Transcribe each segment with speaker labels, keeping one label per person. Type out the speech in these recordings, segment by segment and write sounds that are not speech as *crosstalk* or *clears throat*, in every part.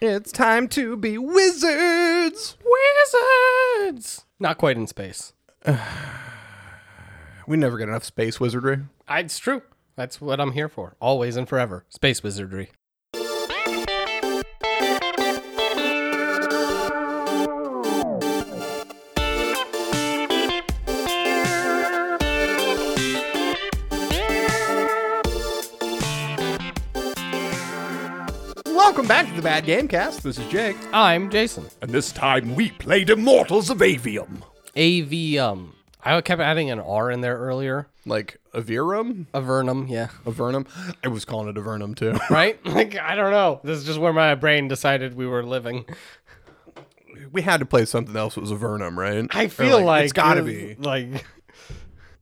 Speaker 1: It's time to be wizards.
Speaker 2: Wizards! Not quite in space.
Speaker 1: We never get enough space wizardry.
Speaker 2: I, it's true. That's what I'm here for. Always and forever. Space wizardry.
Speaker 1: Welcome back to the Bad Gamecast. This is Jake.
Speaker 2: I'm Jason.
Speaker 3: And this time we played Immortals of Avium.
Speaker 2: AVM. um, I kept adding an R in there earlier.
Speaker 1: Like Averum?
Speaker 2: Avernum, yeah.
Speaker 1: Avernum? I was calling it Avernum *laughs* too.
Speaker 2: Right? *laughs* Like, I don't know. This is just where my brain decided we were living.
Speaker 1: we had to play something else that was Avernum, right?
Speaker 2: I
Speaker 1: Or,
Speaker 2: feel like,
Speaker 1: it's gotta
Speaker 2: this-
Speaker 1: be.
Speaker 2: Like, *laughs*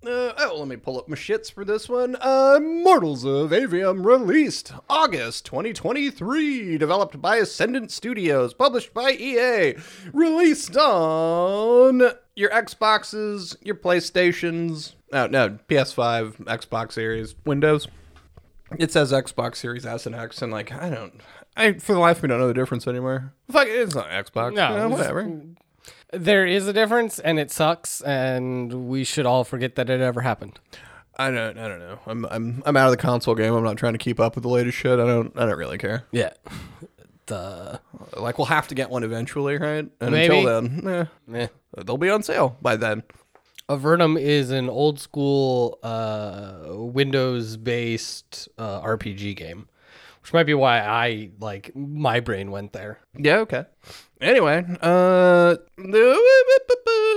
Speaker 1: Uh, oh, let me pull up my shits for this one. Uh, Mortals of Avium released August 2023. Developed by Ascendant Studios. Published by EA. Released on your Xboxes, your PlayStations. Oh, no, PS5, Xbox Series, Windows. It says Xbox Series S and X, and like, I don't. I, for the life of me, don't know the difference anymore. Fuck, it's not Xbox.
Speaker 2: No,
Speaker 1: Yeah,
Speaker 2: it's-
Speaker 1: whatever.
Speaker 2: there is a difference, and it sucks, and we should all forget that it ever happened.
Speaker 1: I don't. I don't know. I'm. I'm. I'm out of the console game. I'm not trying to keep up with the latest shit. I don't. I don't really care.
Speaker 2: Yeah. The.
Speaker 1: Like we'll have to get one eventually, right? And
Speaker 2: Maybe.
Speaker 1: until then, eh,
Speaker 2: Meh.
Speaker 1: they'll be on sale by then.
Speaker 2: Avernum is an old school uh, Windows based uh, RPG game, which might be why I like my brain went there.
Speaker 1: Yeah. Okay. Anyway, uh,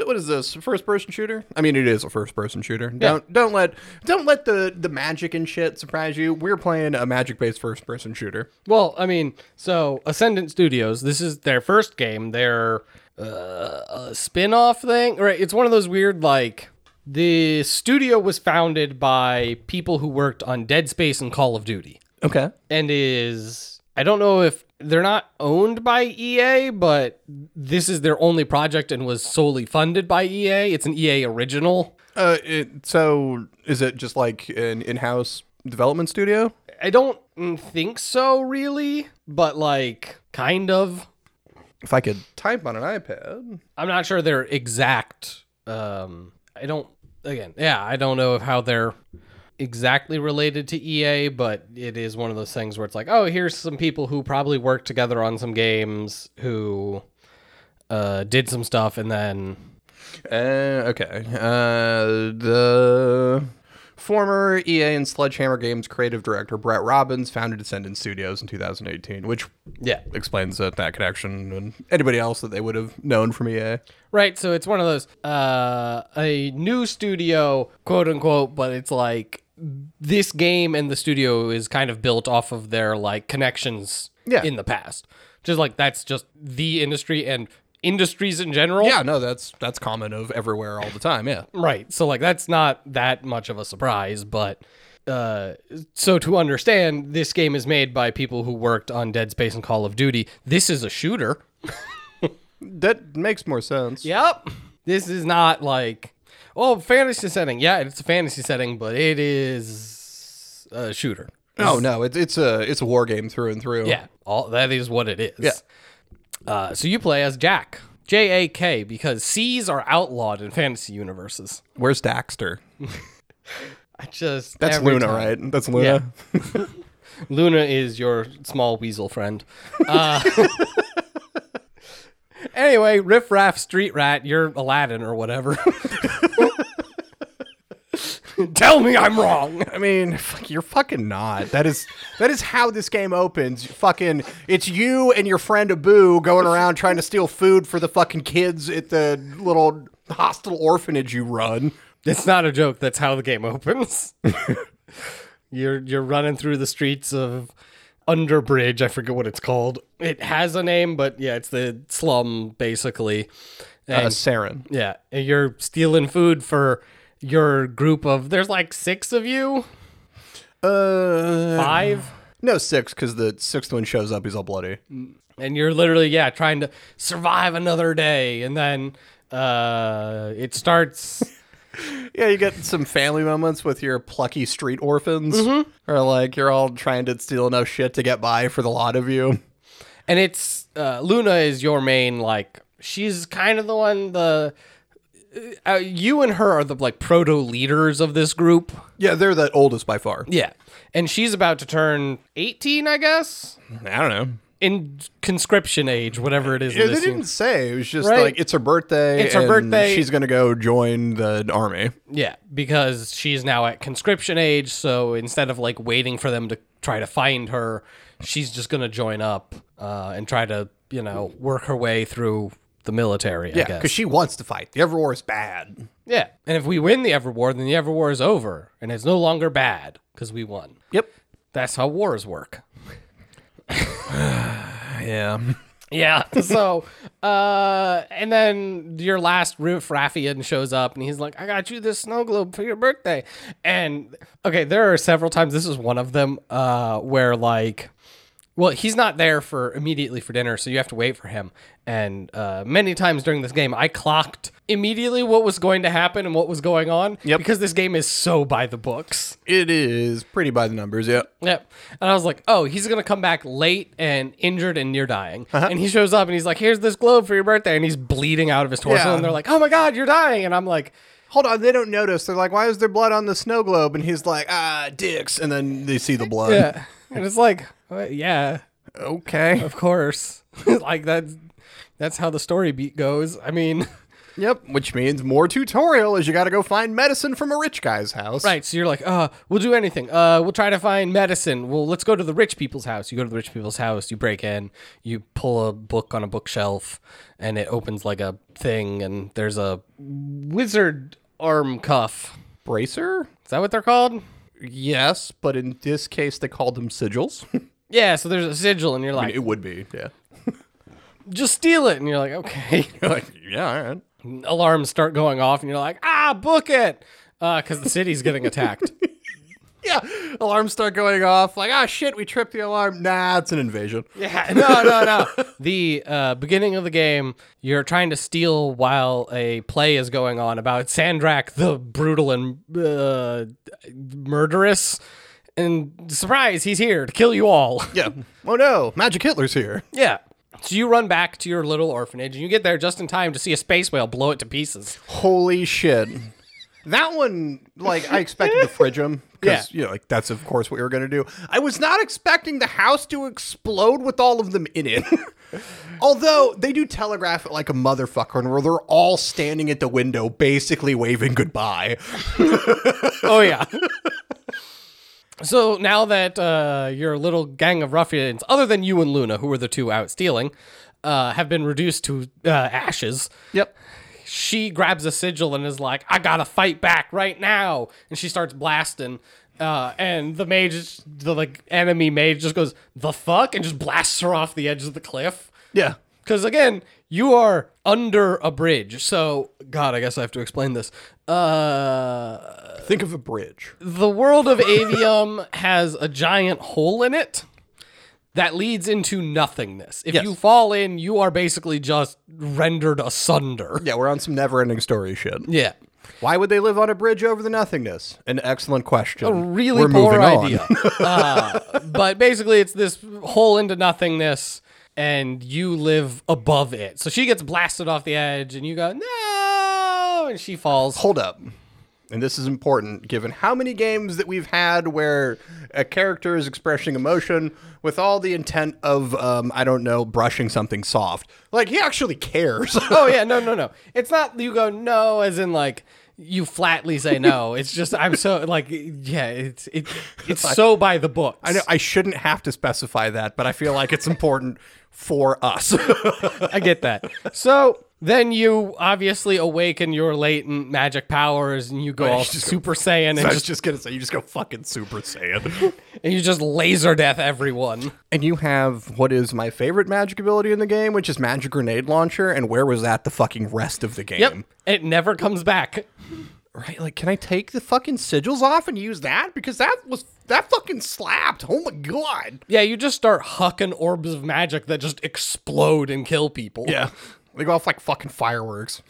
Speaker 1: what is this? First person shooter? I mean, it is a first person shooter. Don't don't let don't let the the magic and shit surprise you. We're playing a magic based first person shooter.
Speaker 2: Well, I mean, so Ascendant Studios, this is their first game, their uh, a spin-off thing, right? It's one of those weird like the studio was founded by people who worked on Dead Space and Call of Duty.
Speaker 1: Okay.
Speaker 2: and is I don't know if they're not owned by EA, but this is their only project and was solely funded by EA. It's an EA original.
Speaker 1: Uh, it, so is it just like an in house development studio?
Speaker 2: I don't mm, think so really, but like kind of.
Speaker 1: If I could type on an iPad.
Speaker 2: I'm not sure they're exact um I don't again, yeah, I don't know if how they're exactly related to EA, but it is one of those things where it's like, oh, here's some people who probably worked together on some games who uh did some stuff and then
Speaker 1: Uh, okay. Uh, the former EA and Sledgehammer Games creative director Brett Robbins founded Ascendant Studios in 2018, which
Speaker 2: Yeah.
Speaker 1: explains that that connection and anybody else that they would have known from E EA.
Speaker 2: Right. So it's one of those uh, a new studio, quote unquote, but it's like this game and the studio is kind of built off of their like connections
Speaker 1: Yeah.
Speaker 2: in the past. Just like that's just the industry and industries in general.
Speaker 1: Yeah, no, that's that's common of everywhere all the time. Yeah.
Speaker 2: Right. So like that's not that much of a surprise, but uh so to understand this game is made by people who worked on Dead Space and Call of Duty. This is a shooter.
Speaker 1: That makes more sense.
Speaker 2: Yep. This is not like oh fantasy setting. Yeah, it's a fantasy setting, but it is a shooter.
Speaker 1: No, Oh, no, it's it's a it's a war game through and through.
Speaker 2: Yeah, all that is what it is.
Speaker 1: Yeah.
Speaker 2: Uh, so you play as Jack, J A K, because C's are outlawed in fantasy universes.
Speaker 1: Where's Daxter?
Speaker 2: I just
Speaker 1: That's
Speaker 2: every
Speaker 1: Luna,
Speaker 2: time-
Speaker 1: right? That's Luna.
Speaker 2: Luna is your small weasel friend. Uh, *laughs* anyway, Riff Raff Street Rat, you're Aladdin or whatever. *laughs* Tell me I'm wrong.
Speaker 1: *laughs* I mean, fuck, you're fucking not. That is that is how this game opens. Fucking, it's you and your friend Abu going around trying to steal food for the fucking kids at the little hostile orphanage you run.
Speaker 2: It's not a joke. That's how the game opens. *laughs* you're you're running through the streets of Underbridge. I forget what it's called. It has a name, but yeah, it's the slum basically.
Speaker 1: Uh,
Speaker 2: And
Speaker 1: Saren.
Speaker 2: yeah, and you're stealing food for your group of. There's like six of you,
Speaker 1: Uh,
Speaker 2: five,
Speaker 1: no six because the sixth one shows up. He's all bloody.
Speaker 2: and you're literally yeah trying to survive another day, and then uh, it starts.
Speaker 1: Yeah, you get some family moments with your plucky street Mm-hmm. orphans, or like you're all trying to steal enough shit to get by for the lot of you.
Speaker 2: and it's uh, Luna is your main like she's kind of the one the uh, you and her are the like proto leaders of this group.
Speaker 1: Yeah, they're the oldest by far.
Speaker 2: Yeah, and she's about to turn eighteen, I guess,
Speaker 1: I don't know.
Speaker 2: in conscription age, whatever it is. in
Speaker 1: Yeah, they
Speaker 2: this
Speaker 1: didn't
Speaker 2: uni-
Speaker 1: say. It was just
Speaker 2: Right.
Speaker 1: like it's her birthday.
Speaker 2: It's her
Speaker 1: and
Speaker 2: birthday.
Speaker 1: She's gonna go join the army.
Speaker 2: Yeah, because she's now at conscription age, so instead of like waiting for them to try to find her, she's just gonna join up uh, and try to you know work her way through the military. I
Speaker 1: Yeah,
Speaker 2: guess.
Speaker 1: because she wants to fight. The Everwar is bad.
Speaker 2: Yeah. And if we win the Ever War, then the Ever War is over and it's no longer bad because we won.
Speaker 1: Yep.
Speaker 2: That's how wars work.
Speaker 1: Yeah.
Speaker 2: Yeah. *laughs* so, uh, and then your last Riff Raffian shows up and he's like, I got you this snow globe for your birthday. And okay, there are several times, this is one of them, uh, where like, well, he's not there for immediately for dinner, so you have to wait for him. And uh, many times during this game, I clocked immediately what was going to happen and what was going on
Speaker 1: Yep.
Speaker 2: because this game is so by the books.
Speaker 1: It is pretty by the numbers. Yeah.
Speaker 2: Yep. And I was like, oh, he's going to come back late and injured and near dying. And he shows up and he's like, here's this globe for your birthday. And he's bleeding out of his torso.
Speaker 1: Yeah.
Speaker 2: And they're like, oh my God, you're dying. And I'm like,
Speaker 1: Hold on, they don't notice. They're like, "Why is there blood on the snow globe?" And he's like, "Ah, dicks." And then they see the blood.
Speaker 2: yeah. And it's like, "Uh, yeah,
Speaker 1: Okay.
Speaker 2: of course. *laughs* like that's That's how the story beat goes. I mean,
Speaker 1: Yep. Which means more tutorial is you got to go find medicine from a rich guy's house.
Speaker 2: right. So you're like, uh, we'll do anything. Uh, we'll try to find medicine. Well, let's go to the rich people's house. You go to the rich people's house, you break in, you pull a book on a bookshelf, and it opens like a thing, and there's a wizard arm cuff.
Speaker 1: Bracer.
Speaker 2: Is that what they're called?
Speaker 1: Yes, but in this case, they called them sigils. *laughs*
Speaker 2: Yeah, so there's a sigil, and you're like,
Speaker 1: it would be. Yeah. *laughs*
Speaker 2: just steal it. And you're like, okay. *laughs*
Speaker 1: You're like, yeah. All right.
Speaker 2: Alarms start going off, and you're like, ah, book it. Because the city's getting attacked.
Speaker 1: *laughs* Yeah, alarms start going off. Like, ah, shit, we tripped the alarm. Nah, it's an invasion.
Speaker 2: yeah, *laughs* no, no, no. The uh, beginning of the game, you're trying to steal while a play is going on about Sandrak, the brutal and uh, murderous. And surprise, he's here to kill you all. *laughs*
Speaker 1: Yeah. *laughs* Oh no, Magic Hitler's here.
Speaker 2: yeah. So you run back to your little orphanage, and you get there just in time to see a space whale blow it to pieces.
Speaker 1: Holy shit. That one, like, I expected to fridge *laughs* him. Because, you know, like, that's, of course, what we were going to do. I was not expecting the house to explode with all of them in it. *laughs* Although, they do telegraph it like a motherfucker, where they're all standing at the window, basically waving goodbye.
Speaker 2: *laughs* oh yeah. *laughs* So now that uh, your little gang of ruffians, other than you and Luna, who were the two out stealing, uh, have been reduced to uh, ashes,
Speaker 1: Yep.
Speaker 2: she grabs a sigil and is like, "I gotta fight back right now!" And she starts blasting. Uh, and the mage, is- the like enemy mage, just goes the fuck and just blasts her off the edge of the cliff.
Speaker 1: Yeah.
Speaker 2: Because again, you are under a bridge. So God, I guess I have to explain this. Uh.
Speaker 1: Think of a bridge.
Speaker 2: The world of Avium has a giant hole in it that leads into nothingness. If
Speaker 1: Yes.
Speaker 2: you fall in, you are basically just rendered asunder.
Speaker 1: Yeah, we're on some never ending story shit.
Speaker 2: Yeah.
Speaker 1: Why would they live on a bridge over the nothingness? An excellent question.
Speaker 2: Really
Speaker 1: We're
Speaker 2: poor
Speaker 1: moving on.
Speaker 2: idea.
Speaker 1: *laughs*
Speaker 2: uh, but basically, it's this hole into nothingness, and you live above it. So she gets blasted off the edge, and you go, no! And
Speaker 1: *laughs*
Speaker 2: she falls.
Speaker 1: Hold up. And this is important given how many games that we've had where a character is expressing emotion with all the intent of, um, I don't know, brushing something soft. Like, he actually cares. *laughs*
Speaker 2: oh yeah, no, no, no. It's not you go no as in like you flatly
Speaker 1: *laughs*
Speaker 2: say no. It's just I'm so like yeah, it's it it's so by the books.
Speaker 1: I know I shouldn't have to specify that, but I feel like it's important for us. *laughs*
Speaker 2: *laughs* I get that. So then you obviously awaken your latent magic powers and you go
Speaker 1: Oh, yeah,
Speaker 2: all
Speaker 1: you just go-
Speaker 2: Super Saiyan
Speaker 1: *laughs*
Speaker 2: and
Speaker 1: I was
Speaker 2: just
Speaker 1: just going to say, you just go fucking Super Saiyan.
Speaker 2: and you just laser death everyone.
Speaker 1: and you have what is my favorite magic ability in the game, which is Magic Grenade Launcher. And where was that the fucking rest of the game?
Speaker 2: Yep. It never comes back.
Speaker 1: Right? Like, can I take the fucking sigils off and use that? Because that was that fucking slapped. Oh my god.
Speaker 2: Yeah, you just start hucking orbs of magic that just explode and kill people.
Speaker 1: Yeah. They go off like fucking fireworks.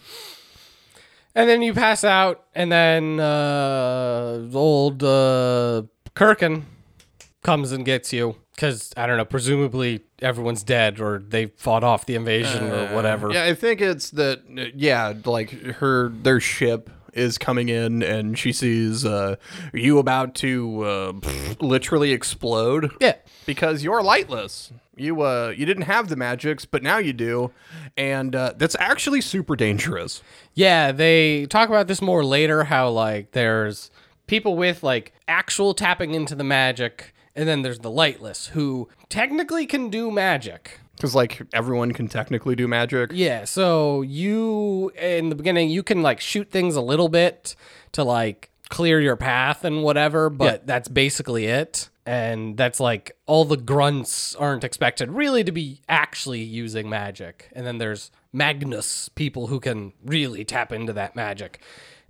Speaker 2: And then you pass out, and then uh, old uh, Kirkin comes and gets you because I don't know. Presumably, everyone's dead or they fought off the invasion or whatever.
Speaker 1: Uh, Yeah, I think it's that. uh, Yeah, like her, their ship is coming in, and she sees uh, you about to uh, pfft, literally explode.
Speaker 2: Yeah.
Speaker 1: because you're lightless. You uh, you didn't have the magics, but now you do, and uh, that's actually super dangerous.
Speaker 2: Yeah, they talk about this more later how like there's people with like actual tapping into the magic and then there's the lightless who technically can do magic.
Speaker 1: Because like everyone can technically do magic.
Speaker 2: Yeah, so you in the beginning you can like shoot things a little bit to like clear your path and whatever, but that's basically it. And that's like all the grunts aren't expected really to be actually using magic. And then there's Magnus people who can really tap into that magic.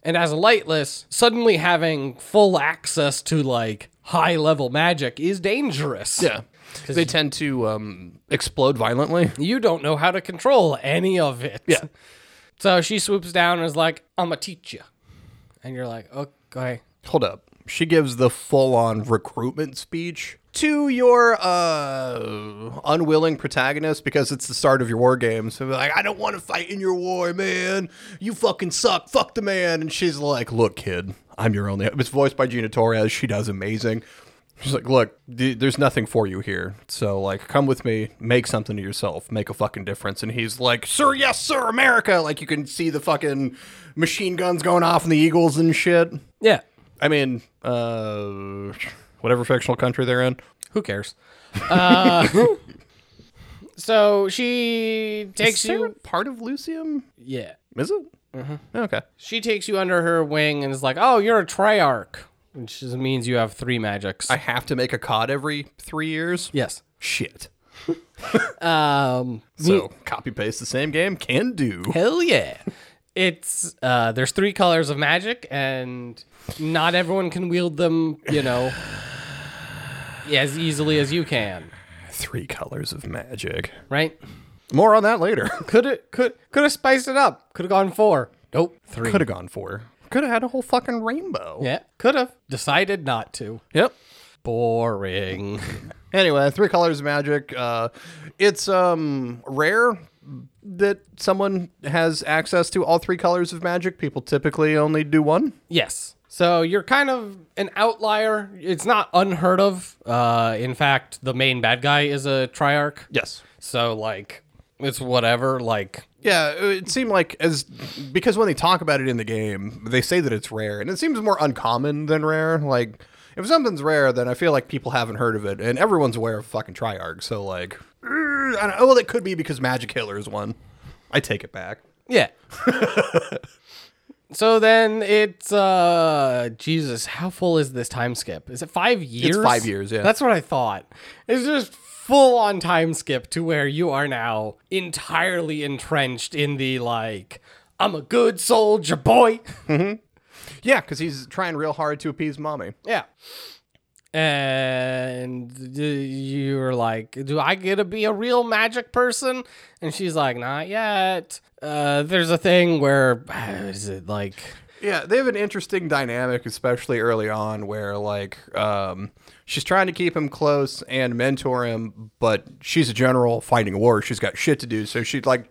Speaker 2: And as a lightless, suddenly having full access to like high level magic is dangerous.
Speaker 1: Yeah, they tend to um, explode violently.
Speaker 2: You don't know how to control any of it.
Speaker 1: Yeah.
Speaker 2: *laughs* So she swoops down and is like, I'm going to teach you. And you're like, okay.
Speaker 1: Hold up, she gives the full-on recruitment speech to your uh, unwilling protagonist because it's the start of your war game. So like, I don't want to fight in your war, man. You fucking suck. Fuck the man. And she's like, Look, kid, I'm your only. It's voiced by Gina Torres. She does amazing. She's like, look, th- there's nothing for you here. So, like, come with me, make something of yourself, make a fucking difference. And he's like, sir, yes, sir, America. Like, you can see the fucking machine guns going off and the eagles and shit.
Speaker 2: Yeah.
Speaker 1: I mean, uh, whatever fictional country they're in.
Speaker 2: Who cares? *laughs* Uh, so she takes you.
Speaker 1: part of Lucium?
Speaker 2: Yeah.
Speaker 1: Is it? Mm-hmm. Okay.
Speaker 2: She takes you under her wing and is like, oh, you're a triarch, which is- means you have three magics.
Speaker 1: I have to make a COD every three years.
Speaker 2: yes.
Speaker 1: Shit.
Speaker 2: Um,
Speaker 1: So copy paste the same game can do.
Speaker 2: Hell yeah. It's uh there's three colors of magic and not everyone can wield them, you know, as easily as you can,
Speaker 1: Three colors of magic.
Speaker 2: right?
Speaker 1: More on that *laughs* later.
Speaker 2: Could it could could have spiced it up. Could have gone 4. Nope, 3.
Speaker 1: Could have gone four. Could have had a whole fucking rainbow.
Speaker 2: Yeah, could have decided not to.
Speaker 1: Yep.
Speaker 2: Boring.
Speaker 1: Anyway, three colors of magic. Uh, it's um rare that someone has access to all three colors of magic. People typically only do one.
Speaker 2: Yes. So you're kind of an outlier. It's not unheard of. Uh in fact, the main bad guy is a triarch.
Speaker 1: Yes.
Speaker 2: So like it's whatever like
Speaker 1: Yeah, it seemed like as because when they talk about it in the game, they say that it's rare, and it seems more uncommon than rare. Like if something's rare, then I feel like people haven't heard of it, and everyone's aware of fucking Triarch. So like, *clears throat* er, I don't, well, it could be because Magic Killer is one. I take it back.
Speaker 2: Yeah. *laughs* so then it's uh Jesus, how full is this time skip? Is it five years?
Speaker 1: five years, yeah.
Speaker 2: That's what I thought. It's just full on time skip to where you are now entirely entrenched in the like I'm a good soldier boy. *laughs*
Speaker 1: Yeah, because he's trying real hard to appease mommy.
Speaker 2: yeah. And y- you're like, do I get to be a real magic person? And she's like, not yet. Uh, there's a thing where *sighs* is it like
Speaker 1: Yeah, they have an interesting dynamic, especially early on, where like um, she's trying to keep him close and mentor him, but she's a general fighting a war. She's got shit to do, so she like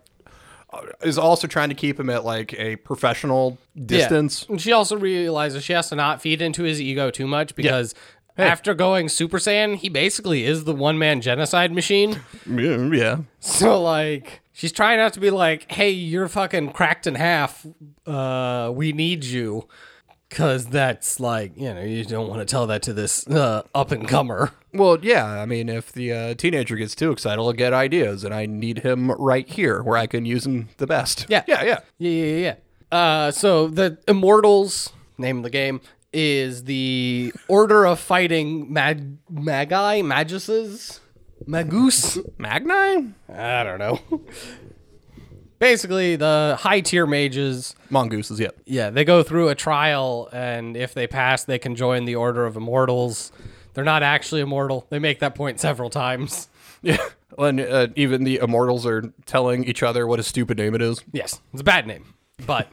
Speaker 1: uh, is also trying to keep him at like a professional distance.
Speaker 2: And she also realizes she has to not feed into his ego too much because after going Super Saiyan, he basically is the one man genocide machine. *laughs*
Speaker 1: Yeah, yeah.
Speaker 2: so like she's trying not to be like, hey, you're fucking cracked in half. Uh we need you. Cause that's like, you know, you don't want to tell that to this uh, up and comer.
Speaker 1: Well, yeah. I mean, if the uh, teenager gets too excited, he'll get ideas, and I need him right here where I can use him the best.
Speaker 2: Yeah.
Speaker 1: yeah, yeah.
Speaker 2: Yeah, yeah, yeah. Uh, so the Immortals, name of the game, is the order of fighting mag magi maguses magus.
Speaker 1: Magni,
Speaker 2: I don't know. *laughs* Basically, the high tier mages,
Speaker 1: mongooses. Yep.
Speaker 2: yeah, they go through a trial, and if they pass, they can join the Order of Immortals. They're not actually immortal. They make that point several times. *laughs*
Speaker 1: Yeah. *laughs* And uh, even the immortals are telling each other what a stupid name it is.
Speaker 2: Yes, it's a bad name. But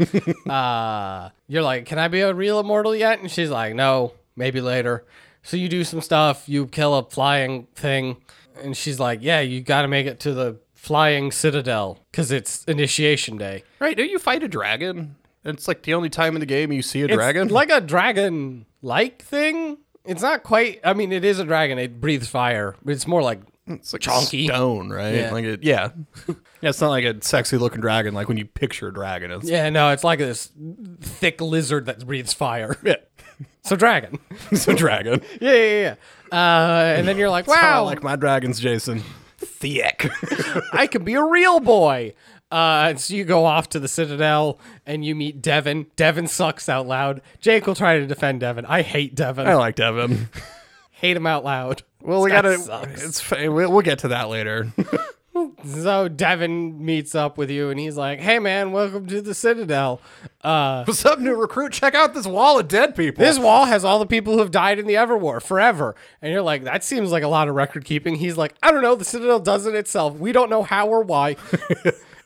Speaker 2: uh, you're like, can I be a real immortal yet? And she's like, no, maybe later. So you do some stuff, you kill a flying thing, and she's like, "Yeah, you got to make it to the flying citadel because it's initiation day."
Speaker 1: Right? Don't you fight a dragon? It's like the only time in the game you see a
Speaker 2: It's
Speaker 1: dragon. *laughs*
Speaker 2: like a dragon-like thing. It's not quite. I mean, it is a dragon. It breathes fire, but it's more like
Speaker 1: it's like
Speaker 2: chonky.
Speaker 1: stone, right?
Speaker 2: Yeah.
Speaker 1: Like it,
Speaker 2: *laughs*
Speaker 1: yeah. yeah, it's not like a sexy looking dragon like when you picture a dragon. It's,
Speaker 2: yeah, no, it's like this thick lizard that breathes fire. *laughs*
Speaker 1: yeah. *laughs*
Speaker 2: So dragon.
Speaker 1: it's a dragon.
Speaker 2: Yeah, yeah, yeah. Uh, and then you're like,
Speaker 1: I
Speaker 2: "Wow,
Speaker 1: like my dragons, Jason. Thick.
Speaker 2: I could be a real boy. Uh, and so you go off to the Citadel and you meet Devin. Devin sucks out loud. Jake will try to defend Devin. I hate
Speaker 1: *laughs*
Speaker 2: Devin.
Speaker 1: I
Speaker 2: I
Speaker 1: like
Speaker 2: *laughs*
Speaker 1: Devin.
Speaker 2: hate him out loud.
Speaker 1: Well, we
Speaker 2: That
Speaker 1: gotta.
Speaker 2: sucks.
Speaker 1: It's fa- we'll, we'll get to that later. *laughs*
Speaker 2: So Devin meets up with you and he's like, "Hey man, welcome to the Citadel. Uh,
Speaker 1: What's up, new recruit? Check out this wall of dead people.
Speaker 2: this wall has all the people who have died in the Everwar forever." And you're like, "That seems like a lot of record keeping." He's like, "I don't know. The Citadel does it itself. We don't know how or why."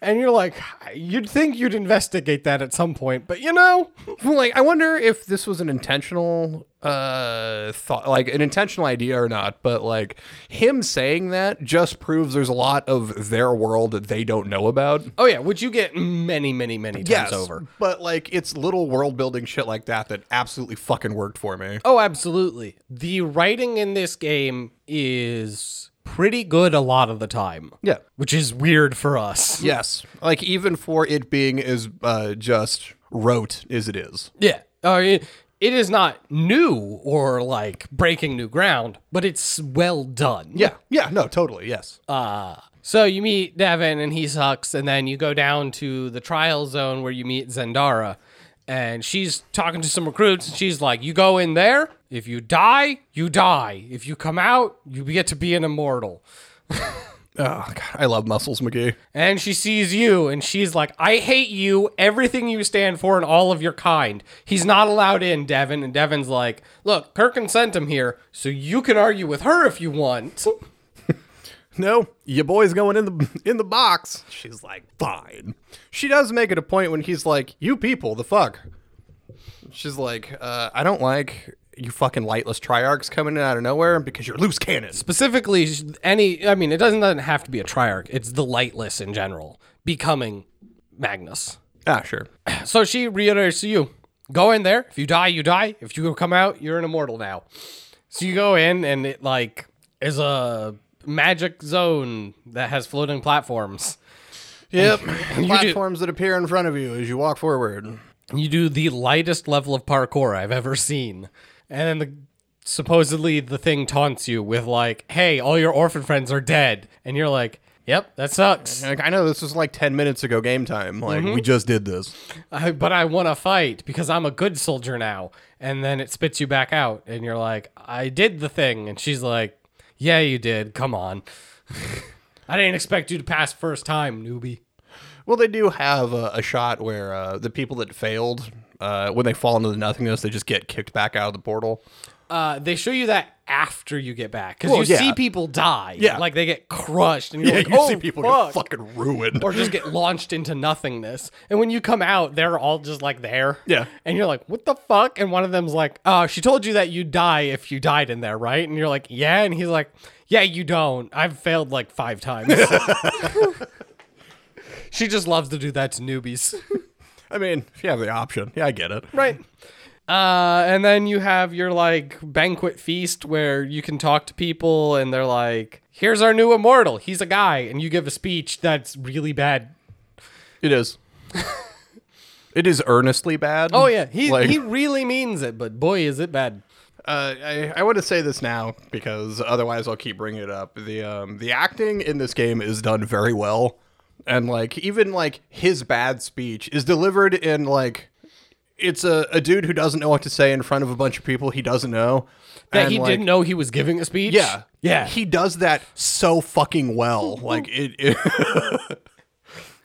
Speaker 2: and you're like, "You'd think you'd investigate that at some point, but you know."
Speaker 1: Well, like I wonder if this was an intentional uh thought like an intentional idea or not, but like him saying that just proves there's a lot of their world that they don't know about.
Speaker 2: Oh yeah, which you get many, many, many times over.
Speaker 1: But like it's little world building shit like that that absolutely fucking worked for me.
Speaker 2: Oh, absolutely. The writing in this game is pretty good a lot of the time.
Speaker 1: Yeah.
Speaker 2: Which is weird for us.
Speaker 1: Yes. Like even for it being as uh just rote as it is.
Speaker 2: Yeah. Uh, it, it is not new or like breaking new ground, but it's well done.
Speaker 1: Yeah. Yeah, no, totally. Yes.
Speaker 2: Uh, so you meet Devin and he sucks, and then you go down to the trial zone where you meet Zendara, and she's talking to some recruits, and she's like, "You go in there. If you die, you die. If you come out, you get to be an immortal."
Speaker 1: oh god, I love Muscles McGee.
Speaker 2: And she sees you, and she's like, "I hate you, everything you stand for, and all of your kind." He's not allowed in, Devin, and Devin's like, "Look, Kirkin sent him here, so you can argue with her if you want."
Speaker 1: no, your boy's going in the in the box. She's like, fine. She does make it a point when he's like, you people, the fuck. She's like, uh, I don't like you fucking lightless triarchs coming in out of nowhere because you're loose cannons.
Speaker 2: specifically sh- any i mean it doesn't, doesn't have to be a triarch it's the lightless in general becoming magnus
Speaker 1: Ah, sure.
Speaker 2: so she reiterates to you go in there if you die you die if you come out you're an immortal now so you go in and it like is a magic zone that has floating platforms
Speaker 1: Yep.
Speaker 2: do-
Speaker 1: Platforms that appear in front of you as you walk forward.
Speaker 2: you do the lightest level of parkour I've ever seen. And then the supposedly the thing taunts you with like, "Hey, all your orphan friends are dead." And you're like, "Yep, that sucks."
Speaker 1: Like, I know this was like ten minutes ago game time. Like we just did this.
Speaker 2: I, but I want to fight because I'm a good soldier now. And then it spits you back out, and you're like, I did the thing. And she's like, Yeah, you did. Come on. *laughs* I didn't expect you to pass first time, newbie.
Speaker 1: Well, they do have a, a shot where uh, the people that failed, uh, when they fall into the nothingness, they just get kicked back out of the portal.
Speaker 2: Uh, they show you that after you get back because
Speaker 1: Well,
Speaker 2: you
Speaker 1: yeah.
Speaker 2: see people die.
Speaker 1: Yeah.
Speaker 2: Like they get crushed, and you're like,
Speaker 1: you
Speaker 2: Oh,
Speaker 1: see people
Speaker 2: fuck.
Speaker 1: get fucking ruined.
Speaker 2: or just get launched into nothingness. And when you come out, they're all just like there.
Speaker 1: Yeah.
Speaker 2: And you're like, what the fuck? And one of them's like, oh, she told you that you'd die if you died in there, right? And you're like, yeah. And he's like, yeah, you don't. I've failed like five times. *laughs* she just loves to do that to newbies.
Speaker 1: I mean, if you have the option, yeah, I get it.
Speaker 2: right. Uh, and then you have your like banquet feast where you can talk to people and they're like, here's our new immortal. He's a guy. And you give a speech that's really bad
Speaker 1: It is. *laughs* it is earnestly bad.
Speaker 2: Oh yeah, he
Speaker 1: like,
Speaker 2: he really means it, but boy is it bad.
Speaker 1: Uh, I, I want to say this now because otherwise I'll keep bringing it up. The um, the acting in this game is done very well, and like even like his bad speech is delivered in like it's a, a dude who doesn't know what to say in front of a bunch of people he doesn't know
Speaker 2: That
Speaker 1: And,
Speaker 2: he
Speaker 1: like,
Speaker 2: didn't know he was giving a speech.
Speaker 1: Yeah,
Speaker 2: yeah.
Speaker 1: He does that so fucking *laughs* well. Like it. it *laughs*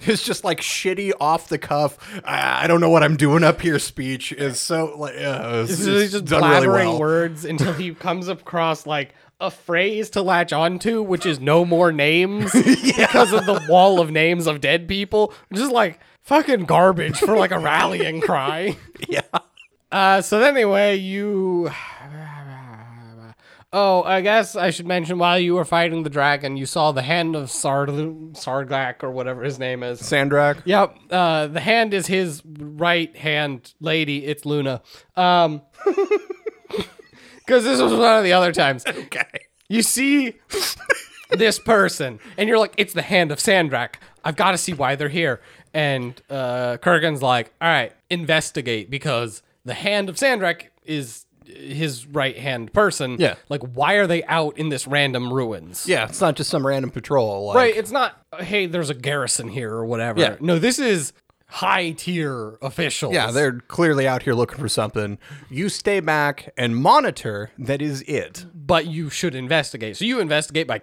Speaker 1: It's just like shitty off the cuff. "Ah, I I don't know what I'm doing up here. Speech is so like uh, it's,
Speaker 2: *laughs* He's just,
Speaker 1: it's done really
Speaker 2: blabbering
Speaker 1: well.
Speaker 2: words until
Speaker 1: *laughs*
Speaker 2: he comes across like a phrase to latch onto, which is no more
Speaker 1: *laughs*
Speaker 2: names because of the wall of names of dead people. Just like fucking garbage for like a
Speaker 1: *laughs*
Speaker 2: rallying cry.
Speaker 1: Yeah.
Speaker 2: Uh, so then anyway, you *sighs* Oh, I guess I should mention while you were fighting the dragon, you saw the hand of Sard Sardlak or whatever his name is.
Speaker 1: Sandrak.
Speaker 2: Yep. Uh, the hand is his right hand lady. It's Luna. Um, *laughs* because this was one of the other times.
Speaker 1: *laughs* Okay.
Speaker 2: You see *laughs* this person, and you're like, it's the hand of Sandrak. I've got to see why they're here. And uh, Kurgan's like, all right, investigate because the hand of Sandrak is his right hand person.
Speaker 1: Yeah.
Speaker 2: Like, why are they out in this random ruins?
Speaker 1: Yeah, it's not just some random patrol. Like,
Speaker 2: Right. It's not, hey, there's a garrison here or whatever.
Speaker 1: Yeah.
Speaker 2: No, this is high tier officials.
Speaker 1: Yeah, they're clearly out here looking for something. You stay back and monitor. That is it.
Speaker 2: But you should investigate. So you investigate by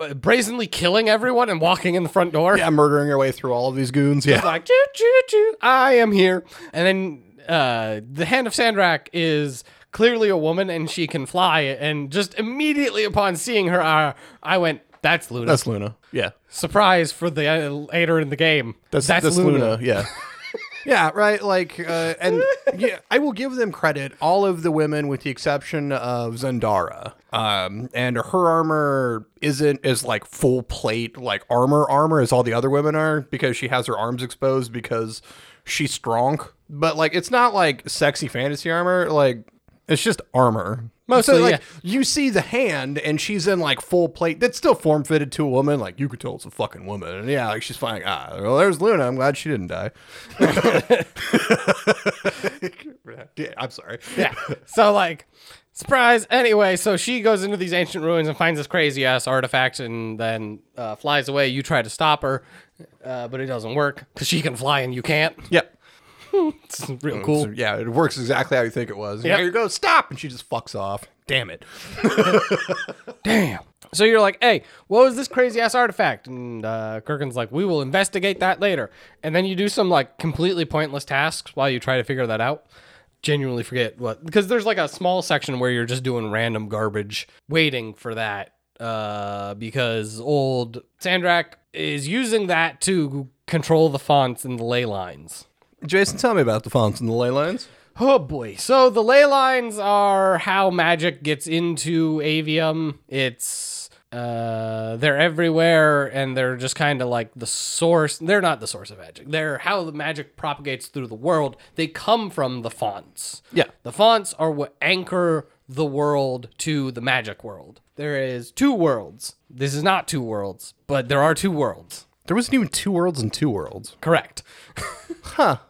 Speaker 2: uh, brazenly killing everyone and walking in the front door.
Speaker 1: Yeah, murdering your way through all of these goons. Yeah.
Speaker 2: *laughs* like choo choo choo i am here and then uh the hand of sandrak is clearly a woman and she can fly and just immediately upon seeing her uh, i went that's luna
Speaker 1: That's Luna. Yeah.
Speaker 2: surprise for the uh, later in the game
Speaker 1: That's, that's, Luna. Yeah. yeah, right. Like, uh, and yeah, I will give them credit. All of the women, with the exception of Zendara, um, and her armor isn't as like full plate, like armor armor as all the other women are because she has her arms exposed because she's strong. But like, it's not like sexy fantasy armor. Like, it's just armor.
Speaker 2: Mostly,
Speaker 1: like,
Speaker 2: yeah.
Speaker 1: you see the hand and she's in like full plate that's still form fitted to a woman. Like you could tell it's a fucking woman. And yeah, like she's fine. Ah, well, there's Luna. I'm glad she didn't die. yeah, I'm sorry.
Speaker 2: yeah so like surprise anyway so she goes into these ancient ruins and finds this crazy ass artifact and then uh, flies away you try to stop her uh, but it doesn't work because she can fly and you can't
Speaker 1: Yep.
Speaker 2: it's real cool
Speaker 1: So, yeah, it works exactly how you think it was.
Speaker 2: Yep.
Speaker 1: There you go. Stop. And she just fucks off. Damn it.
Speaker 2: damn. So you're like, hey, what was this crazy ass artifact? And uh, Kirkin's like, we will investigate that later. And then you do some like completely pointless tasks while you try to figure that out. Genuinely forget what because there's like a small section where you're just doing random garbage, waiting for that. Uh, because old Sandrak is using that to control the fonts and the ley lines.
Speaker 1: Jason, tell me about the fonts and the ley lines.
Speaker 2: Oh boy. So the ley lines are how magic gets into Avium. It's uh they're everywhere and they're just kind of like the source. They're not the source of magic. They're how the magic propagates through the world. They come from the fonts.
Speaker 1: Yeah.
Speaker 2: The fonts are what anchor the world to the magic world. There is two worlds. This is not two worlds, but there are two worlds.
Speaker 1: There wasn't even two worlds and two worlds.
Speaker 2: Correct. huh. *laughs*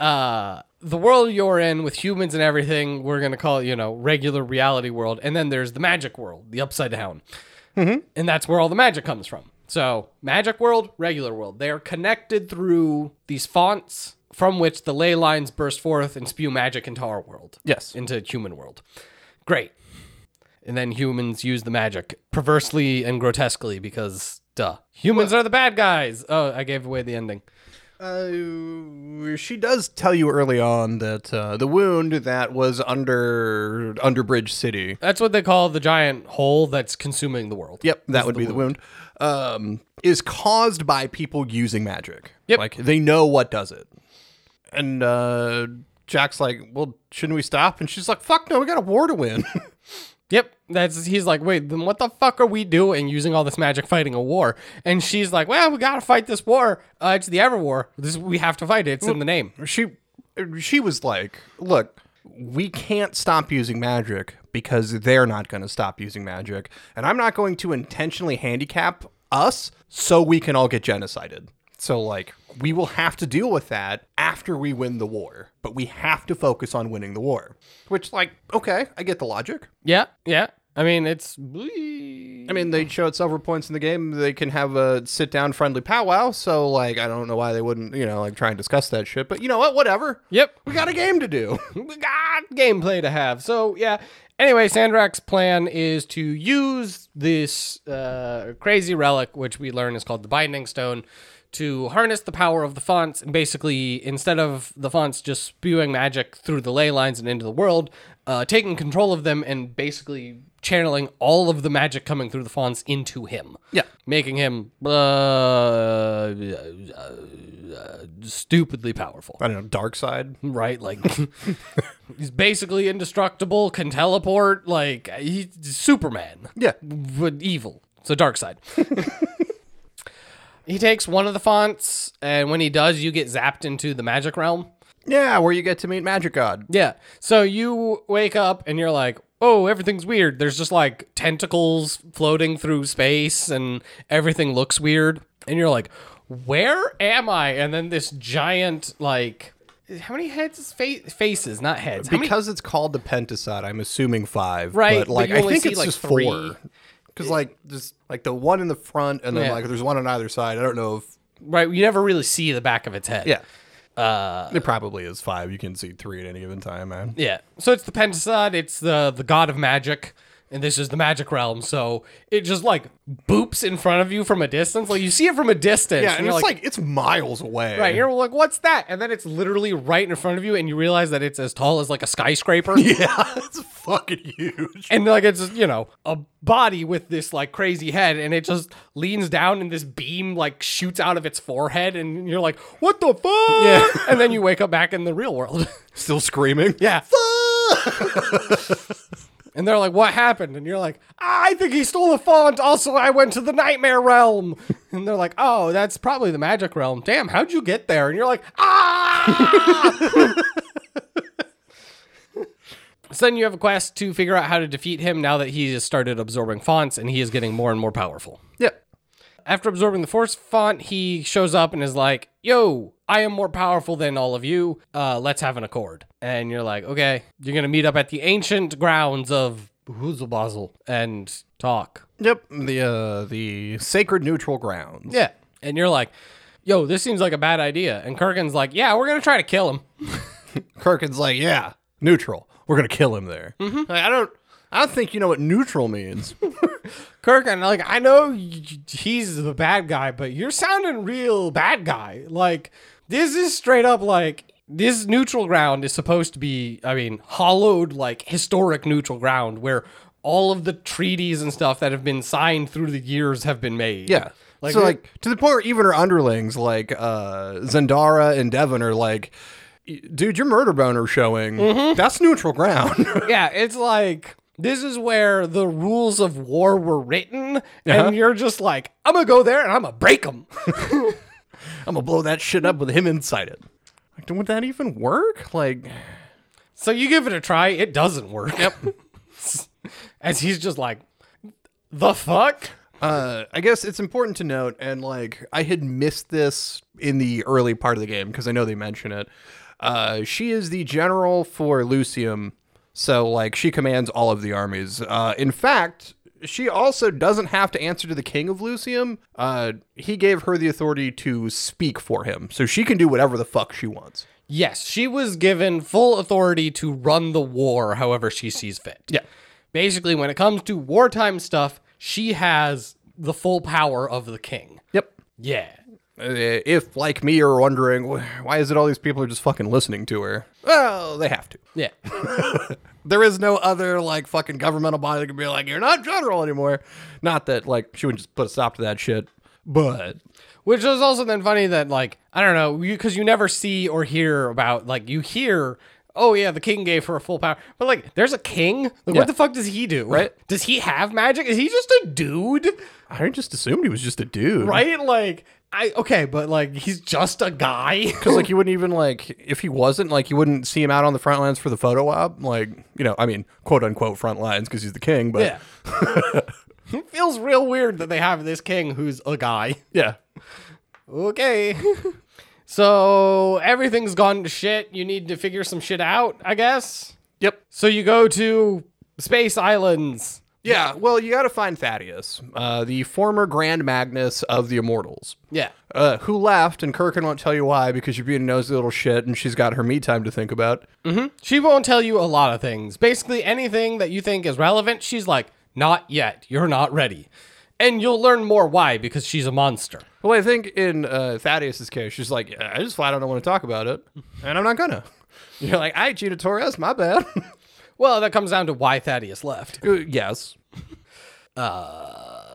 Speaker 2: Uh, the world you're in with humans and everything, we're going to call it, you know, regular reality world. And then there's the magic world, the upside down. Mm-hmm. And that's where all the magic comes from. So, magic world, regular world. They are connected through these fonts from which the ley lines burst forth and spew magic into our world.
Speaker 1: Yes.
Speaker 2: Into human world. Great. And then humans use the magic perversely and grotesquely because, duh. Humans are the bad guys. Oh, I gave away the ending.
Speaker 1: Uh, she does tell you early on that uh, the wound that was under Underbridge City.
Speaker 2: That's what they call the giant hole that's consuming the world.
Speaker 1: Yep, that would be the wound. Um, is caused by people using magic.
Speaker 2: Yep.
Speaker 1: like they know what does it. And uh, Jack's like, "Well, shouldn't we stop?" And she's like, "Fuck no, we got a war to win."
Speaker 2: Yep. That's he's like, wait, then what the fuck are we doing using all this magic fighting a war? And she's like, well, we gotta fight this war. Uh, it's the Everwar. This we have to fight it. It's in the name.
Speaker 1: she she was like, "Look, we can't stop using magic because they're not going to stop using magic, and I'm not going to intentionally handicap us so we can all get genocided." So like, we will have to deal with that after we win the war, but we have to focus on winning the war. Which like, okay, I get the logic.
Speaker 2: Yeah. Yeah. I mean, it's. I
Speaker 1: I mean, they show at several points in the game they can have a sit down friendly powwow, so like I don't know why they wouldn't, you know, like try and discuss that shit, but you know what, whatever.
Speaker 2: Yep.
Speaker 1: We got a game to do. *laughs*
Speaker 2: we got gameplay to have. So yeah. Anyway, Sandrak's plan is to use this uh, crazy relic, which we learn is called the Binding Stone, to harness the power of the fonts. And basically, instead of the fonts just spewing magic through the ley lines and into the world, uh, taking control of them and basically channeling all of the magic coming through the fonts into him.
Speaker 1: Yeah.
Speaker 2: Making him uh, uh, stupidly powerful
Speaker 1: I don't know, dark side.
Speaker 2: right? Like He's basically indestructible, can teleport, like he's Superman,
Speaker 1: Yeah.
Speaker 2: but evil. So dark side. *laughs* he takes one of the fonts, and when he does, you get zapped into the magic realm.
Speaker 1: Yeah, where you get to meet Magic God.
Speaker 2: Yeah. So you wake up and you're like, oh, everything's weird. There's just like tentacles floating through space and everything looks weird. And you're like, where am I? And then this giant, like, how many heads? is Fa- faces, not heads. How many-
Speaker 1: Because it's called the Pentasod, I'm assuming five.
Speaker 2: Right,
Speaker 1: But
Speaker 2: but
Speaker 1: like
Speaker 2: you
Speaker 1: I
Speaker 2: only
Speaker 1: think
Speaker 2: see,
Speaker 1: it's
Speaker 2: like,
Speaker 1: just
Speaker 2: three.
Speaker 1: four. Because like just like the one in the front and then
Speaker 2: Yeah.
Speaker 1: like there's one on either side. I don't know if
Speaker 2: right. You never really see the back of its head.
Speaker 1: Yeah. Uh, it probably is five. You can see three at any given time, man.
Speaker 2: Yeah. So it's the Pentasod, it's the the god of magic, and this is the magic realm. So it just like boops in front of you from a distance. Like you see it from a distance.
Speaker 1: Yeah, and
Speaker 2: you're
Speaker 1: it's like, it's miles away.
Speaker 2: Right, you're like, what's that? And then it's literally right in front of you, and you realize that it's as tall as like a
Speaker 1: *laughs* *laughs*
Speaker 2: skyscraper.
Speaker 1: Yeah, it's fucking huge.
Speaker 2: And like it's you know a body with this like crazy head, and it just leans down, and this beam like shoots out of its forehead, and you're like, "What the fuck?" Yeah. And then you wake up back in the real world,
Speaker 1: Still screaming. *laughs*
Speaker 2: *laughs* Yeah.
Speaker 1: Fuck!
Speaker 2: and they're like, "What happened?" And you're like, "I think he stole the font. Also, I went to the nightmare realm." *laughs* And they're like, "Oh, that's probably the magic realm. Damn, how'd you get there?" And you're like, "Ah!" *laughs* So then you have a quest to figure out how to defeat him now that he has started absorbing fonts and he is getting more and more powerful.
Speaker 1: yeah.
Speaker 2: After absorbing the force font, he shows up and is like, Yo, I am more powerful than all of you. Uh, let's have an accord. And you're like, Okay, you're going to meet up at the ancient grounds of Huzelbazel and talk.
Speaker 1: Yep. The uh, the sacred neutral grounds.
Speaker 2: Yeah. And you're like, Yo, this seems like a bad idea. And Kurgan's like, Yeah, we're going to try to kill him.
Speaker 1: Kirkin's like, yeah, neutral. We're gonna kill him there. Like, I don't. I don't think you know what neutral means.
Speaker 2: Kirgan, like, I know y- y- he's the bad guy, but you're sounding real bad guy. Like, this is straight up like this neutral ground is supposed to be, I mean, hollowed, like historic neutral ground where all of the treaties and stuff that have been signed through the years have been made.
Speaker 1: yeah.
Speaker 2: Like,
Speaker 1: so like to the point where even her underlings like uh Zendara and Devon are like, dude, your murder bone are showing. That's neutral ground. *laughs*
Speaker 2: yeah, it's like this is where the rules of war were written,
Speaker 1: Uh-huh.
Speaker 2: and you're just like, I'm gonna go there and I'm gonna break them.
Speaker 1: I'm gonna blow that shit up with him inside it. Like, would that even work? Like,
Speaker 2: So you give it a try, it doesn't work. Yep. *laughs* As he's just like, the fuck?
Speaker 1: uh, I guess it's important to note, and like, I had missed this in the early part of the game because I know they mention it. Uh, she is the general for Lucium, so like, she commands all of the armies. Uh, in fact, she also doesn't have to answer to the king of Lucium. Uh, he gave her the authority to speak for him, so she can do whatever the fuck she wants.
Speaker 2: Yes, she was given full authority to run the war however she sees fit.
Speaker 1: Yeah.
Speaker 2: Basically, when it comes to wartime stuff, she has the full power of the king.
Speaker 1: Yep.
Speaker 2: Yeah.
Speaker 1: Uh, if like me are wondering "Wh- why is it all these people are just fucking listening to her well they have to
Speaker 2: Yeah.
Speaker 1: there is no other like fucking governmental body that can be like you're not general anymore not that like she wouldn't just put a stop to that shit but
Speaker 2: Which is also then funny that like I don't know you because you never see or hear about like you hear oh yeah the king gave her a full power but like there's a king like,
Speaker 1: Yeah.
Speaker 2: what the fuck does he do
Speaker 1: Right.
Speaker 2: *laughs* does he have magic is he just a dude
Speaker 1: i just assumed he was just a dude
Speaker 2: right like I okay but like he's just a
Speaker 1: *laughs*
Speaker 2: guy
Speaker 1: because like you wouldn't even like if he wasn't like you wouldn't see him out on the front lines for the photo op like you know i mean quote unquote front lines because he's the king but
Speaker 2: yeah *laughs* it feels real weird that they have this king who's a guy
Speaker 1: yeah
Speaker 2: okay. *laughs* so everything's gone to shit. You need to figure some shit out, I guess.
Speaker 1: Yep.
Speaker 2: So you go to Space Islands.
Speaker 1: yeah well you gotta find thaddeus uh, the former grand magnus of the immortals
Speaker 2: Yeah.
Speaker 1: uh, who left, and Kirkin won't tell you why because you're being a nosy little shit, and she's got her me time to think about.
Speaker 2: She won't tell you a lot of things. Basically, anything that you think is relevant, she's like, not yet. You're not ready. And you'll learn more why because she's a monster.
Speaker 1: Well, I think in uh, Thaddeus's case, she's like, I just flat out don't want to talk about it, and I'm not gonna. *laughs* You're like, I Gina Torres, my bad. *laughs*
Speaker 2: Well, that comes down to why Thaddeus left.
Speaker 1: Uh, yes.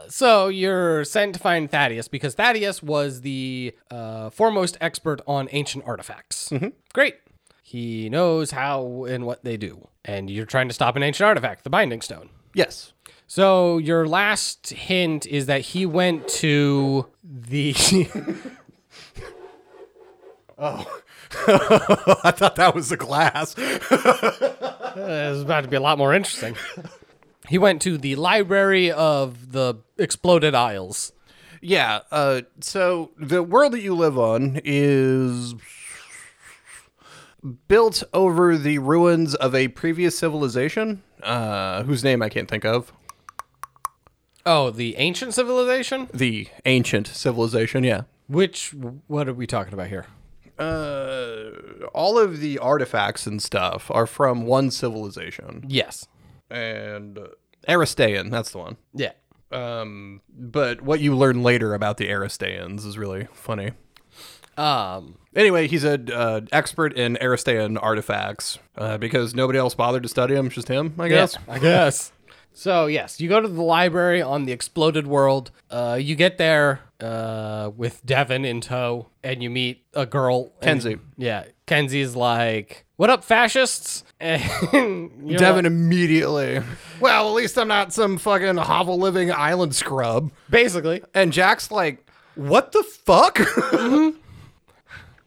Speaker 2: So you're sent to find Thaddeus because Thaddeus was the uh, foremost expert on ancient artifacts. Great. He knows how and what they do. And you're trying to stop an ancient artifact, the Binding Stone.
Speaker 1: Yes.
Speaker 2: So your last hint is that he went to the. *laughs*
Speaker 1: I thought that was the glass.
Speaker 2: It's about to be a lot more interesting. He went to the library of the Exploded Isles.
Speaker 1: *laughs* Yeah. Uh, so the world that you live on is built over the ruins of a previous civilization, uh, whose name I can't think of.
Speaker 2: Oh, the ancient civilization?
Speaker 1: The ancient civilization. Yeah.
Speaker 2: Which, what are we talking about here?
Speaker 1: Uh, all of the artifacts and stuff are from one civilization,
Speaker 2: Yes.
Speaker 1: and uh, Aristaean. That's the one.
Speaker 2: Yeah.
Speaker 1: Um, but what you learn later about the Aristaeans is really funny.
Speaker 2: Um,
Speaker 1: Anyway, he's an uh, expert in Aristaean artifacts uh, because nobody else bothered to study him, just him, I guess.
Speaker 2: I guess. *laughs* So yes, you go to the library on the exploded world. Uh, you get there uh, with Devin in tow, and you meet a girl, and-
Speaker 1: Kenzie.
Speaker 2: yeah, Kenzie's like, "What up, fascists?" *laughs* And you're
Speaker 1: Devin
Speaker 2: like-
Speaker 1: immediately. Well, at least I'm not some fucking hovel living island scrub.
Speaker 2: basically,
Speaker 1: And Jack's like, what the fuck? *laughs*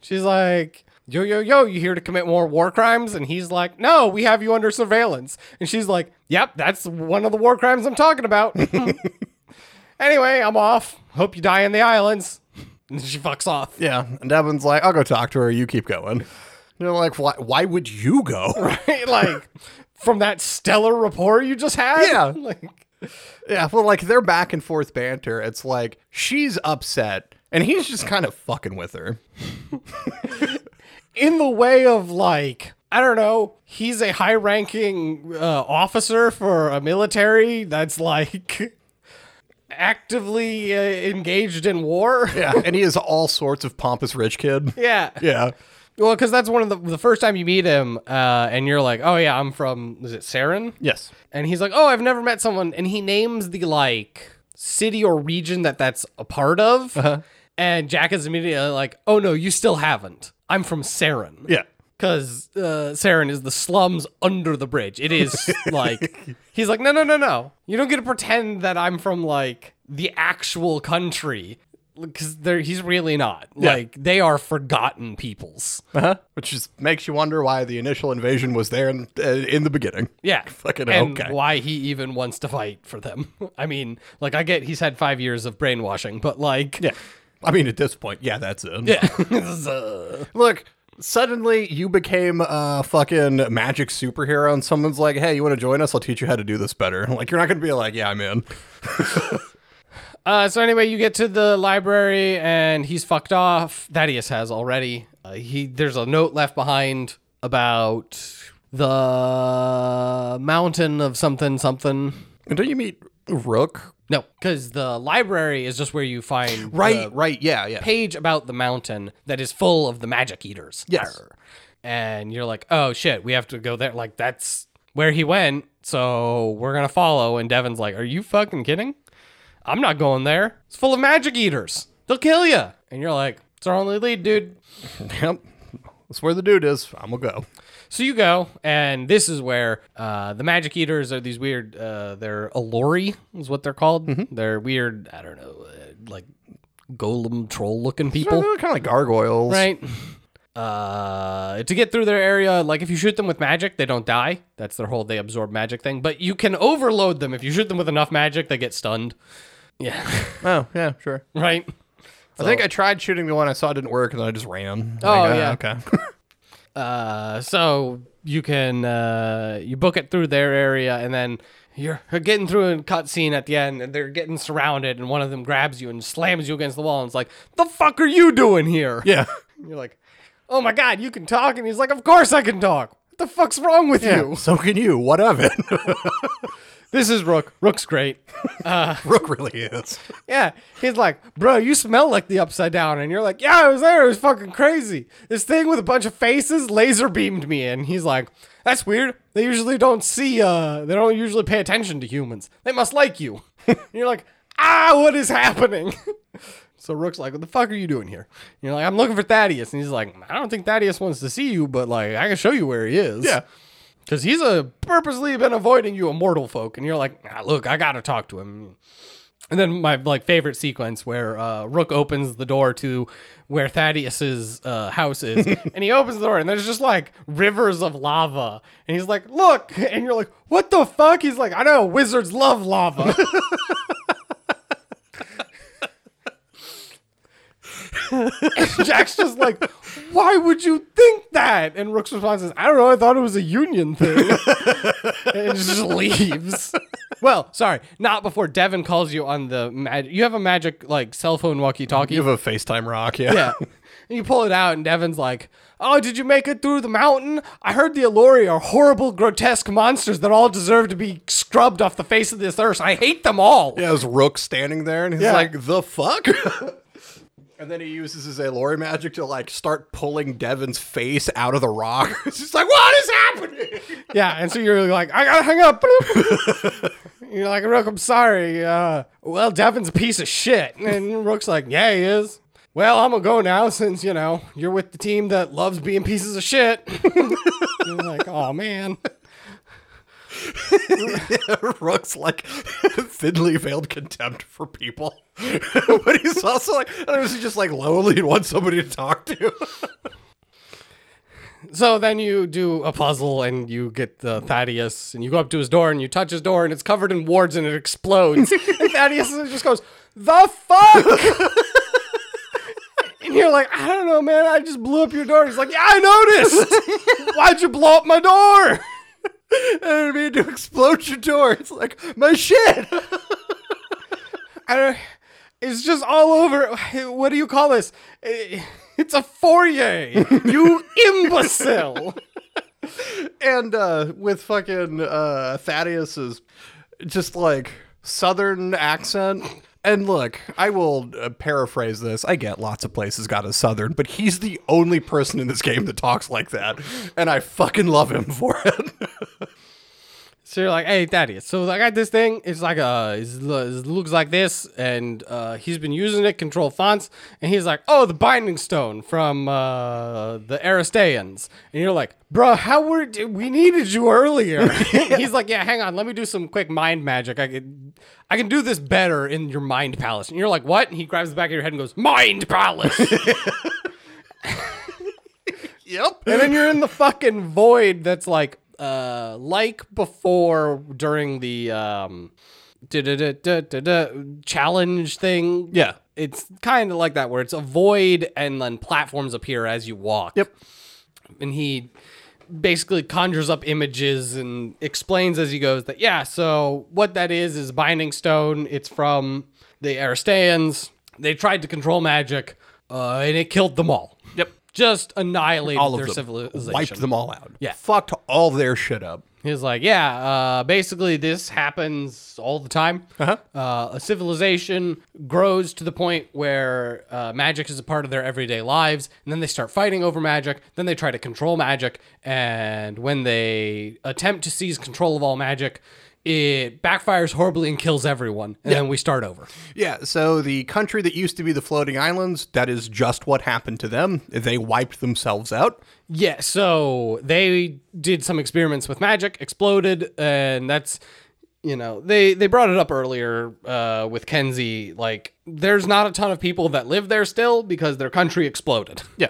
Speaker 2: she's like. Yo, yo, yo, you here to commit more war crimes? And he's like, No, we have you under surveillance. And she's like, Yep, that's one of the war crimes I'm talking about. *laughs* anyway, I'm off. Hope you die in the islands. And she fucks off. *laughs*
Speaker 1: yeah. And Devin's like, I'll go talk to her. You keep going. And they're like, why, why would you go?
Speaker 2: like from that stellar rapport you just had.
Speaker 1: Yeah.
Speaker 2: *laughs* Like
Speaker 1: yeah. Well, like their back and forth banter, it's like she's upset and he's just kind of fucking with her.
Speaker 2: in the way of like I don't know. He's a high-ranking uh, officer for a military that's like *laughs* actively uh, engaged in war.
Speaker 1: Yeah. and he is all sorts of pompous rich kid.
Speaker 2: Yeah.
Speaker 1: Yeah.
Speaker 2: Well, because that's one of the the first time you meet him, uh, and you're like, oh yeah, I'm from is it Saren?
Speaker 1: Yes.
Speaker 2: And he's like, oh, I've never met someone. And he names the like city or region that that's a part of. And Jack is immediately like, oh no, you still haven't. I'm from Saren.
Speaker 1: Yeah.
Speaker 2: Because uh, Saren is the slums under the bridge. It
Speaker 1: *laughs*
Speaker 2: is like, he's like, no, no, no, no. You don't get to pretend that I'm from like the actual country. Because he's really not. Like, they are
Speaker 1: *laughs*
Speaker 2: forgotten peoples.
Speaker 1: Uh-huh. Which just makes you wonder why the initial invasion was there in, uh, in the beginning.
Speaker 2: Yeah.
Speaker 1: Fucking
Speaker 2: and
Speaker 1: okay.
Speaker 2: why he even wants to fight for them. *laughs* I mean, like I get he's had 5 years of brainwashing, but like *laughs* Yeah.
Speaker 1: I mean, at this point, yeah, that's it.
Speaker 2: Yeah.
Speaker 1: *laughs* Look, suddenly you became a fucking magic superhero, and someone's like, hey, you want to join us? I'll teach you how to do this better. *laughs* Like, you're not going to be like, yeah, I'm in.
Speaker 2: uh, so anyway, you get to the library and he's fucked off. Thaddeus has already. Uh, he there's a note left behind about the mountain of something something.
Speaker 1: And don't you meet Rook?
Speaker 2: No, cuz the library is just where you find the-
Speaker 1: right, yeah, yeah.
Speaker 2: page about the mountain that is full of the magic eaters.
Speaker 1: Yes.
Speaker 2: Arr. And you're like, oh shit, we have to go there. Like, that's where he went. So we're going to follow. And Devin's like, are you fucking kidding? I'm not going there. It's full of magic eaters. They'll kill you. And you're like, it's our only lead, dude.
Speaker 1: Yep. That's where the dude is. I'm going to go.
Speaker 2: So you go, and this is where uh, the magic eaters are these weird. Uh, they're Alori, is what they're called. They're weird. I don't know, uh, like golem troll looking people.
Speaker 1: Kind of like gargoyles.
Speaker 2: right? Uh, to get through their area, like if you shoot them with magic, they don't die. That's their whole they absorb magic thing. But you can overload them if you shoot them with enough magic, they get stunned. Yeah, *laughs*
Speaker 1: Oh, yeah, sure.
Speaker 2: right.
Speaker 1: I think I tried shooting the one I saw didn't work, and then I just ran.
Speaker 2: Oh,
Speaker 1: Like, ah,
Speaker 2: yeah.
Speaker 1: Okay. *laughs*
Speaker 2: Uh, so you can uh, you book it through their area, and then you're getting through a cutscene at the end, and they're getting surrounded, and one of them grabs you and slams you against the wall, and it's like, "The fuck are you doing here?"
Speaker 1: yeah.
Speaker 2: And you're like, "Oh my god, you can talk," and he's like, "Of course I can talk." What the fuck's wrong with you?
Speaker 1: So can you. What of it? *laughs*
Speaker 2: This is Rook. Rook's great.
Speaker 1: Rook really is.
Speaker 2: *laughs* Yeah. He's like, bro, you smell like the upside down. And you're like, yeah, I was there. It was fucking crazy. This thing with a bunch of faces laser beamed me in. He's like, that's weird. They usually don't see, uh, they don't usually pay attention to humans. They must like you. and you're like, ah, what is happening? *laughs* So Rook's like, "What the fuck are you doing here?" And you're like, "I'm looking for Thaddeus," and he's like, "I don't think Thaddeus wants to see you, but like, I can show you where he is."
Speaker 1: Yeah.
Speaker 2: because he's uh purposely been avoiding you, immortal folk, and you're like, ah, "Look, I gotta talk to him." And then my like favorite sequence where uh, Rook opens the door to where Thaddeus's uh, house is, and he opens the door, and there's just like rivers of lava, and he's like, "Look," and you're like, "What the fuck?" He's like, "I know wizards love lava." *laughs* Jack's just like, "Why would you think that?" And Rook's response is, "I don't know. I thought it was a union thing." *laughs* and just leaves. well, sorry, not before Devin calls you on the mag- you have a magic like cell phone walkie-talkie.
Speaker 1: You have a FaceTime rock, yeah.
Speaker 2: yeah. *laughs* And you pull it out and Devin's like, "Oh, did you make it through the mountain? I heard the Alori are horrible, grotesque monsters that all deserve to be scrubbed off the face of this earth. I hate them all."
Speaker 1: Yeah, there's Rook standing there, and he's
Speaker 2: Yeah.
Speaker 1: like, "The fuck." *laughs* And then he uses his Alori magic to like start pulling Devin's face out of the rock. *laughs* It's just like, what is happening?
Speaker 2: *laughs* Yeah, and so you're like, I gotta hang up. *laughs* Bloop. you're like, Rook, I'm sorry. Uh, well, Devin's a piece of shit. *laughs* And Rook's like, yeah, he is. Well, I'm gonna go now since, you know, you're with the team that loves being pieces of shit. *laughs* you're like, oh, man.
Speaker 1: *laughs* Rook's like thinly veiled contempt for people, *laughs* but he's also like, I don't know, he's just like lonely and wants somebody to talk to. *laughs*
Speaker 2: So then you do a puzzle and you get the Thaddeus and you go up to his door and you touch his door and it's covered in wards and it explodes. and Thaddeus just goes, The fuck? *laughs* and you're like, I don't know, man. I just blew up your door. He's like, Yeah, I noticed. Why'd you blow up my door?
Speaker 1: I didn't mean to explode your door. It's like my shit. *laughs*
Speaker 2: I don't, uh, it's just all over. What do you call this? Eh, It's a foyer. You imbecile.
Speaker 1: and uh, with fucking uh, Thaddeus's just like southern accent. And look, I will uh, paraphrase this. I get lots of places got a southern, but he's the only person in this game that talks like that, and I fucking love him for it. *laughs*
Speaker 2: So you're like, hey Thaddeus, so I got this thing. It's like uh, it's, it looks like this, and uh, he's been using it control fonts, and he's like, oh, the Binding Stone from uh, the Aristaeans, and you're like, bruh, how were d- we needed you earlier? *laughs* he's like, yeah, hang on, let me do some quick mind magic. I can, I can do this better in your mind palace, and you're like, what? And he grabs the back of your head and goes, mind palace, and
Speaker 1: yep.
Speaker 2: then you're in the fucking void that's like, uh, like before during the um. da-da-da-da-da-da challenge thing.
Speaker 1: Yeah.
Speaker 2: It's kind of like that where it's a void and then platforms appear as you walk.
Speaker 1: Yep.
Speaker 2: And he basically conjures up images and explains as he goes that, yeah, so what that is is Binding Stone. It's from the Aristaeans. They tried to control magic uh, and it killed them all.
Speaker 1: Yep.
Speaker 2: Just annihilated
Speaker 1: All of
Speaker 2: their
Speaker 1: them.
Speaker 2: civilization.
Speaker 1: Wiped them all out.
Speaker 2: Yeah.
Speaker 1: Fucked all their shit up.
Speaker 2: He's like, yeah, uh, basically this happens all the time. Uh-huh. a civilization grows to the point where uh, magic is a part of their everyday lives, and then they start fighting over magic. Then they try to control magic, and when they attempt to seize control of all magic, it backfires horribly and kills everyone. And then we start over.
Speaker 1: Yeah, so the country that used to be the floating islands, that is just what happened to them. They wiped themselves out.
Speaker 2: Yeah, so they did some experiments with magic, exploded, and that's you know they they brought it up earlier uh, with Kenzie. Like, there's not a ton of people that live there still because their country exploded.
Speaker 1: Yeah.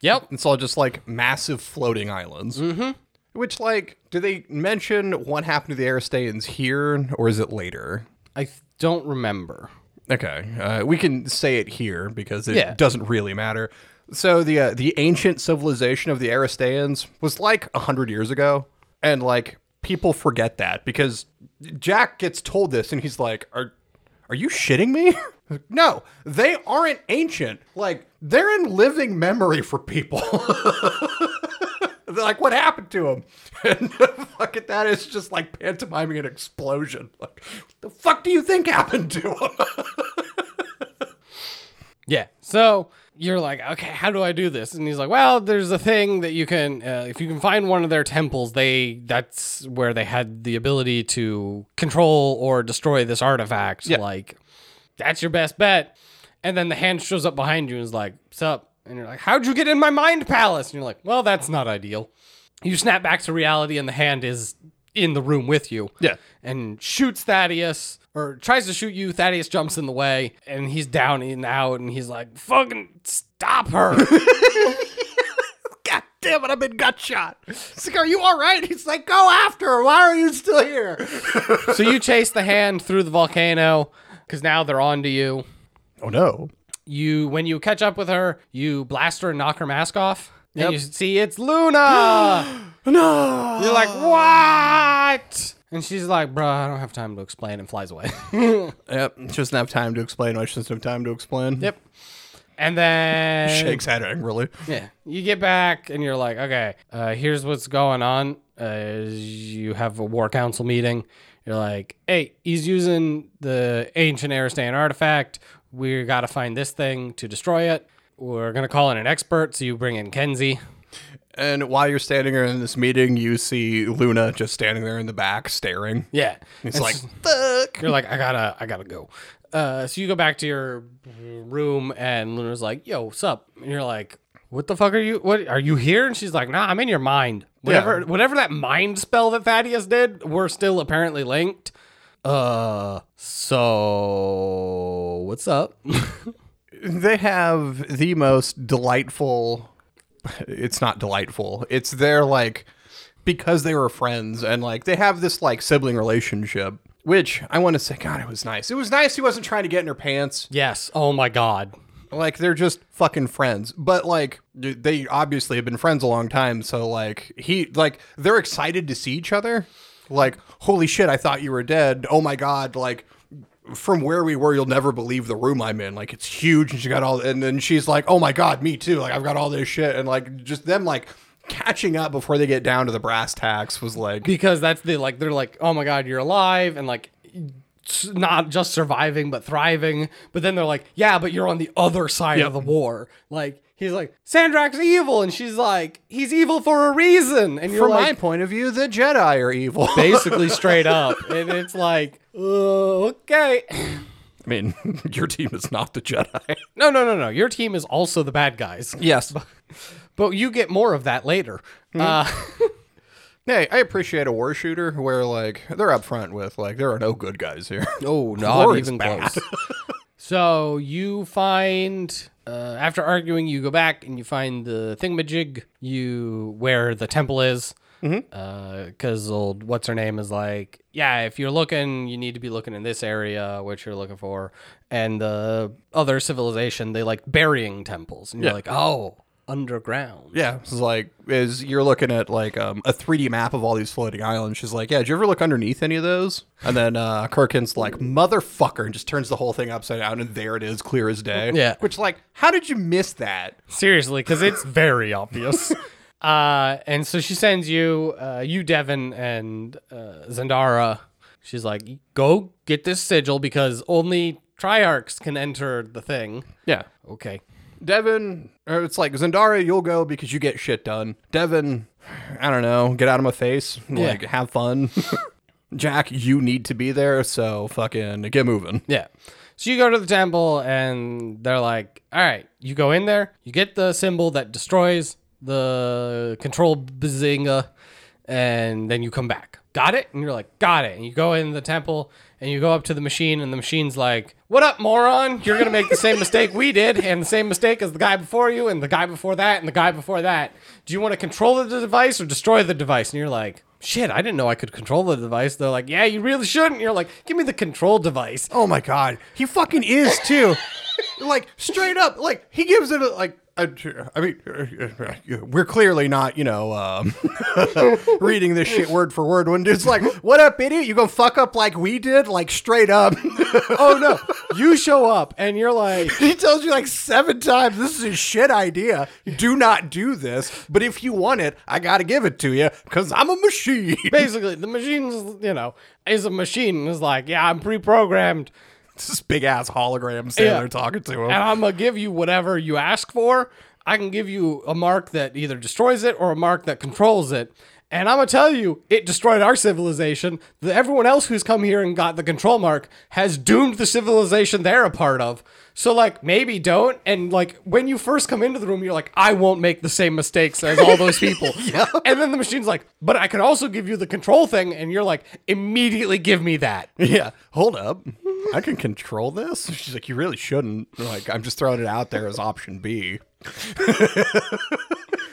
Speaker 2: Yep.
Speaker 1: It's all just like massive floating islands. Mm-hmm. Which, like, do they mention what happened to the Aristaeans here, or is it later?
Speaker 2: I th- don't remember.
Speaker 1: Okay, uh, we can say it here because it
Speaker 2: Yeah.
Speaker 1: doesn't really matter. So the uh, the ancient civilization of the Aristaeans was like hundred years ago, and like people forget that because Jack gets told this and he's like, "Are are you shitting me? *laughs* no, they aren't ancient. Like they're in living memory for people." *laughs* They're like, what happened to him? *laughs* And fuck it, that is just like pantomiming an explosion. Like, what the fuck do you think happened to him?
Speaker 2: Yeah. So you're like, okay, how do I do this? And he's like, well, there's a thing that you can, uh, if you can find one of their temples, they that's where they had the ability to control or destroy this artifact. Like, that's your best bet. And then the hand shows up behind you and is like, Sup? And you're like, How'd you get in my mind palace? And you're like, Well, that's not ideal. You snap back to reality and the hand is in the room with you.
Speaker 1: Yeah.
Speaker 2: And shoots Thaddeus or tries to shoot you. Thaddeus jumps in the way and he's down and out and he's like, Fucking stop her.
Speaker 1: God damn it, I've been gut shot. It's like, are you all right? He's like, go after her. Why are you still here?
Speaker 2: so you chase the hand through the volcano because now they're on to you.
Speaker 1: *laughs* Oh, no.
Speaker 2: You when you catch up with her, you blast her and knock her mask off. And you see it's Luna. *gasps*
Speaker 1: No.
Speaker 2: You're like, what? And she's like, bruh, I don't have time to explain and flies away. *laughs*
Speaker 1: Yep. She doesn't have time to explain. I shouldn't have time to explain.
Speaker 2: yep. And
Speaker 1: *laughs*
Speaker 2: then
Speaker 1: Shakes head angrily.
Speaker 2: Yeah. You get back and you're like, okay, uh, here's what's going on. Uh, you have a war council meeting. You're like, hey, he's using the ancient Aristan artifact. We got to find this thing to destroy it. We're going to call in an expert. So you bring in Kenzie.
Speaker 1: And while you're standing there in this meeting, you see Luna just standing there in the back staring.
Speaker 2: Yeah.
Speaker 1: It's
Speaker 2: And
Speaker 1: like,
Speaker 2: s-
Speaker 1: fuck.
Speaker 2: you're like, I gotta, I gotta go. Uh, so you go back to your room, and Luna's like, "Yo, what's up?" And you're like, "What the fuck are you? What are you here?" And she's like, "Nah, I'm in your mind. Whatever,
Speaker 1: Yeah.
Speaker 2: whatever that mind spell that Thaddeus did, we're still apparently linked." Uh, so what's up?
Speaker 1: They have the most delightful. It's not delightful. It's their like because they were friends and like they have this like sibling relationship. Which I want to say, God, it was nice. It was nice. He wasn't trying to get in her pants.
Speaker 2: yes. Oh my god.
Speaker 1: Like they're just fucking friends. But like they obviously have been friends a long time, so like he like they're excited to see each other. Like, holy shit, I thought you were dead. Oh my god, like from where we were, you'll never believe the room I'm in. Like it's huge and she got all and then she's like, "Oh my god, me too. Like I've got all this shit." And like just them like catching up before they get down to the brass tacks was like
Speaker 2: because that's the like they're like oh my god you're alive and like s- not just surviving but thriving but then they're like yeah but you're on the other side of the war like he's like sandrak's evil and she's like he's evil for a reason and you're
Speaker 1: from my
Speaker 2: like
Speaker 1: point of view, the Jedi are evil. *laughs* I
Speaker 2: basically straight up *laughs* and it's like "Oh, okay *clears throat*
Speaker 1: mean, *laughs* your team is not the Jedi.
Speaker 2: no no no no your team is also the bad guys
Speaker 1: *laughs* Yes.
Speaker 2: but you get more of that later uh *laughs*
Speaker 1: Hey, I appreciate a war shooter where like they're upfront with like there are no good guys here.
Speaker 2: *laughs*
Speaker 1: *laughs*
Speaker 2: Oh,
Speaker 1: War
Speaker 2: not
Speaker 1: is
Speaker 2: even
Speaker 1: bad.
Speaker 2: close. so you find, uh, after arguing, you go back and you find the thingamajig you where the temple is. Because old what's her name is like, yeah, if you're looking, you need to be looking in this area, which you're looking for. And the other civilization, they like burying temples. And you're
Speaker 1: Yeah.
Speaker 2: like, oh, underground.
Speaker 1: yeah, it's like is you're looking at like um, a 3D map of all these floating islands. She's like, yeah, did you ever look underneath any of those? And then uh, Kirkin's like, motherfucker, and just turns the whole thing upside down, and there it is, clear as day.
Speaker 2: Yeah.
Speaker 1: which like, how did you miss that?
Speaker 2: Seriously, because it's very obvious. Uh, and so she sends you, uh, you Devin and uh, Zendara. She's like, go get this sigil because only Triarchs can enter the thing.
Speaker 1: Yeah,
Speaker 2: Okay.
Speaker 1: Devin, or it's like Zendara, you'll go because you get shit done. Devin, I don't know, get out of my face, like have fun. *laughs* Jack, you need to be there, so fucking get moving.
Speaker 2: Yeah. So you go to the temple and they're like, all right, you go in there, you get the symbol that destroys the control bazinga, and then you come back. Got it? And you're like, got it. And you go in the temple and you go up to the machine, and the machine's like, what up, moron? You're going to make the same mistake we did, and the same mistake as the guy before you, and the guy before that, and the guy before that. Do you want to control the device or destroy the device? And you're like, shit, I didn't know I could control the device. They're like, yeah, you really shouldn't. You're like, give me the control device.
Speaker 1: Oh my god, he fucking is too. like straight up, like he gives it a, like. A, I mean, we're clearly not, you know, um, *laughs* reading this shit word for word. When dude's like, "What up, idiot? You gonna fuck up like we did?" Like straight up.
Speaker 2: oh no you show up and you're like
Speaker 1: he tells you like seven times, "This is a shit idea. Do not do this." But if you want it, I gotta give it to you because I'm a machine. *laughs*
Speaker 2: basically the machine's you know is a machine and is like yeah i'm pre-programmed
Speaker 1: this big ass hologram standing
Speaker 2: Yeah.
Speaker 1: there talking to him.
Speaker 2: and i'm gonna give you whatever you ask for I can give you a mark that either destroys it or a mark that controls it. And I'm gonna tell you, it destroyed our civilization. The, everyone else who's come here and got the control mark has doomed the civilization they're a part of. So like, maybe don't. And like, when you first come into the room, you're like, I won't make the same mistakes as all those people. And then the machine's like, but I can also give you the control thing. And you're like, immediately give me that.
Speaker 1: Yeah, hold up. I can control this. She's like, you really shouldn't. I'm Like, I'm just throwing it out there as option B.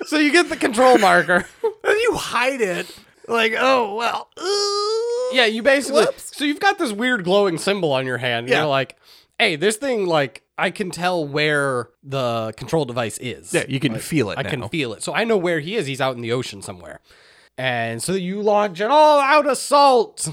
Speaker 2: So you get the control marker.
Speaker 1: And you hide it. Like, oh well. Ooh.
Speaker 2: Yeah, you basically.
Speaker 1: Whoops.
Speaker 2: So you've got this weird glowing symbol on your hand.
Speaker 1: Yeah.
Speaker 2: You're like, hey, this thing, like, I can tell where the control device is.
Speaker 1: Yeah, you can feel it.
Speaker 2: I
Speaker 1: now.
Speaker 2: can feel it. So I know where he is. He's out in the ocean somewhere. And so you launch an all out assault.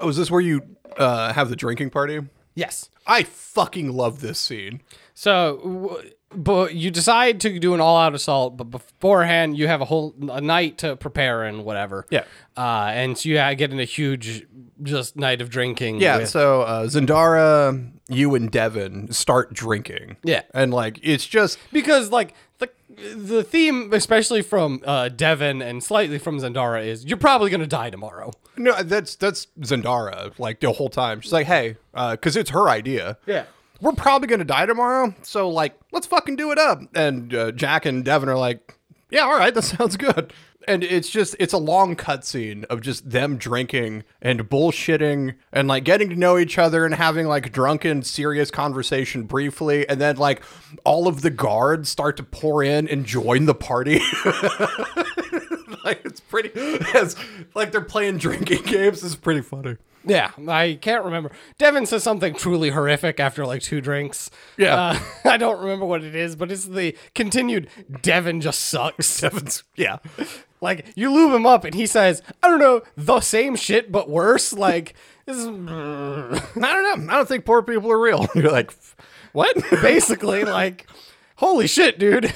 Speaker 1: Oh, is this where you uh, have the drinking party?
Speaker 2: Yes.
Speaker 1: I fucking love this scene.
Speaker 2: So, w- but you decide to do an all-out assault, but beforehand you have a whole a night to prepare and whatever.
Speaker 1: Yeah.
Speaker 2: Uh, and so you uh, get in a huge just night of drinking.
Speaker 1: Yeah,
Speaker 2: with-
Speaker 1: so uh, Zendara, you and Devin start drinking.
Speaker 2: Yeah.
Speaker 1: And like it's just
Speaker 2: because like the the theme, especially from uh, Devin and slightly from Zendara, is you're probably gonna die tomorrow.
Speaker 1: no that's that's Zendara like the whole time. She's like, "Hey, uh, cuz it's her idea."
Speaker 2: Yeah.
Speaker 1: We're probably going to die tomorrow, so like let's fucking do it up. And uh, Jack and Devin are like, "Yeah, all right, that *laughs* sounds good." And it's just it's a long cutscene of just them drinking and bullshitting and like getting to know each other and having like drunken serious conversation briefly and then like all of the guards start to pour in and join the party. *laughs* like it's pretty *laughs* it's like they're playing drinking *laughs* games it's pretty funny
Speaker 2: Yeah, I can't remember. Devin says something truly horrific after like two drinks.
Speaker 1: Yeah.
Speaker 2: Uh, *laughs* I don't remember what it is, but it's the continued Devin just sucks. Devin's
Speaker 1: yeah
Speaker 2: like you lube him up and he says, I don't know, the same shit but worse. Like this is
Speaker 1: i don't know i don't think poor people are real *laughs* you're like "F- *laughs* what
Speaker 2: basically like holy shit dude *laughs*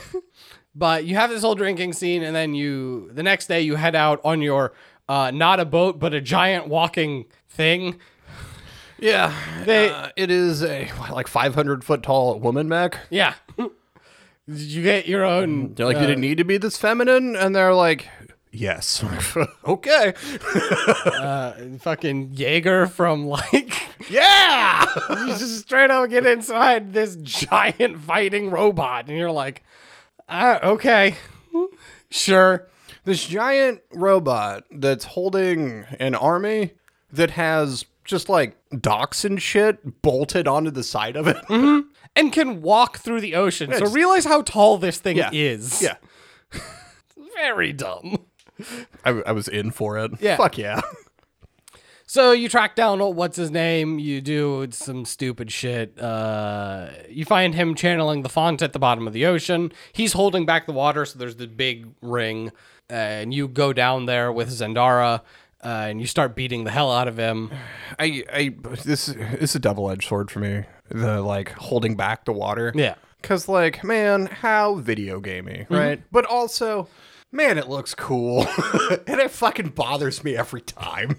Speaker 2: but you have this whole drinking scene and then you the next day you head out on your uh, not a boat but a giant walking thing
Speaker 1: yeah
Speaker 2: They-
Speaker 1: uh, it is a what, like 500 foot tall woman mech
Speaker 2: yeah *laughs* you get your own
Speaker 1: they're like did it need to be this feminine and they're like Uh, yes *laughs* okay
Speaker 2: fucking jaeger from like *laughs*
Speaker 1: yeah *laughs*
Speaker 2: you just straight up get inside this giant fighting robot and you're like uh, okay sure
Speaker 1: this giant robot that's holding an army that has just like docks and shit bolted onto the side of it
Speaker 2: and can walk through the ocean so realize how tall this thing is
Speaker 1: yeah
Speaker 2: very dumb
Speaker 1: I, I was in for it.
Speaker 2: Yeah.
Speaker 1: Fuck yeah.
Speaker 2: So you track down old what's his name. You do some stupid shit. Uh, you find him channeling the font at the bottom of the ocean. He's holding back the water, so there's the big ring, uh, and you go down there with Zendara, uh, and you start beating the hell out of him.
Speaker 1: I, I this this is a double edged sword for me. The like holding back the water.
Speaker 2: Yeah.
Speaker 1: Cause like, man, how video gamey, right? But also, man, it looks cool. *laughs* and it fucking bothers me every time.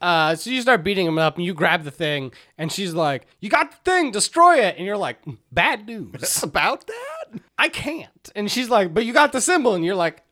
Speaker 2: Uh, so you start beating him up, and you grab the thing, and she's like, "You got the thing, destroy it!" And you're like, "Mm, "Bad
Speaker 1: *laughs*
Speaker 2: news."
Speaker 1: about that?
Speaker 2: I can't. And she's like, but you got the symbol. And you're like,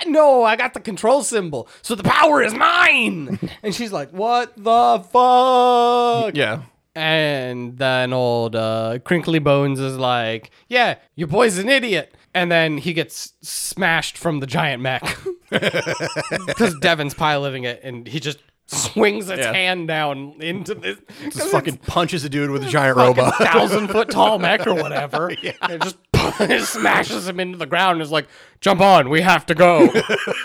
Speaker 2: "Ah, no, I got the control symbol. So the power is mine. *laughs* and she's like, what the fuck?
Speaker 1: Yeah.
Speaker 2: And then old uh, Crinkly Bones is like, yeah, your boy's an idiot. And then he gets smashed from the giant
Speaker 1: *laughs*
Speaker 2: mech because Devin's piloting it and he just swings its
Speaker 1: Yeah.
Speaker 2: hand down into this. 'cause
Speaker 1: Just
Speaker 2: it's
Speaker 1: fucking punches a dude with a giant
Speaker 2: fucking
Speaker 1: robot.
Speaker 2: *laughs* thousand foot tall mech or whatever. And it just *laughs* smashes him into the ground and is like, jump on, we have
Speaker 1: *laughs*
Speaker 2: to go.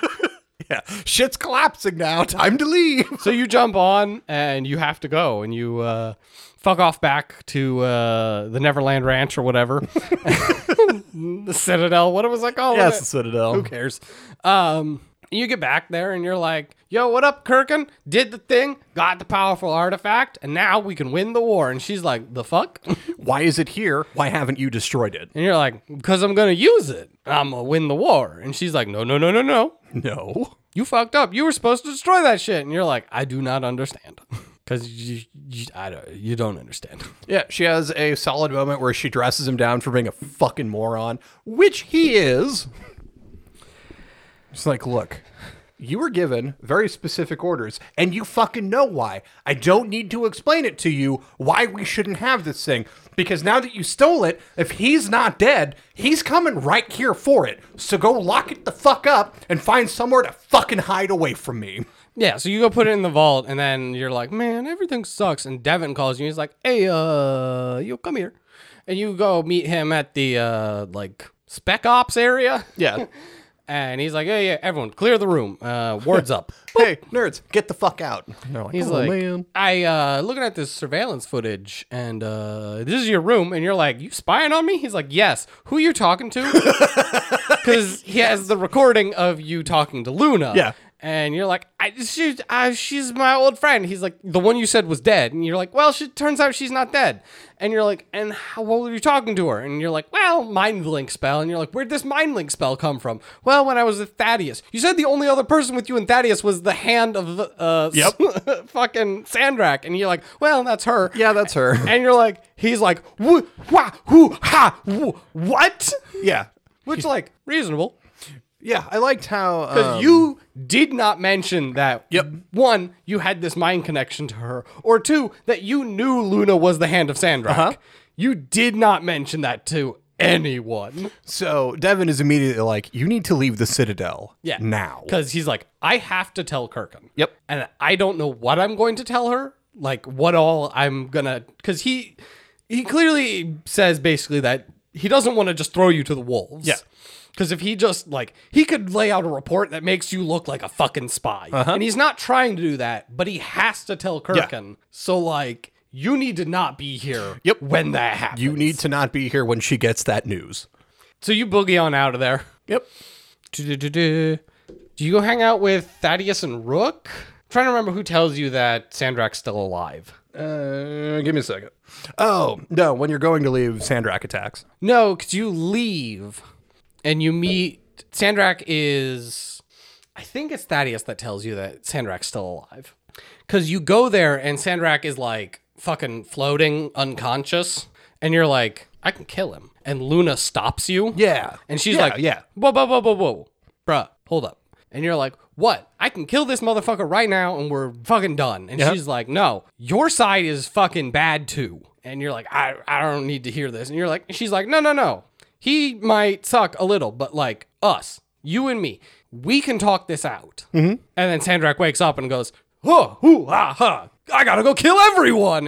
Speaker 1: *laughs* yeah. Shit's collapsing now. Time to leave.
Speaker 2: so you jump on and you have to go and you uh, fuck off back to uh, the Neverland Ranch or whatever. *laughs* the Citadel, what was I calling it?
Speaker 1: Citadel.
Speaker 2: Who cares? Um, you get back there and you're like, yo, what up, Kirkin? Did the thing, got the powerful artifact, and now we can win the war. And she's like, the fuck?
Speaker 1: Why is it here? Why haven't you destroyed it?
Speaker 2: And you're like, because I'm going to use it. I'm going to win the war. And she's like, no, no, no, no, no.
Speaker 1: No.
Speaker 2: *laughs* You fucked up. You were supposed to destroy that shit. And you're like, I do not understand. because you, you, I don't, you don't understand. *laughs*
Speaker 1: Yeah, she has a solid moment where she dresses him down for being a fucking moron, which he is. It's like, look, you were given very specific orders, and you fucking know why. I don't need to explain it to you why we shouldn't have this thing. Because now that you stole it, if he's not dead, he's coming right here for it. So go lock it the fuck up and find somewhere to fucking hide away from me.
Speaker 2: Yeah, so you go put it in the vault, and then you're like, man, everything sucks. And Devin calls you. He's like, hey, uh, you come here, and you go meet him at the uh, like spec ops area.
Speaker 1: Yeah.
Speaker 2: And he's like, yeah, yeah, everyone, clear the room. Uh, *laughs* wards up.
Speaker 1: *laughs* hey, nerds, get the fuck out. And they're like,
Speaker 2: He's
Speaker 1: "Oh,
Speaker 2: like,
Speaker 1: man.
Speaker 2: I uh, looking at this surveillance footage, and uh, this is your room, and you're like, you spying on me? He's like, yes. Who you talking to?
Speaker 1: *laughs*
Speaker 2: Because he has the recording of you talking to Luna.
Speaker 1: Yeah.
Speaker 2: And you're like, I, she, I, she's my old friend. He's like, the one you said was dead. And you're like, well, she turns out she's not dead. And you're like, and how, what were you talking to her? And you're like, well, mind link spell. And you're like, where'd this mind link spell come from? Well, when I was with Thaddeus, you said the only other person with you and Thaddeus was the hand of the uh, *laughs*
Speaker 1: Yep.
Speaker 2: fucking Sandrak. And you're like, well, that's her.
Speaker 1: Yeah, that's her.
Speaker 2: And you're like, he's like, wh- wha, who, ha, wh- what?
Speaker 1: *laughs* yeah.
Speaker 2: Which, like, reasonable.
Speaker 1: Yeah, I liked how.
Speaker 2: Because
Speaker 1: um,
Speaker 2: you did not mention that.
Speaker 1: Yep.
Speaker 2: One, you had this mind connection to her, or two, that you knew Luna was the hand of Sandrock.
Speaker 1: Uh-huh.
Speaker 2: You did not mention that to anyone.
Speaker 1: So Devin is immediately like, "You need to leave the Citadel,
Speaker 2: Yeah.
Speaker 1: now."
Speaker 2: Because he's like, I have to tell Kirkham.
Speaker 1: Yep.
Speaker 2: And I don't know what I'm going to tell her. Like, what all I'm gonna. Because he, he clearly says basically that he doesn't want to just throw you to the wolves.
Speaker 1: Yeah.
Speaker 2: Because if he just like he could lay out a report that makes you look like a fucking spy,
Speaker 1: Uh-huh.
Speaker 2: and he's not trying to do that, but he has to tell Kirkin. So like, you need to not be here.
Speaker 1: Yep.
Speaker 2: When that happens,
Speaker 1: You need to not be here when she gets that news.
Speaker 2: So you boogie on out of there.
Speaker 1: Yep.
Speaker 2: Do-do-do-do. Do you go hang out with Thaddeus and Rook? I'm trying to remember who tells you that Sandrak's still alive.
Speaker 1: Uh, give me a second. Oh no! When you're going to leave, Sandrak attacks.
Speaker 2: No, because you leave and you meet. Sandrak is. I think it's Thaddeus that tells you that Sandrak's still alive. Because you go there and Sandrak is like fucking floating, unconscious. And you're like, I can kill him. And Luna stops you.
Speaker 1: Yeah.
Speaker 2: And she's
Speaker 1: Yeah,
Speaker 2: like,
Speaker 1: yeah.
Speaker 2: whoa, whoa, whoa, whoa, whoa, bruh, hold up. And you're like, what? I can kill this motherfucker right now and we're fucking done. And she's like, no, your side is fucking bad too. And you're like, I, I don't need to hear this. And you're like, she's like, no, no, no. He might suck a little, but like us, you and me, we can talk this out. Mm-hmm. And then Sandrak wakes up and goes, huh, hoo, ha, ha. I gotta go kill everyone.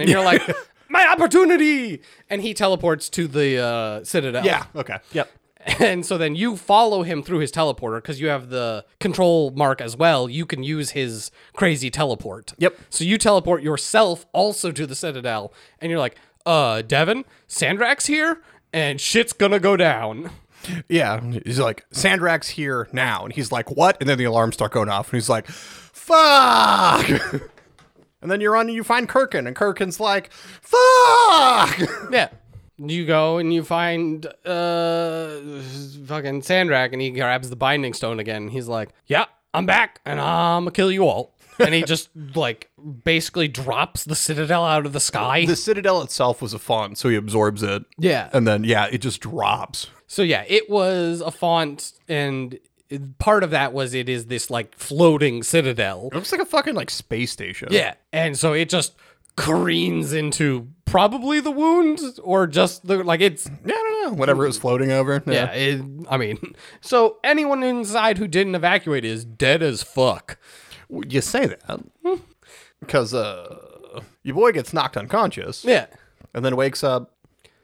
Speaker 1: *laughs*
Speaker 2: And you're like, my opportunity. And he teleports to the uh, Citadel.
Speaker 1: Yeah. Okay. Yep.
Speaker 2: *laughs* And so then you follow him through his teleporter because you have the control mark as well. You can use his crazy teleport.
Speaker 1: Yep.
Speaker 2: So you teleport yourself also to the Citadel, and you're like, uh, Devin, Sandrak's here, and shit's gonna go down. *laughs*
Speaker 1: Yeah. He's like, Sandrak's here now, and he's like, "What?" And then the alarms start going off, and he's like, "Fuck!" *laughs* and then you're on, and you find Kirkin, and Kirkin's like, "Fuck!" *laughs*
Speaker 2: Yeah. You go and you find uh fucking Sandrak and he grabs the binding stone again. and He's like, "Yeah, I'm back and I'm gonna kill you all." And he *laughs* just like basically drops the citadel out of the sky.
Speaker 1: the Citadel itself was a font, so he absorbs it.
Speaker 2: Yeah.
Speaker 1: And then yeah, it just drops.
Speaker 2: So yeah, it was a font, and it- part of that was it is this like floating citadel.
Speaker 1: It looks like a fucking like space station.
Speaker 2: Yeah, and so it just careens into probably the wound or just the like it's
Speaker 1: Yeah, I don't know. Whatever it was floating over.
Speaker 2: yeah. It, I mean, *laughs* so anyone inside who didn't evacuate is dead as fuck.
Speaker 1: W- You say that. Because uh your boy gets knocked unconscious
Speaker 2: Yeah.
Speaker 1: and then wakes up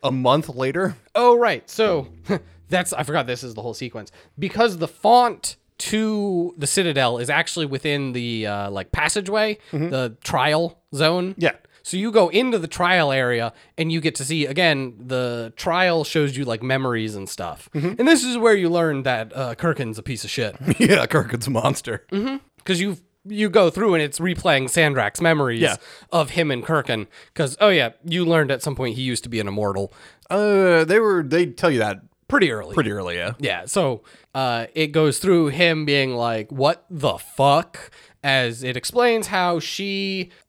Speaker 1: a month later. *laughs*
Speaker 2: Oh right. So *laughs* that's I forgot this is the whole sequence because the font to the citadel is actually within the uh, like passageway, the trial zone.
Speaker 1: Mm-hmm. Yeah.
Speaker 2: So you go into the trial area and you get to see again the trial shows you like memories and stuff.
Speaker 1: Mm-hmm.
Speaker 2: And this is where you learn that uh, Kirkin's a piece of
Speaker 1: *laughs*
Speaker 2: shit
Speaker 1: yeah, Kirkin's a monster.
Speaker 2: Mm-hmm. because you you go through and it's replaying Sandrak's memories
Speaker 1: Yeah.
Speaker 2: of him and Kirkin. Because oh yeah, you learned at some point he used to be an immortal
Speaker 1: Uh they were they tell you that
Speaker 2: pretty early.
Speaker 1: pretty early, yeah.
Speaker 2: Yeah, so uh, it goes through him being like, "What the fuck?" as it explains how she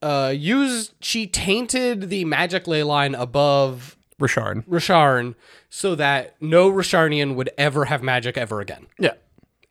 Speaker 2: uh, used she tainted the magic ley line above
Speaker 1: Richard.
Speaker 2: Rasharn so that no Rasharnian would ever have magic ever again.
Speaker 1: Yeah.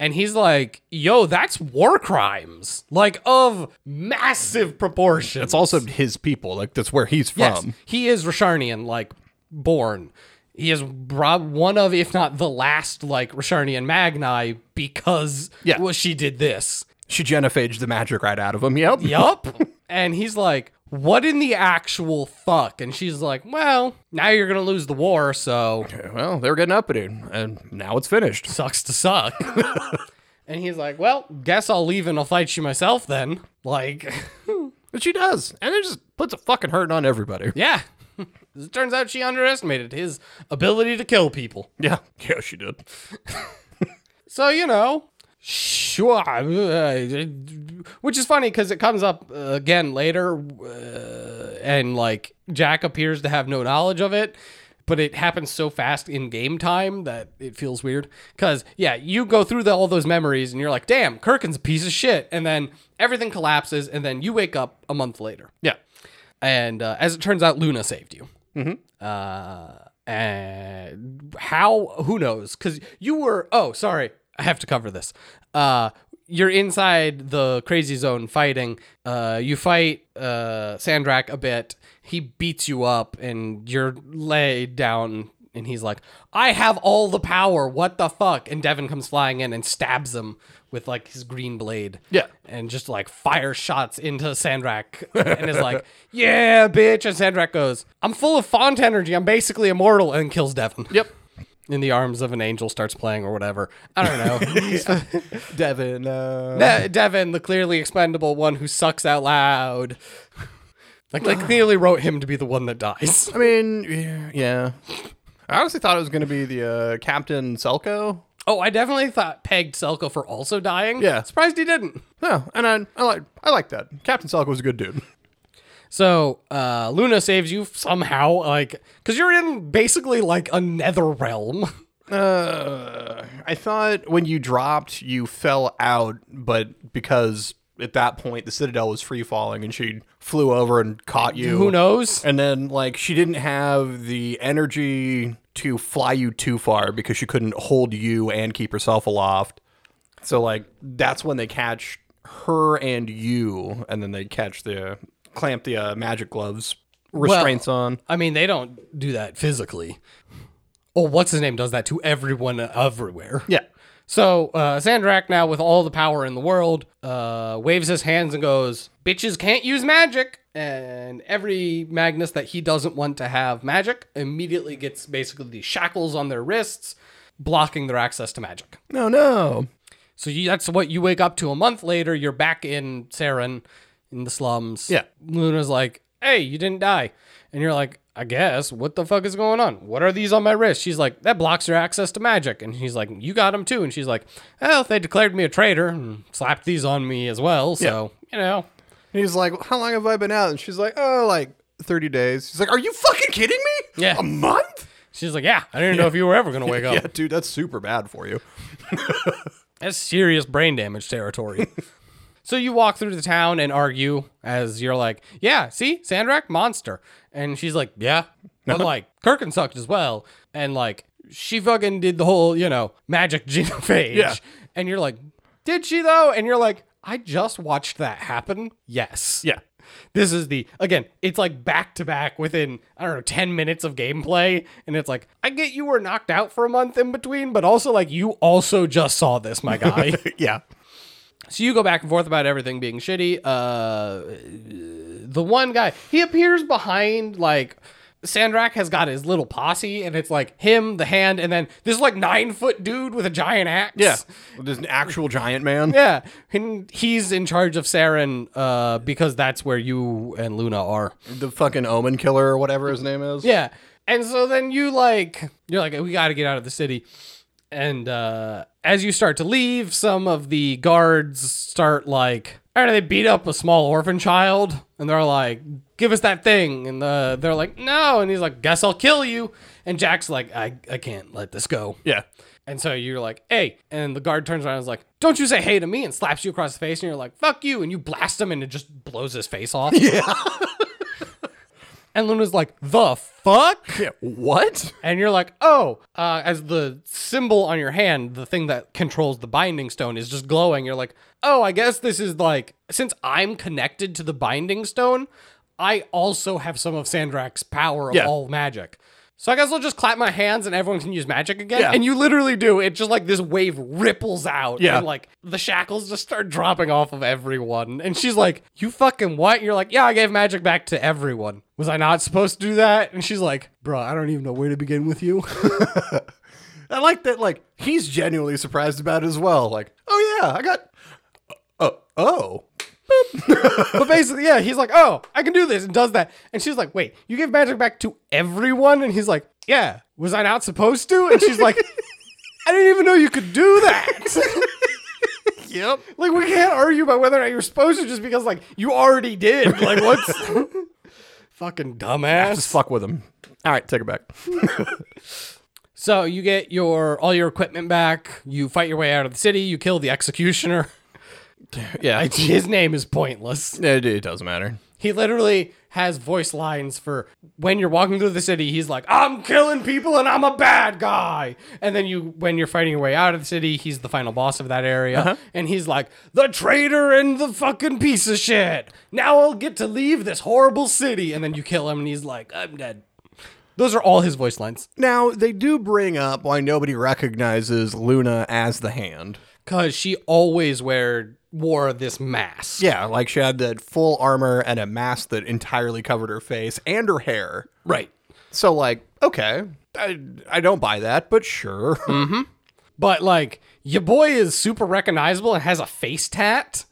Speaker 2: And he's like, "Yo, that's war crimes, like of massive proportions."
Speaker 1: It's also his people. Like that's where he's from.
Speaker 2: Yes, Um, he is Rasharnian, like born. He is prob- one of, if not the last, like Rasharnian Magni because
Speaker 1: Yeah.
Speaker 2: well, she did this.
Speaker 1: She genophaged the magic right out of him. Yep.
Speaker 2: Yup. and he's like, "What in the actual fuck?" And she's like, "Well, now you're gonna lose the war, so
Speaker 1: Well, they were getting uppity, and now it's finished.
Speaker 2: sucks to suck." and he's like, "Well, guess I'll leave and I'll fight you myself then." Like, *laughs*
Speaker 1: But she does, and it just puts a fucking hurting on everybody.
Speaker 2: yeah. *laughs* it turns out she underestimated his ability to kill people.
Speaker 1: *laughs* Yeah. Yeah, she did.
Speaker 2: So you know, sure, uh, which is funny because it comes up uh, again later, uh, and like Jack appears to have no knowledge of it, but it happens so fast in game time that it feels weird. Because yeah, you go through the, all those memories and you're like, damn, Kirkin's a piece of shit, and then everything collapses, and then you wake up a month later,
Speaker 1: Yeah.
Speaker 2: and uh, as it turns out, Luna saved you. Uh, and how? Who knows? Because you were. Oh, sorry. I have to cover this. Uh, you're inside the crazy zone fighting. Uh, you fight uh, Sandrak a bit. He beats you up, and you're laid down. And he's like, "I have all the power. What the fuck?" And Devin comes flying in and stabs him with like his green blade.
Speaker 1: Yeah.
Speaker 2: and just like fire shots into Sandrak, *laughs* and is like, "Yeah, bitch." And Sandrak goes, "I'm full of font energy. I'm basically immortal," and kills Devin
Speaker 1: Yep.
Speaker 2: in the arms of an angel starts playing or whatever. I don't know.
Speaker 1: Devin. Uh...
Speaker 2: *laughs* De- Devin, the clearly expendable one who sucks out loud. Like they clearly wrote him to be the one that dies.
Speaker 1: *laughs* I mean, yeah. I honestly thought it was going to be the uh, Captain Selko.
Speaker 2: Oh, I definitely thought pegged Selko for also dying.
Speaker 1: Yeah.
Speaker 2: Surprised he didn't.
Speaker 1: No, and I, I like I like that. Captain Selko was a good dude.
Speaker 2: So uh, Luna saves you somehow, like because you're in basically like a nether realm.
Speaker 1: Uh, I thought when you dropped, you fell out, but because at that point the Citadel was free falling, and she flew over and caught you.
Speaker 2: Who knows?
Speaker 1: And then like she didn't have the energy to fly you too far because she couldn't hold you and keep herself aloft. So like that's when they catch her and you, and then they catch the clamp the uh, magic gloves restraints on.
Speaker 2: I mean, they don't do that physically. Oh, what's his name does that to everyone everywhere.
Speaker 1: Yeah.
Speaker 2: So uh, Sandrak, now with all the power in the world, uh, waves his hands and goes, "Bitches can't use magic." And every Magnus that he doesn't want to have magic immediately gets basically these shackles on their wrists, blocking their access to magic.
Speaker 1: No, no.
Speaker 2: So you, that's what you wake up to a month later. You're back in Saren, in the slums.
Speaker 1: Yeah.
Speaker 2: Luna's like, "Hey, you didn't die," and you're like, "I guess. What the fuck is going on? What are these on my wrist?" She's like, "That blocks your access to magic," and he's like, "You got them too," and she's like, "Well, they declared me a traitor and slapped these on me as well, so you know."
Speaker 1: And he's like, "How long have I been out?" And she's like, "Oh, like thirty days." He's like, "Are you fucking kidding me?
Speaker 2: Yeah.
Speaker 1: a month?
Speaker 2: She's like, "Yeah, I didn't know if you were ever gonna wake up."
Speaker 1: *laughs* Yeah, dude, that's super bad for you."
Speaker 2: That's serious brain damage territory. *laughs* so you walk through the town and argue as you're like, yeah, see, Sandrak, monster. And she's like, yeah. But like, Kirkin sucked as well. And like, she fucking did the whole, you know, magic *laughs* genophage.
Speaker 1: Yeah.
Speaker 2: And you're like, did she though? And you're like, I just watched that happen. Yes.
Speaker 1: Yeah.
Speaker 2: This is the again, it's like back to back within I don't know, 10 minutes of gameplay and it's like I get you were knocked out for a month in between, but also like you also just saw this, my guy.
Speaker 1: *laughs* Yeah.
Speaker 2: so you go back and forth about everything being shitty. Uh the one guy, he appears behind like Sandrak has got his little posse and it's like him, the hand, and then this like 9-foot dude with a giant axe.
Speaker 1: Yeah. There's an actual giant man.
Speaker 2: Yeah, and he's in charge of Saren uh, because that's where you and Luna are.
Speaker 1: The fucking omen killer or whatever his name is.
Speaker 2: Yeah. And so then you like you're like we got to get out of the city. And uh as you start to leave, some of the guards start like I don't know, they beat up a small orphan child and they're like give us that thing. And uh, they're like, no. And he's like, guess I'll kill you. And Jack's like, I, I can't let this go.
Speaker 1: Yeah.
Speaker 2: And so you're like, hey. And the guard turns around and is like, don't you say hey to me and slaps you across the face. And you're like, fuck you. And you blast him and it just blows his face off. Yeah. *laughs* and Luna's like, the fuck?
Speaker 1: Yeah. What?
Speaker 2: And you're like, oh, uh, as the symbol on your hand, the thing that controls the binding stone is just glowing. You're like, oh, I guess this is like, since I'm connected to the binding stone, I also have some of Sandrak's power of
Speaker 1: Yeah.
Speaker 2: all magic. So I guess I'll just clap my hands and everyone can use magic again.
Speaker 1: Yeah.
Speaker 2: And you literally do. It just like this wave ripples out.
Speaker 1: Yeah.
Speaker 2: And like the shackles just start dropping off of everyone. And she's like, You fucking what? And you're like, Yeah, I gave magic back to everyone. Was I not supposed to do that? And she's like, Bruh, I don't even know where to begin with you. *laughs*
Speaker 1: I like that. Like he's genuinely surprised about it as well. Like, oh yeah, I got. Uh, oh,
Speaker 2: but basically, yeah, he's like, Oh, I can do this and does that. And she's like, Wait, you gave magic back to everyone? And he's like, Yeah, was I not supposed to? And she's like, I didn't even know you could do that. *laughs*
Speaker 1: yep.
Speaker 2: Like we can't argue about whether or not you're supposed to just because like you already did. *laughs* Like what's
Speaker 1: *laughs*
Speaker 2: fucking
Speaker 1: Just
Speaker 2: dumbass.
Speaker 1: fuck with him. All right, take it back.
Speaker 2: So you get your all your equipment back, you fight your way out of the city, you kill the executioner. *laughs*
Speaker 1: Yeah,
Speaker 2: His name is pointless.
Speaker 1: it, it doesn't matter.
Speaker 2: He literally has voice lines for when you're walking through the city, he's like, I'm killing people and I'm a bad guy. And then you when you're fighting your way out of the city, he's the final boss of that area. And he's like, the traitor and the fucking piece of shit. Now I'll get to leave this horrible city. And then you kill him and he's like, I'm dead. Those are all his voice lines.
Speaker 1: Now they do bring up why nobody recognizes Luna as the Hand.
Speaker 2: Cause she always wear wore this mask.
Speaker 1: Yeah, like she had that full armor and a mask that entirely covered her face and her hair.
Speaker 2: Right.
Speaker 1: So like, okay, I, I don't buy that, but sure. *laughs*
Speaker 2: But like your boy is super recognizable and has a face tat.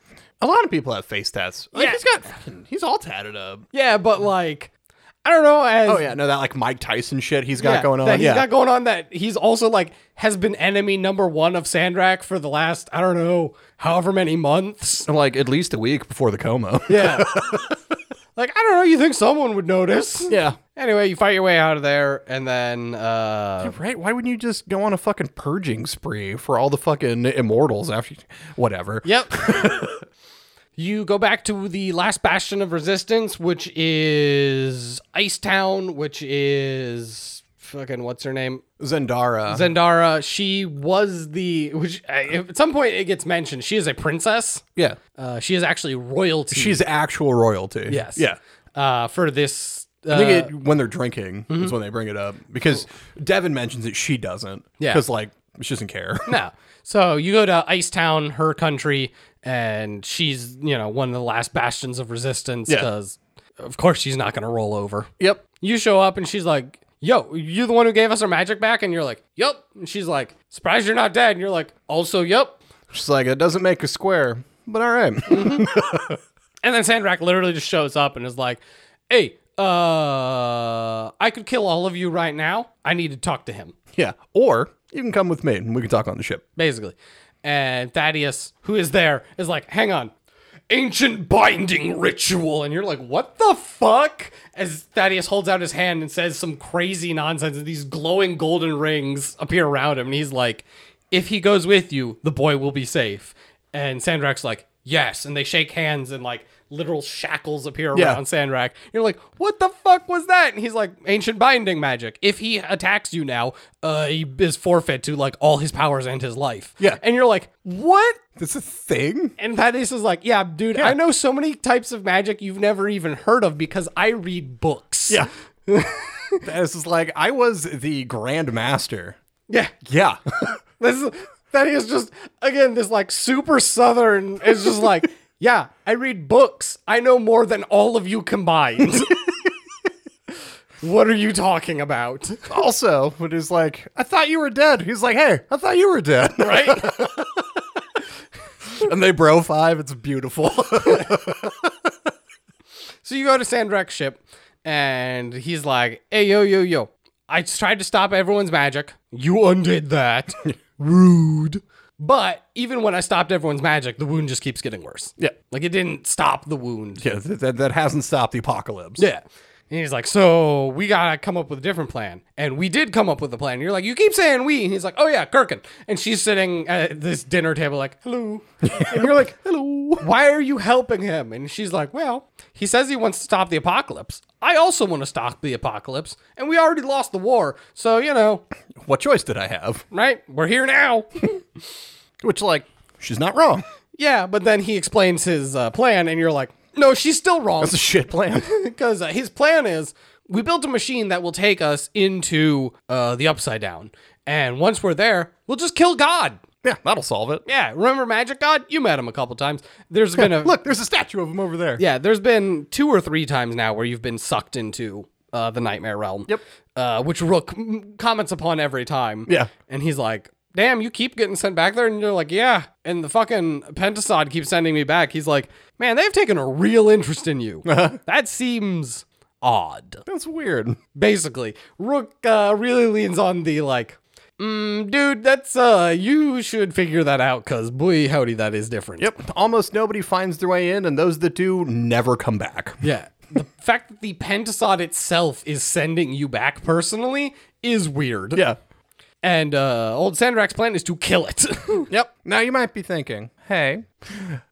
Speaker 1: A lot of people have face tats. Like
Speaker 2: Yeah.
Speaker 1: he's got fucking- he's all tatted up.
Speaker 2: Yeah, but like, I don't know. As
Speaker 1: Oh yeah, no, that like Mike Tyson shit he's got
Speaker 2: yeah,
Speaker 1: going on.
Speaker 2: That he's
Speaker 1: yeah.
Speaker 2: got going on that he's also like has been enemy number one of Sandrak for the last I don't know however many months.
Speaker 1: like at least a week before the *laughs* coma.
Speaker 2: Yeah. like I don't know. You think someone would notice?
Speaker 1: yeah.
Speaker 2: Anyway, you fight your way out of there, and then uh,
Speaker 1: Right? Why wouldn't you just go on a fucking purging spree for all the fucking immortals after you, whatever?
Speaker 2: yep. *laughs* You go back to the last bastion of resistance, which is Ice Town, which is fucking what's her name?
Speaker 1: Zendara.
Speaker 2: Zendara, she was the which uh, at some point it gets mentioned. She is a princess.
Speaker 1: yeah.
Speaker 2: Uh, she is actually royalty.
Speaker 1: She's actual royalty.
Speaker 2: yes,
Speaker 1: Yeah.
Speaker 2: uh, for this. Uh,
Speaker 1: I think it, when they're drinking is when they bring it up because Devin mentions it. She doesn't.
Speaker 2: Yeah.
Speaker 1: Because, like, she doesn't care.
Speaker 2: no. So you go to Ice Town, her country, and she's you know one of the last bastions of resistance
Speaker 1: Yeah.
Speaker 2: because of course she's not going to roll over.
Speaker 1: yep.
Speaker 2: You show up and she's like, "Yo, you the one who gave us our magic back?" And you're like, "Yup." And she's like, "Surprised you're not dead." And you're like, "Also, yup."
Speaker 1: She's like, it doesn't make a square, but all right.
Speaker 2: And then Sandrak literally just shows up and is like, "Hey, uh, I could kill all of you right now. I need to talk to him."
Speaker 1: yeah. Or you can come with me and we can talk on the ship.
Speaker 2: Basically. And Thaddeus, who is there, is like, "Hang on. Ancient binding ritual." And you're like, "What the fuck?" As Thaddeus holds out his hand and says some crazy nonsense and these glowing golden rings appear around him and he's like, "If he goes with you, the boy will be safe." And Sandrak's like, "Yes." And they shake hands and like literal shackles appear around
Speaker 1: Yeah.
Speaker 2: Sandrak. You're like, what the fuck was that? And he's like, ancient binding magic. If he attacks you now, uh, he is forfeit to like all his powers and his life.
Speaker 1: Yeah.
Speaker 2: And you're like, what?
Speaker 1: That's a thing.
Speaker 2: And Thaddeus is like, yeah, dude, I know so many types of magic you've never even heard of because I read
Speaker 1: *laughs*
Speaker 2: books.
Speaker 1: Yeah. this is like, I was the Grand Master.
Speaker 2: Yeah.
Speaker 1: Yeah. *laughs*
Speaker 2: This is Thaddeus just again this like super southern is just like, *laughs* yeah, I read books. I know more than all of you combined. *laughs* what are you talking about?
Speaker 1: also, when he's like, I thought you were dead. He's like, hey, I thought you were dead. *laughs*
Speaker 2: Right?
Speaker 1: and they bro five. It's beautiful. *laughs*
Speaker 2: So you go to Sandrak's ship, and he's like, "Hey, yo, yo, yo! I tried to stop everyone's magic. You undid that. Rude." But even when I stopped everyone's magic, the wound just keeps getting worse.
Speaker 1: Yeah.
Speaker 2: Like it didn't stop the wound.
Speaker 1: Yeah, that, that, that hasn't stopped the apocalypse.
Speaker 2: Yeah. And he's like, so we gotta come up with a different plan. And we did come up with a plan. And you're like, you keep saying we. And he's like, oh yeah, Kirkin. And she's sitting at this dinner table, like, hello. and you're like,
Speaker 1: Hello.
Speaker 2: why are you helping him? And she's like, well, he says he wants to stop the apocalypse. I also want to stop the apocalypse. And we already lost the war. So, you know,
Speaker 1: What choice did I have?
Speaker 2: right? We're here now. *laughs*
Speaker 1: Which, like, she's not wrong.
Speaker 2: yeah. But then he explains his uh, plan, and you're like, no, she's still
Speaker 1: *laughs*
Speaker 2: wrong.
Speaker 1: It's a shit plan.
Speaker 2: because uh, his plan is we built a machine that will take us into uh, the upside down and once we're there we'll just kill god
Speaker 1: *laughs* yeah, that'll solve it.
Speaker 2: yeah remember magic god you met him a couple times there's been a
Speaker 1: Look, there's a statue of him over there.
Speaker 2: yeah there's been two or three times now where you've been sucked into uh, the nightmare realm
Speaker 1: Yep.
Speaker 2: uh, which rook mm, comments upon every time
Speaker 1: Yeah.
Speaker 2: and he's like damn you keep getting sent back there and you're like yeah and the fucking pentasod keeps sending me back he's like man they've taken a real interest in you
Speaker 1: Uh-huh.
Speaker 2: that seems odd
Speaker 1: That's weird.
Speaker 2: basically rook uh, really leans on the like mm, dude that's uh you should figure that out because boy howdy that is different
Speaker 1: Yep. Almost nobody finds their way in, and those that do never come back.
Speaker 2: yeah the fact that the pentasod itself is sending you back personally is weird
Speaker 1: Yeah.
Speaker 2: and uh old sandrak's plan is to kill it *laughs*
Speaker 1: Yep. Now you might be thinking, hey,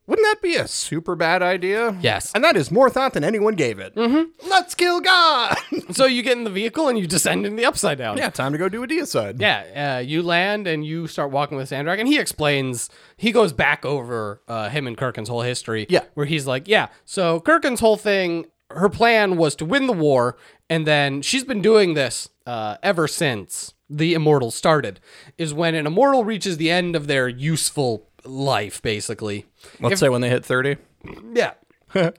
Speaker 1: wouldn't that be a super bad idea?
Speaker 2: Yes.
Speaker 1: And that is more thought than anyone gave it. Mm-hmm. Let's kill God.
Speaker 2: so you get in the vehicle and you descend in the upside down
Speaker 1: yeah, time to go do a deicide.
Speaker 2: Yeah, uh, you land and you start walking with Sandrak, and he explains. He goes back over uh, him and Kirkin's whole history.
Speaker 1: Yeah.
Speaker 2: where he's like, yeah. So Kirkin's whole thing, her plan was to win the war, and then she's been doing this uh, ever since the immortals started. Is when an immortal reaches the end of their useful life, basically.
Speaker 1: Let's say when they hit 30. *laughs*
Speaker 2: Yeah.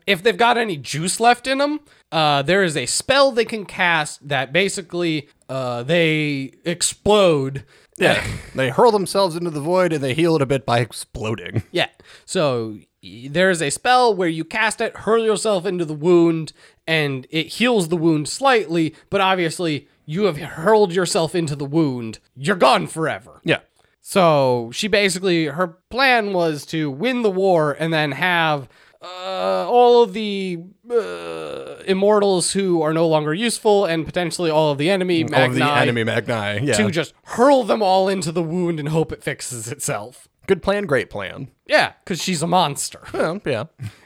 Speaker 2: if they've got any juice left in them, uh, there is a spell they can cast that basically uh, they explode.
Speaker 1: Yeah. *laughs* they hurl themselves into the void and they heal it a bit by exploding.
Speaker 2: Yeah. So y- there is a spell where you cast it, hurl yourself into the wound, and it heals the wound slightly, but obviously you have hurled yourself into the wound. You're gone forever.
Speaker 1: Yeah.
Speaker 2: So she basically, her plan was to win the war and then have uh, all of the uh, immortals who are no longer useful and potentially all of the enemy
Speaker 1: Of the
Speaker 2: Magni,
Speaker 1: enemy Magni. Yeah.
Speaker 2: to just hurl them all into the wound and hope it fixes itself.
Speaker 1: Good plan, great plan.
Speaker 2: Yeah, because she's a monster. *laughs*
Speaker 1: Yeah. yeah.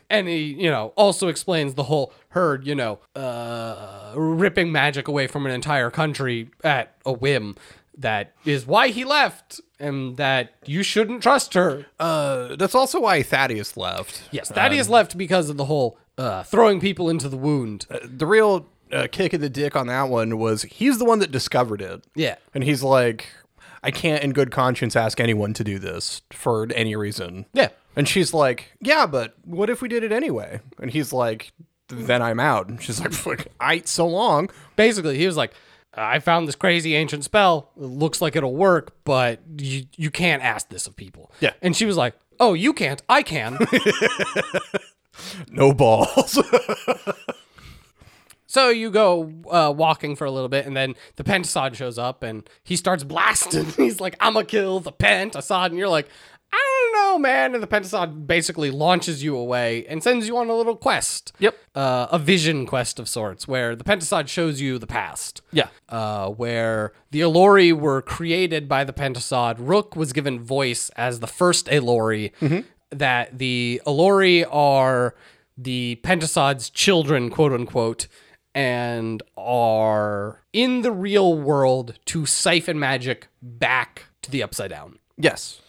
Speaker 2: and he you know also explains the whole her you know uh ripping magic away from an entire country at a whim that is why he left and that you shouldn't trust her
Speaker 1: Uh, that's also why Thaddeus left.
Speaker 2: yes thaddeus left because of the whole uh throwing people into the wound
Speaker 1: The real uh, kick in the dick on that one was he's the one that discovered it.
Speaker 2: yeah
Speaker 1: And he's like, I can't in good conscience ask anyone to do this for any reason.
Speaker 2: yeah
Speaker 1: And she's like, Yeah, but what if we did it anyway? And he's like, Then I'm out. And she's like, "Fuck, I so long.
Speaker 2: basically he was like i found this crazy ancient spell it looks like it'll work but you you can't ask this of people
Speaker 1: Yeah.
Speaker 2: and she was like oh you can't i can
Speaker 1: No balls. *laughs*
Speaker 2: So you go uh, walking for a little bit, and then the Pentasod shows up, and he starts blasting. *laughs* He's like, "I'ma kill the Pentasod," and you're like, "I don't know, man." And the Pentasod basically launches you away and sends you on a little quest.
Speaker 1: Yep.
Speaker 2: uh, a vision quest of sorts, where the Pentasod shows you the past.
Speaker 1: Yeah.
Speaker 2: uh, where the Elori were created by the Pentasod. Rook was given voice as the first Elori. That the Elori are the Pentasod's children, quote unquote, and are in the real world to siphon magic back to the Upside Down.
Speaker 1: yes.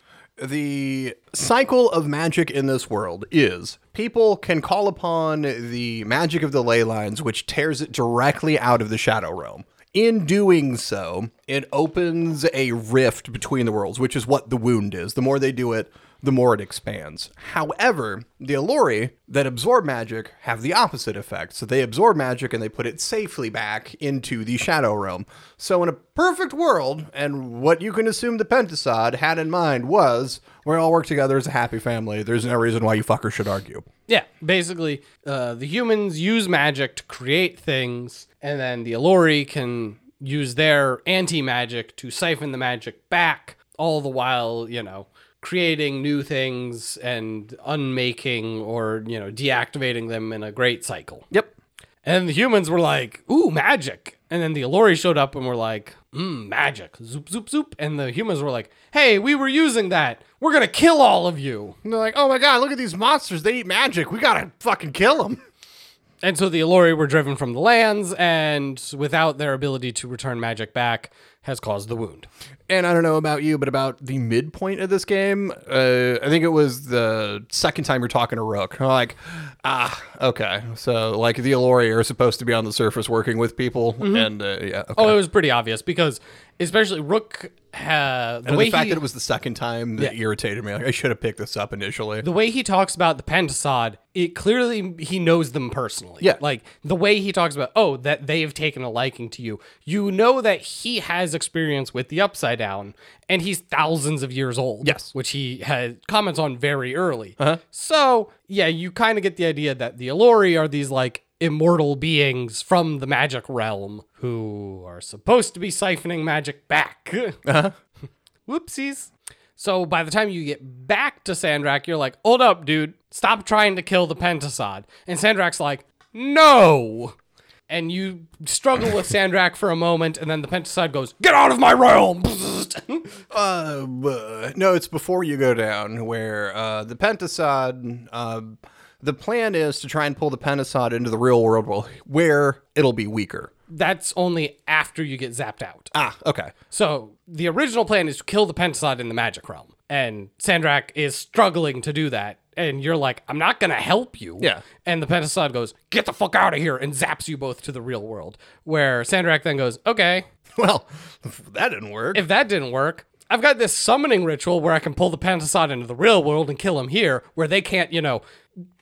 Speaker 1: The cycle of magic in this world is people can call upon the magic of the ley lines, which tears it directly out of the shadow realm. In doing so, it opens a rift between the worlds, which is what the wound is. The more they do it, the more it expands. However, the Allori that absorb magic have the opposite effect. So they absorb magic and they put it safely back into the Shadow Realm. So, in a perfect world, and what you can assume the Pentasod had in mind was we all work together as a happy family. There's no reason why you fuckers should argue.
Speaker 2: Yeah, basically, uh, the humans use magic to create things, and then the Allori can use their anti magic to siphon the magic back, all the while, you know, creating new things and unmaking or you know deactivating them in a great cycle.
Speaker 1: Yep.
Speaker 2: And the humans were like, "Ooh, magic!" And then the Alori showed up and were like, mm, "Magic, zoop zoop zoop!" And the humans were like, "Hey, we were using that. We're gonna kill all of you."
Speaker 1: And they're like, oh my god, look at these monsters. They eat magic. We gotta fucking kill them.
Speaker 2: And so the Ilori were driven from the lands, and without their ability to return magic back, has caused the wound.
Speaker 1: And I don't know about you, but about the midpoint of this game, uh, I think it was the second time you're talking to Rook. I'm like, ah, okay. So, like, the Alori are supposed to be on the surface working with people. And, uh, yeah. Okay.
Speaker 2: Mm-hmm. Oh, it was pretty obvious because, especially Rook, uh, the
Speaker 1: And
Speaker 2: way
Speaker 1: the fact
Speaker 2: he,
Speaker 1: that it was the second time that irritated me. Like, I should have picked this up initially.
Speaker 2: the way he talks about the Pentasod, it clearly he knows them personally.
Speaker 1: Yeah.
Speaker 2: like the way he talks about, oh, that they've taken a liking to you. You know that he has experience with the Upside Down, and he's thousands of years old.
Speaker 1: Yes.
Speaker 2: which he had comments on very early. Uh-huh. So yeah, you kind of get the idea that the Elori are these like immortal beings from the magic realm who are supposed to be siphoning magic back. *laughs* Whoopsies. So by the time you get back to Sandrak, you're like, hold up, dude. Stop trying to kill the Pentasod. And Sandrak's like, no. And you struggle with Sandrak for a moment, and then the Pentasod goes, get out of my realm. *laughs*
Speaker 1: Uh, buh. no, it's before you go down where uh, the Pentasod. Uh, the plan is to try and pull the Pentasod into the real world well, where it'll be weaker.
Speaker 2: That's only after you get zapped out.
Speaker 1: Ah, okay. *laughs*
Speaker 2: So the original plan is to kill the Pentasod in the magic realm. And Sandrak is struggling to do that. And you're like, I'm not going to help you.
Speaker 1: Yeah.
Speaker 2: And the Pentasod goes, get the fuck out of here, and zaps you both to the real world. Where Sandrak then goes, okay,
Speaker 1: Well, that didn't work.
Speaker 2: if that didn't work, I've got this summoning ritual where I can pull the Pentasod into the real world and kill him here, where they can't, you know,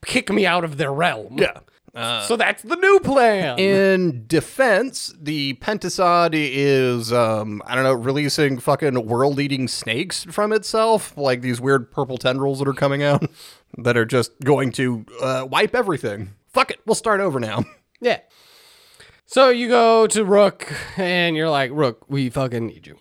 Speaker 2: kick me out of their realm.
Speaker 1: yeah.
Speaker 2: so that's the new plan.
Speaker 1: In defense, the Pentasod is, um, I don't know, releasing fucking world eating snakes from itself, like these weird purple tendrils that are coming out *laughs* that are just going to uh, wipe everything. Fuck it, we'll start over now.
Speaker 2: Yeah. So you go to Rook and you're like, Rook, we fucking need you.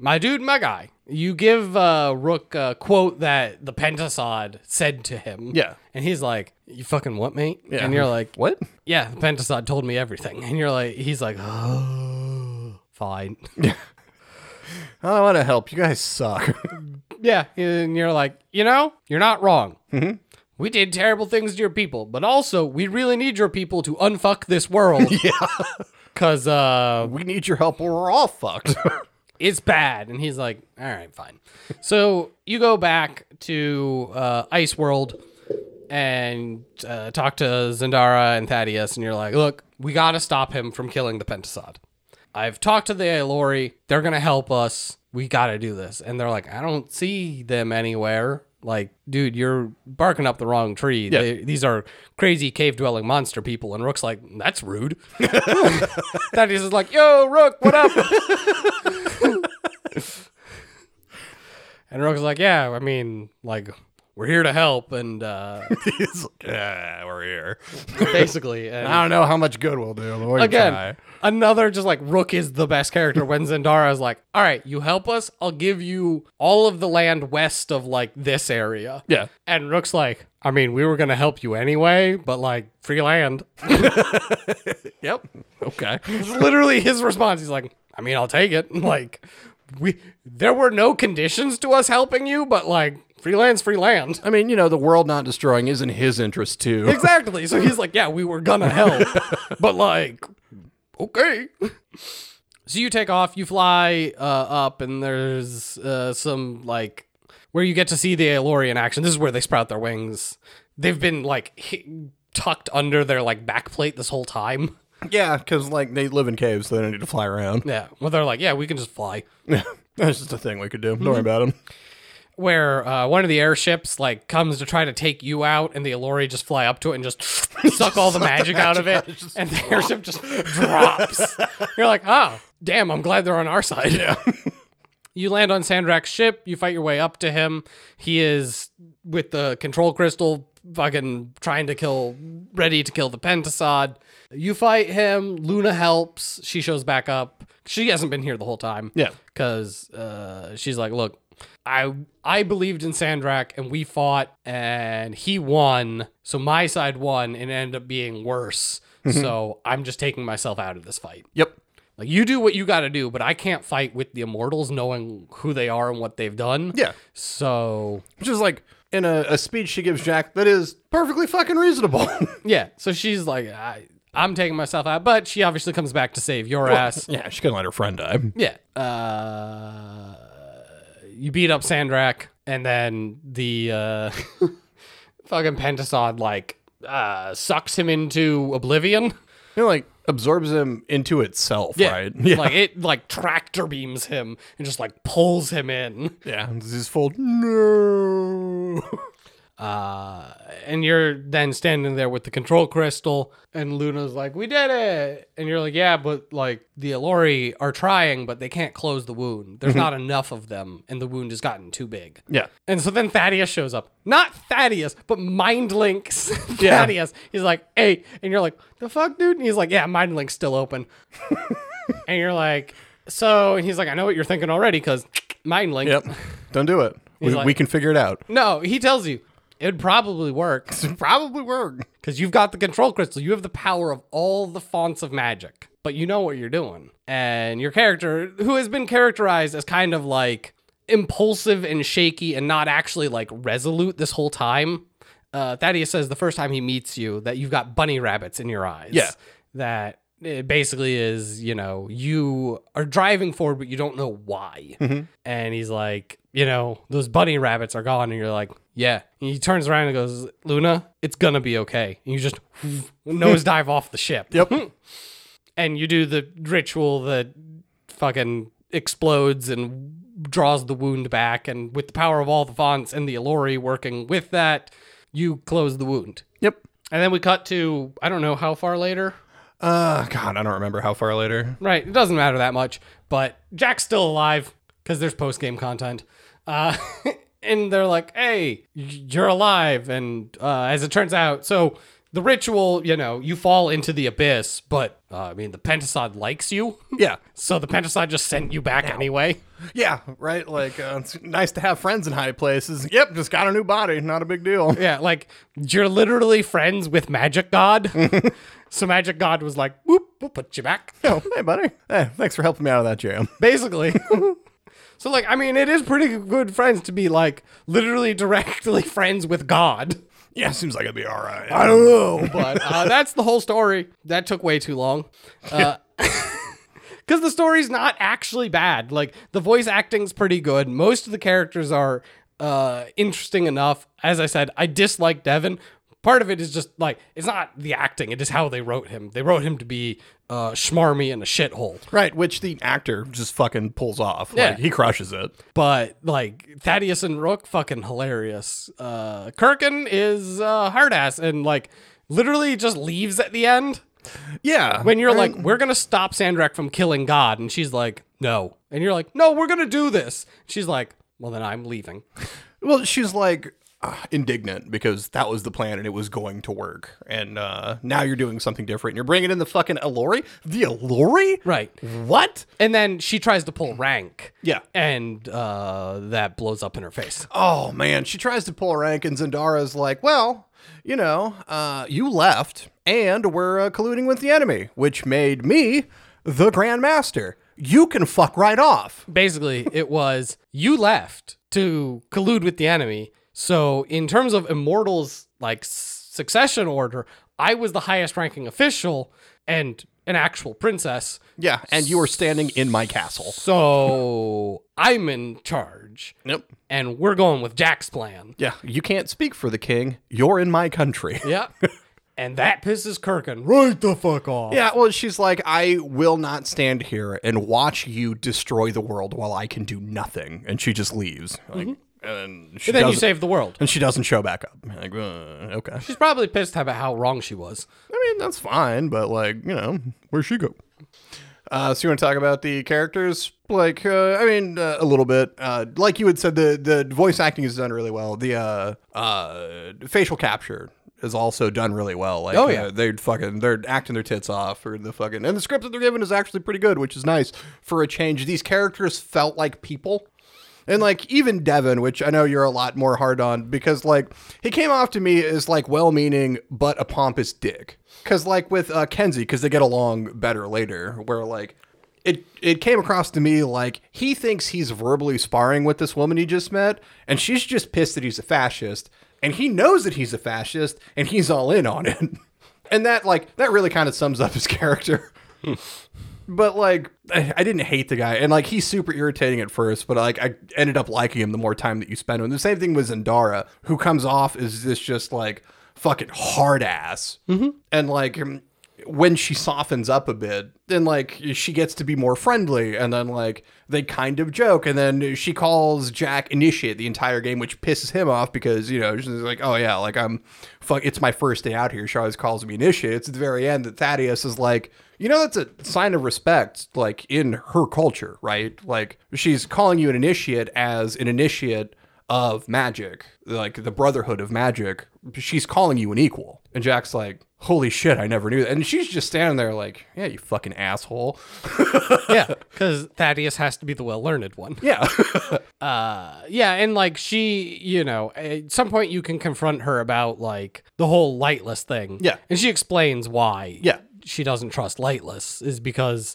Speaker 2: My dude, my guy. You give uh, Rook a quote that the Pentasod said to him.
Speaker 1: Yeah.
Speaker 2: And he's like, You fucking what, mate? *laughs* And you're like,
Speaker 1: what?
Speaker 2: Yeah, the Pentasod told me everything. And you're like, He's like, Oh,
Speaker 1: *laughs*
Speaker 2: fine.
Speaker 1: I want to help. You guys suck. *laughs*
Speaker 2: Yeah, and you're like, you know, you're not wrong.
Speaker 1: Mm-hmm.
Speaker 2: We did terrible things to your people, but also we really need your people to unfuck this
Speaker 1: *laughs*
Speaker 2: world. yeah, *laughs* because uh,
Speaker 1: we need your help or we're all fucked. *laughs*
Speaker 2: it's bad. And he's like, all right, fine. so you go back to uh, Ice World and uh, talk to Zendara and Thaddeus, and you're like, look, we got to stop him from killing the Pentasod. I've talked to the Aelori. They're going to help us. We got to do this. And they're like, I don't see them anywhere. Like, dude, you're barking up the wrong tree. They, these are crazy cave dwelling monster people. And Rook's like, that's rude. *laughs* Thaddeus is like, yo, Rook, what up? And Rogue's like, yeah, I mean, like, we're here to help, and
Speaker 1: *laughs*
Speaker 2: uh,
Speaker 1: He's like, "Ah, we're here.
Speaker 2: basically, and
Speaker 1: I don't know how much good we'll do. but we can
Speaker 2: again,
Speaker 1: try."
Speaker 2: another just like Rook is the best character. When Zendara is like, all right, you help us, I'll give you all of the land west of like this area.
Speaker 1: Yeah.
Speaker 2: And Rook's like, I mean, we were gonna help you anyway, but like free land. *laughs*
Speaker 1: Yep. Okay.
Speaker 2: It's literally his response. He's like, I mean, I'll take it. *laughs* Like, we there were no conditions to us helping you, but like free land's free land.
Speaker 1: I mean, you know, the world not destroying is in his interest too.
Speaker 2: Exactly. So he's like, yeah, we were gonna help, but like, okay. So you take off, you fly uh, up, and there's uh, some like where you get to see the Aelori in action. This is where they sprout their wings. They've been like hi tucked under their like backplate this whole time.
Speaker 1: Yeah, because like they live in caves, so they don't need to fly around. *laughs*
Speaker 2: Yeah. Well, they're like, yeah, we can just fly.
Speaker 1: That's just a thing we could do. Don't worry about them.
Speaker 2: where uh, one of the airships like comes to try to take you out, and the Alori just fly up to it and just *laughs* suck all the magic out of it, and the airship just drops. You're like, oh, damn! I'm glad they're on our side. Yeah. you land on Sandrak's ship. You fight your way up to him. He is with the control crystal, fucking trying to kill, ready to kill the Pentasod. You fight him. Luna helps. She shows back up. She hasn't been here the whole time
Speaker 1: Yeah.
Speaker 2: because uh, she's like, look, I I believed in Sandrak and we fought and he won. So my side won and it ended up being worse. so I'm just taking myself out of this fight.
Speaker 1: Yep.
Speaker 2: Like you do what you got to do, but I can't fight with the immortals knowing who they are and what they've done.
Speaker 1: Yeah.
Speaker 2: So
Speaker 1: Which is like in a, a speech she gives Jack that is perfectly fucking reasonable. *laughs*
Speaker 2: yeah, so she's like I I'm taking myself out, but she obviously comes back to save your ass.
Speaker 1: yeah, she couldn't let her friend die.
Speaker 2: Yeah. Uh, you beat up Sandrak, and then the uh, *laughs* fucking Pentasod like uh, sucks him into oblivion.
Speaker 1: It like absorbs him into itself, right?
Speaker 2: Like it like tractor beams him and just like pulls him in.
Speaker 1: yeah. This is full no.
Speaker 2: Uh, and you're then standing there with the control crystal, and Luna's like, "We did it," and you're like, "Yeah, but like the Elori are trying, but they can't close the wound.
Speaker 1: Mm-hmm.
Speaker 2: There's not enough of them, and the wound has gotten too big."
Speaker 1: yeah.
Speaker 2: And so then Thaddeus shows up. Not Thaddeus, but Mind Link's *laughs*
Speaker 1: Yeah.
Speaker 2: Thaddeus. He's like, hey. And you're like, the fuck, dude? And he's like, yeah, Mind Link's
Speaker 1: *laughs*
Speaker 2: still open. and you're like, so, and he's like, I know what you're thinking already because Mind Link.
Speaker 1: Yep. Don't do it. We,
Speaker 2: like-
Speaker 1: we can figure it out.
Speaker 2: No, he tells you, it would probably work
Speaker 1: Probably work.
Speaker 2: because you've got the control crystal. You have the power of all the fonts of magic, but you know what you're doing. And your character, who has been characterized as kind of like impulsive and shaky and not actually like resolute this whole time, uh, Thaddeus says the first time he meets you that you've got bunny rabbits in your eyes.
Speaker 1: Yeah.
Speaker 2: That it basically is, you know, you are driving forward, but you don't know why. And he's like, you know, those bunny rabbits are gone. And you're like, yeah. And he turns around and goes, Luna, it's going to be okay. And you just *laughs* nosedive off the ship.
Speaker 1: *laughs* Yep.
Speaker 2: And you do the ritual that fucking explodes and draws the wound back. And with the power of all the fonts and the Elori working with that, you close the wound.
Speaker 1: yep.
Speaker 2: And then we cut to, I don't know how far later.
Speaker 1: Uh, God, I don't remember how far *laughs* later.
Speaker 2: Right. It doesn't matter that much, but Jack's still alive because there's post game content. Uh, *laughs* and they're like, hey, you're alive. And uh, as it turns out, so the ritual, you know, you fall into the abyss, but uh, I mean, the Pentasod likes you. *laughs*
Speaker 1: Yeah.
Speaker 2: So the Pentasod just sent you back anyway.
Speaker 1: Yeah. Right. Like, uh, it's nice to have friends in high places. Yep. Just got a new body. Not a big *laughs* deal.
Speaker 2: Yeah, like you're literally friends with Magic God. *laughs* so Magic God was like, whoop, we'll put you back.
Speaker 1: Oh, hey, buddy. Hey, thanks for helping me out of that jam.
Speaker 2: *laughs* basically. so like, I mean, it is pretty good friends to be like literally directly *laughs* friends with God.
Speaker 1: Yeah, seems like it'd be all right.
Speaker 2: I don't know, but uh, *laughs* that's the whole story. That took way too long. Because *laughs* the story's not actually bad. Like the voice acting's pretty good. Most of the characters are uh, interesting enough. As I said, I dislike Devin. Part of it is just like it's not the acting; it is how they wrote him. They wrote him to be uh, schmarmy and a shithole.
Speaker 1: Right, which the actor just fucking pulls off.
Speaker 2: Yeah.
Speaker 1: Like, he crushes it.
Speaker 2: but like Thaddeus and Rook fucking hilarious. Uh Kirkin is uh hard ass and like literally just leaves at the end
Speaker 1: Yeah.
Speaker 2: when you're like we're going to stop Sandrak from killing God and she's like no. And you're like no, we're going to do this. She's like well then I'm leaving.
Speaker 1: Well, she's like uh, indignant because that was the plan and it was going to work. And uh, now you're doing something different. You're bringing in the fucking Alori? The Alori?
Speaker 2: Right.
Speaker 1: What?
Speaker 2: And then she tries to pull rank.
Speaker 1: Yeah.
Speaker 2: And uh that blows up in her face.
Speaker 1: Oh, man. She tries to pull rank, and Zendara's like, well, you know, uh, you left and we're uh, colluding with the enemy, which made me the Grand Master. You can fuck right off.
Speaker 2: basically it was you left to collude with the enemy so in terms of immortals like s- succession order i was the highest ranking official and an actual princess
Speaker 1: Yeah. And you are standing in my castle.
Speaker 2: so i'm in charge
Speaker 1: Nope.
Speaker 2: and we're going with jack's plan
Speaker 1: Yeah, you can't speak for the king. You're in my
Speaker 2: *laughs*
Speaker 1: country.
Speaker 2: yeah and that pisses kirkin right the fuck off
Speaker 1: Yeah, well, she's like, I will not stand here and watch you destroy the world while I can do nothing, and she just leaves. Like, and she
Speaker 2: Mm-hmm. and then you
Speaker 1: doesn't,
Speaker 2: save the world
Speaker 1: and she doesn't show back up. Like, uh, okay,
Speaker 2: she's probably pissed about how wrong she was
Speaker 1: I mean that's fine, but like, you know, where'd she go? Uh, so you want to talk about the characters? Like, uh, I mean, uh, a little bit. Uh, like you had said, the the voice acting is done really well. The uh, uh, facial capture is also done really well. Like,
Speaker 2: Oh, yeah.
Speaker 1: uh, they're fucking they're acting their tits off, or the fucking and the script that they're given is actually pretty good, which is nice for a change. These characters felt like people. And like even Devin, which I know you're a lot more hard on because like he came off to me as like well-meaning but a pompous dick. Cuz like with uh, Kenzie cuz they get along better later where like it it came across to me like he thinks he's verbally sparring with this woman he just met and she's just pissed that he's a fascist and he knows that he's a fascist and he's all in on it. *laughs* And that like that really kind of sums up his *laughs* character but like I, I didn't hate the guy and like he's super irritating at first but like i ended up liking him the more time that you spend with him the same thing with zendara who comes off as this just like fucking hard ass and like um, when she softens up a bit then like she gets to be more friendly and then like they kind of joke and then she calls jack initiate the entire game which pisses him off because you know she's like oh yeah like i'm fuck it's my first day out here she always calls me initiate it's at the very end that thaddeus is like you know, that's a sign of respect, like in her culture, right? Like she's calling you an initiate as an initiate of magic, like the brotherhood of magic. She's calling you an equal. And Jack's like, holy shit, I never knew that. And she's just standing there like, yeah, you fucking asshole. *laughs*
Speaker 2: yeah, because Thaddeus has to be the well learned one.
Speaker 1: Yeah.
Speaker 2: Uh, yeah, and like she, you know, at some point you can confront her about like the whole lightless thing.
Speaker 1: Yeah.
Speaker 2: And she explains why.
Speaker 1: Yeah.
Speaker 2: She doesn't trust lightless is because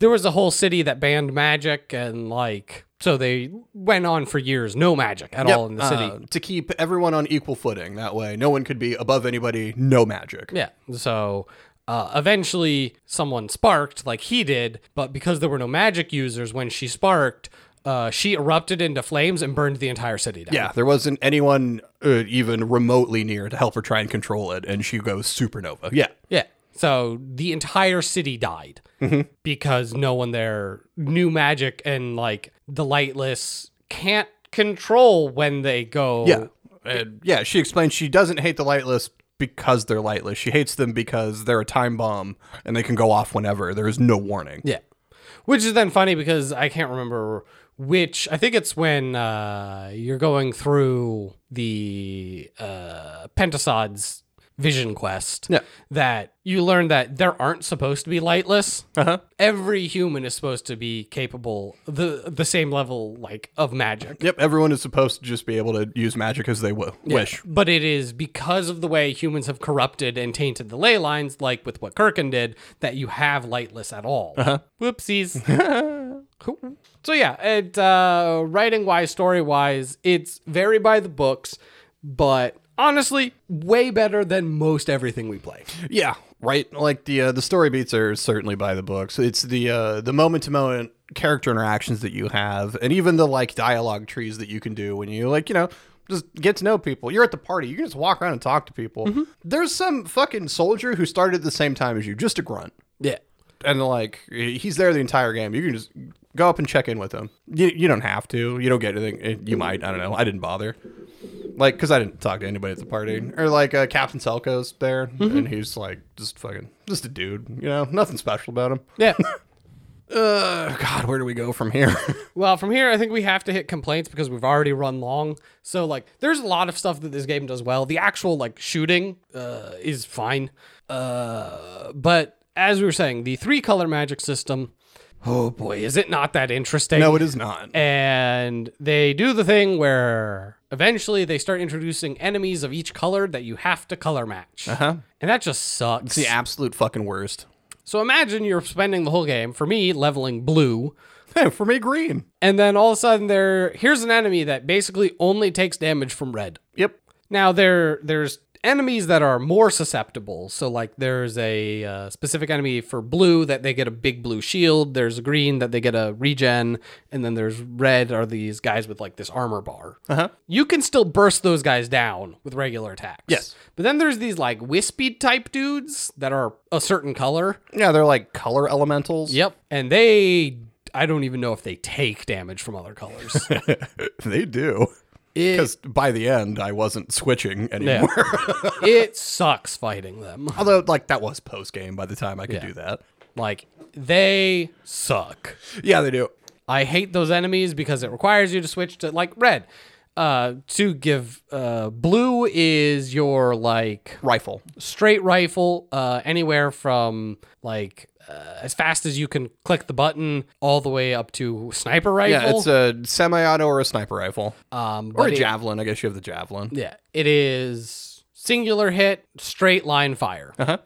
Speaker 2: there was a whole city that banned magic and like so they went on for years no magic at all in the city.
Speaker 1: Uh, to keep everyone on equal footing. That way, no one could be above anybody, no magic.
Speaker 2: Yeah. So uh, eventually someone sparked like he did, but because there were no magic users when she sparked, uh, she erupted into flames and burned the entire city down.
Speaker 1: Yeah, there wasn't anyone uh, even remotely near to help her try and control it, and she goes supernova. Yeah.
Speaker 2: Yeah. So the entire city died because no one there knew magic and like the lightless can't control when they go.
Speaker 1: Yeah. And yeah, she explains she doesn't hate the lightless because they're lightless. She hates them because they're a time bomb and they can go off whenever. There is no warning.
Speaker 2: Yeah. Which is then funny because I can't remember which. I think it's when uh, you're going through the uh, Pentasod's vision quest
Speaker 1: Yeah.
Speaker 2: that you learn that there aren't supposed to be lightless. Uh-huh. Every human is supposed to be capable the the same level like of magic.
Speaker 1: Yep, everyone is supposed to just be able to use magic as they w- wish.
Speaker 2: But it is because of the way humans have corrupted and tainted the ley lines, like with what Kirkin did, that you have lightless at all. Uh-huh. Whoopsies. *laughs* Cool. so yeah, it uh, writing wise, story wise, it's very by the books, but honestly, way better than most everything we play.
Speaker 1: Yeah, right. Like the uh, the story beats are certainly by the books. It's the uh, the moment to moment character interactions that you have, and even the like dialogue trees that you can do when you like you know just get to know people. You're at the party. You can just walk around and talk to people. There's some fucking soldier who started at the same time as you, just a grunt.
Speaker 2: Yeah.
Speaker 1: and like he's there the entire game. You can just go up and check in with him. You, you don't have to. You don't get anything. Eh, You might. I don't know. I didn't bother. Like, because I didn't talk to anybody at the party. Or like uh, Captain Selko's there, and he's like just fucking just a dude. You know, nothing special about him.
Speaker 2: Yeah.
Speaker 1: Uh, God, where do we go from here? *laughs*
Speaker 2: Well, from here, I think we have to hit complaints because we've already run long. So, like, there's a lot of stuff that this game does well. The actual, like, shooting uh, is fine. Uh, but as we were saying, the three color magic system, oh boy, is it not that interesting?
Speaker 1: no, it is not.
Speaker 2: And they do the thing where eventually they start introducing enemies of each color that you have to color match. Uh-huh. And that just sucks.
Speaker 1: The absolute fucking *laughs* worst.
Speaker 2: So, imagine you're spending the whole game, for me, leveling blue.
Speaker 1: for me, green.
Speaker 2: And then all of a sudden there here's an enemy that basically only takes damage from red.
Speaker 1: Yep.
Speaker 2: Now there there's enemies that are more susceptible. So like there's a uh, specific enemy for blue that they get a big blue shield, there's a green that they get a regen, and then there's red are these guys with like this armor bar. Uh-huh. You can still burst those guys down with regular attacks.
Speaker 1: Yes.
Speaker 2: But then there's these like wispy type dudes that are a certain color.
Speaker 1: Yeah, they're like color elementals.
Speaker 2: Yep. And they I don't even know if they take damage from other colors.
Speaker 1: *laughs* they do. Because by the end, I wasn't switching *laughs*
Speaker 2: Yeah.
Speaker 1: anymore.
Speaker 2: it sucks fighting them.
Speaker 1: Although, like, that was post game by the time I could
Speaker 2: Yeah.
Speaker 1: do that.
Speaker 2: Like they suck.
Speaker 1: Yeah, they do.
Speaker 2: I hate those enemies because it requires you to switch to like red. Uh, to give uh, blue is your like
Speaker 1: Rifle.
Speaker 2: straight rifle uh, anywhere from like uh, as fast as you can click the button, all the way up to sniper rifle.
Speaker 1: Yeah, it's a semi-auto or a sniper rifle
Speaker 2: um,
Speaker 1: or
Speaker 2: but
Speaker 1: a
Speaker 2: it-
Speaker 1: javelin. I guess you have the javelin.
Speaker 2: Yeah, it is singular hit, straight line fire.
Speaker 1: Uh-huh.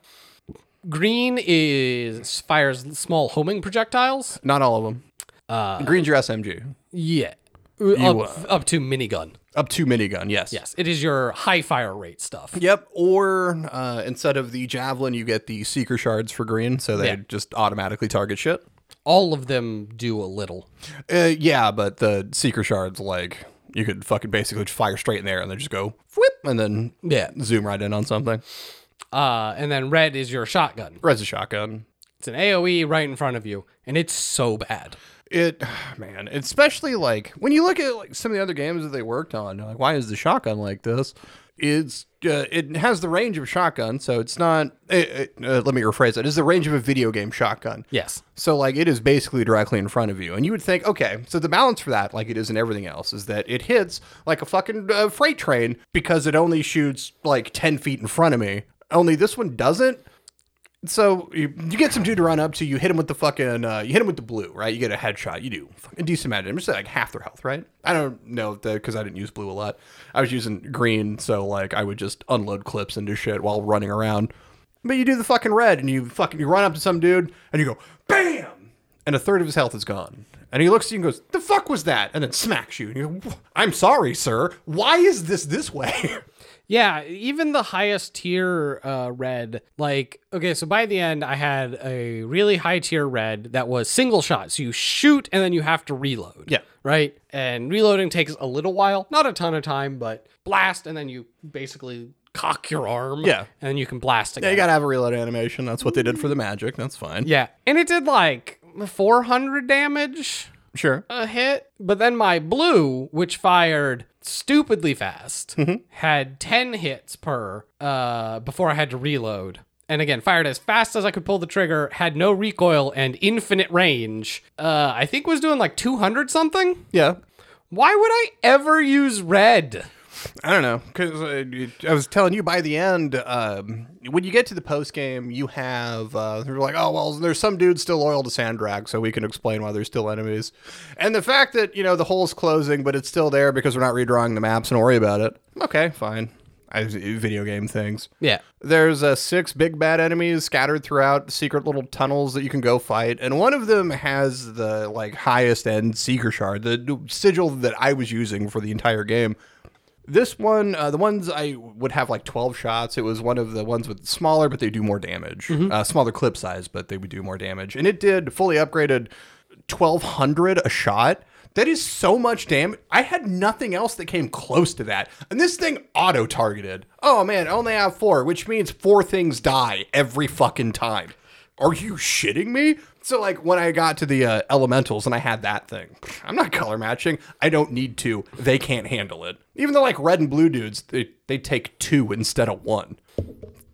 Speaker 2: Green is fires small homing projectiles.
Speaker 1: Not all of them. Uh, Green's your SMG.
Speaker 2: Yeah,
Speaker 1: uh,
Speaker 2: up, up to minigun.
Speaker 1: Up to minigun. Yes.
Speaker 2: Yes, it is your high fire rate stuff.
Speaker 1: Yep. Or uh, instead of the javelin, you get the seeker shards for green, so they
Speaker 2: Yeah.
Speaker 1: just automatically target shit.
Speaker 2: All of them do a little.
Speaker 1: Uh, yeah, but the seeker shards, like, you could fucking basically just fire straight in there and then just go whip and then
Speaker 2: Yeah.
Speaker 1: zoom right in on something.
Speaker 2: Uh, and then red is your shotgun.
Speaker 1: Red's a shotgun.
Speaker 2: It's an AOE right in front of you, and it's so bad.
Speaker 1: It, *sighs* man, especially like when you look at like some of the other games that they worked on, you're like why is the shotgun like this? It's uh, it has the range of shotgun, so it's not. It, it, uh, let me rephrase it. It's the range of a video game shotgun.
Speaker 2: Yes.
Speaker 1: So like it is basically directly in front of you, and you would think, okay, so the balance for that, like it is in everything else, is that it hits like a fucking uh, freight train because it only shoots like ten feet in front of me. Only this one doesn't. So you, you get some dude to run up to you, hit him with the fucking, uh, you hit him with the blue, right? You get a headshot. You do fucking decent amount. I'm just like half their health, right? I don't know because I didn't use blue a lot. I was using green, so like I would just unload clips into shit while running around. But you do the fucking red, and you fucking you run up to some dude, and you go bam, and a third of his health is gone. And he looks at you and goes, "The fuck was that?" And then smacks you. And you go, "I'm sorry, sir. Why is this this way?" *laughs*
Speaker 2: Yeah, even the highest tier uh, red, like, okay, so by the end, I had a really high tier red that was single shot. So you shoot and then you have to reload.
Speaker 1: Yeah.
Speaker 2: Right? And reloading takes a little while, not a ton of time, but blast, and then you basically cock your arm.
Speaker 1: Yeah.
Speaker 2: And then you can blast again.
Speaker 1: you gotta have a reload animation. That's what they did for the magic. That's fine.
Speaker 2: yeah. And it did like 400 damage
Speaker 1: Sure.
Speaker 2: a hit. But then my blue, which fired stupidly fast, had 10 hits per uh, before I had to reload. And again, fired as fast as I could pull the trigger, had no recoil and infinite range. Uh, I think was doing like 200 something.
Speaker 1: Yeah.
Speaker 2: Why would I ever use red?
Speaker 1: I don't know because I was telling you by the end, um, when you get to the post game, you have uh, they're like, oh well, there's some dudes still loyal to Sandrak, so we can explain why they're still enemies, and the fact that you know the hole's closing, but it's still there because we're not redrawing the maps. Don't worry about it. Okay, fine. I, uh, video game things.
Speaker 2: Yeah.
Speaker 1: There's uh, six big bad enemies scattered throughout secret little tunnels that you can go fight, and one of them has the like highest end seeker shard, the sigil that I was using for the entire game. This one, uh, the ones I would have like 12 shots. It was one of the ones with smaller, but they do more damage. Uh, smaller clip size, but they would do more damage. And it did fully upgraded 1200 a shot. That is so much damage. I had nothing else that came close to that. And this thing auto targeted. Oh man, I only have four, which means four things die every fucking time. Are you shitting me? So like when I got to the uh, elementals and I had that thing, I'm not color matching. I don't need to. They can't handle it. Even though like red and blue dudes, they they take two instead of one.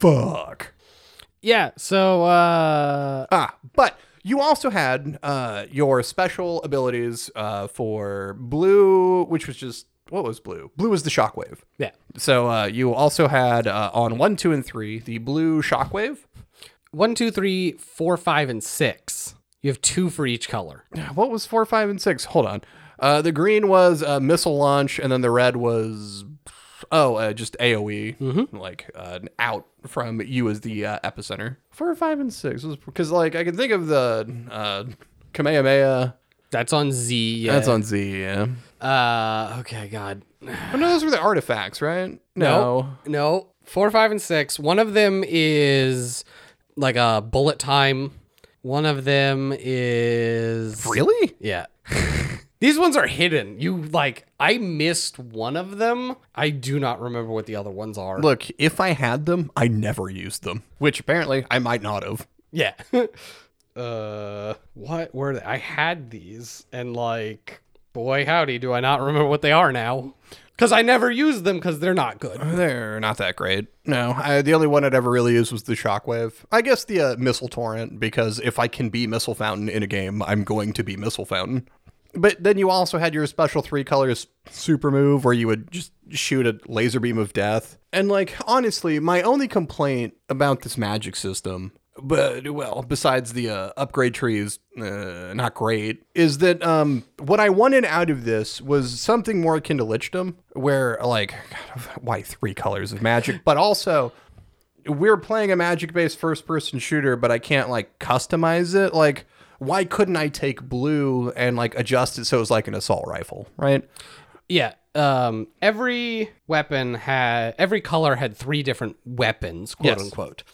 Speaker 1: Fuck.
Speaker 2: Yeah. So, uh,
Speaker 1: Ah, but you also had uh, your special abilities uh, for blue, which was just what was blue? Blue was the shockwave.
Speaker 2: yeah.
Speaker 1: So uh, you also had uh, on one, two, and three the blue shockwave.
Speaker 2: One, two, three, four, five, and six. You have two for each color.
Speaker 1: what was four, five, and six? Hold on. Uh, the green was uh, missile launch, and then the red was oh, uh, just AOE, like uh, out from you as the uh, epicenter. Four, five, and six was because like I can think of the uh, Kamehameha.
Speaker 2: That's on Z. Yeah.
Speaker 1: That's on Z. Yeah.
Speaker 2: Uh, okay, God.
Speaker 1: Oh, no, those were the artifacts, right? No.
Speaker 2: No. No. Four, five, and six. One of them is like a bullet time. One of them is.
Speaker 1: Really?
Speaker 2: Yeah. *laughs* These ones are hidden. You like, I missed one of them. I do not remember what the other ones are.
Speaker 1: Look, if I had them, I never used them, which apparently I might not have.
Speaker 2: Yeah. *laughs* uh, what were they? I had these, and like, boy, howdy, do I not remember what they are now? Because I never used them because they're not good.
Speaker 1: They're not that great. No, I, the only one I'd ever really used was the shockwave. I guess the uh, missile torrent because if I can be missile fountain in a game, I'm going to be missile fountain. But then you also had your special three colors super move where you would just shoot a laser beam of death. And like honestly, my only complaint about this magic system but well, besides the uh, upgrade tree is uh, not great, is that um, what I wanted out of this was something more akin to Lichdom, where like, *sighs* God, why three colors of magic, but also we're playing a magic based first person shooter, but I can't like customize it. Like, why couldn't I take blue and like adjust it so it's like an assault rifle, right?
Speaker 2: Yeah. Um, every weapon had every color had three different weapons, quote
Speaker 1: Yes.
Speaker 2: unquote.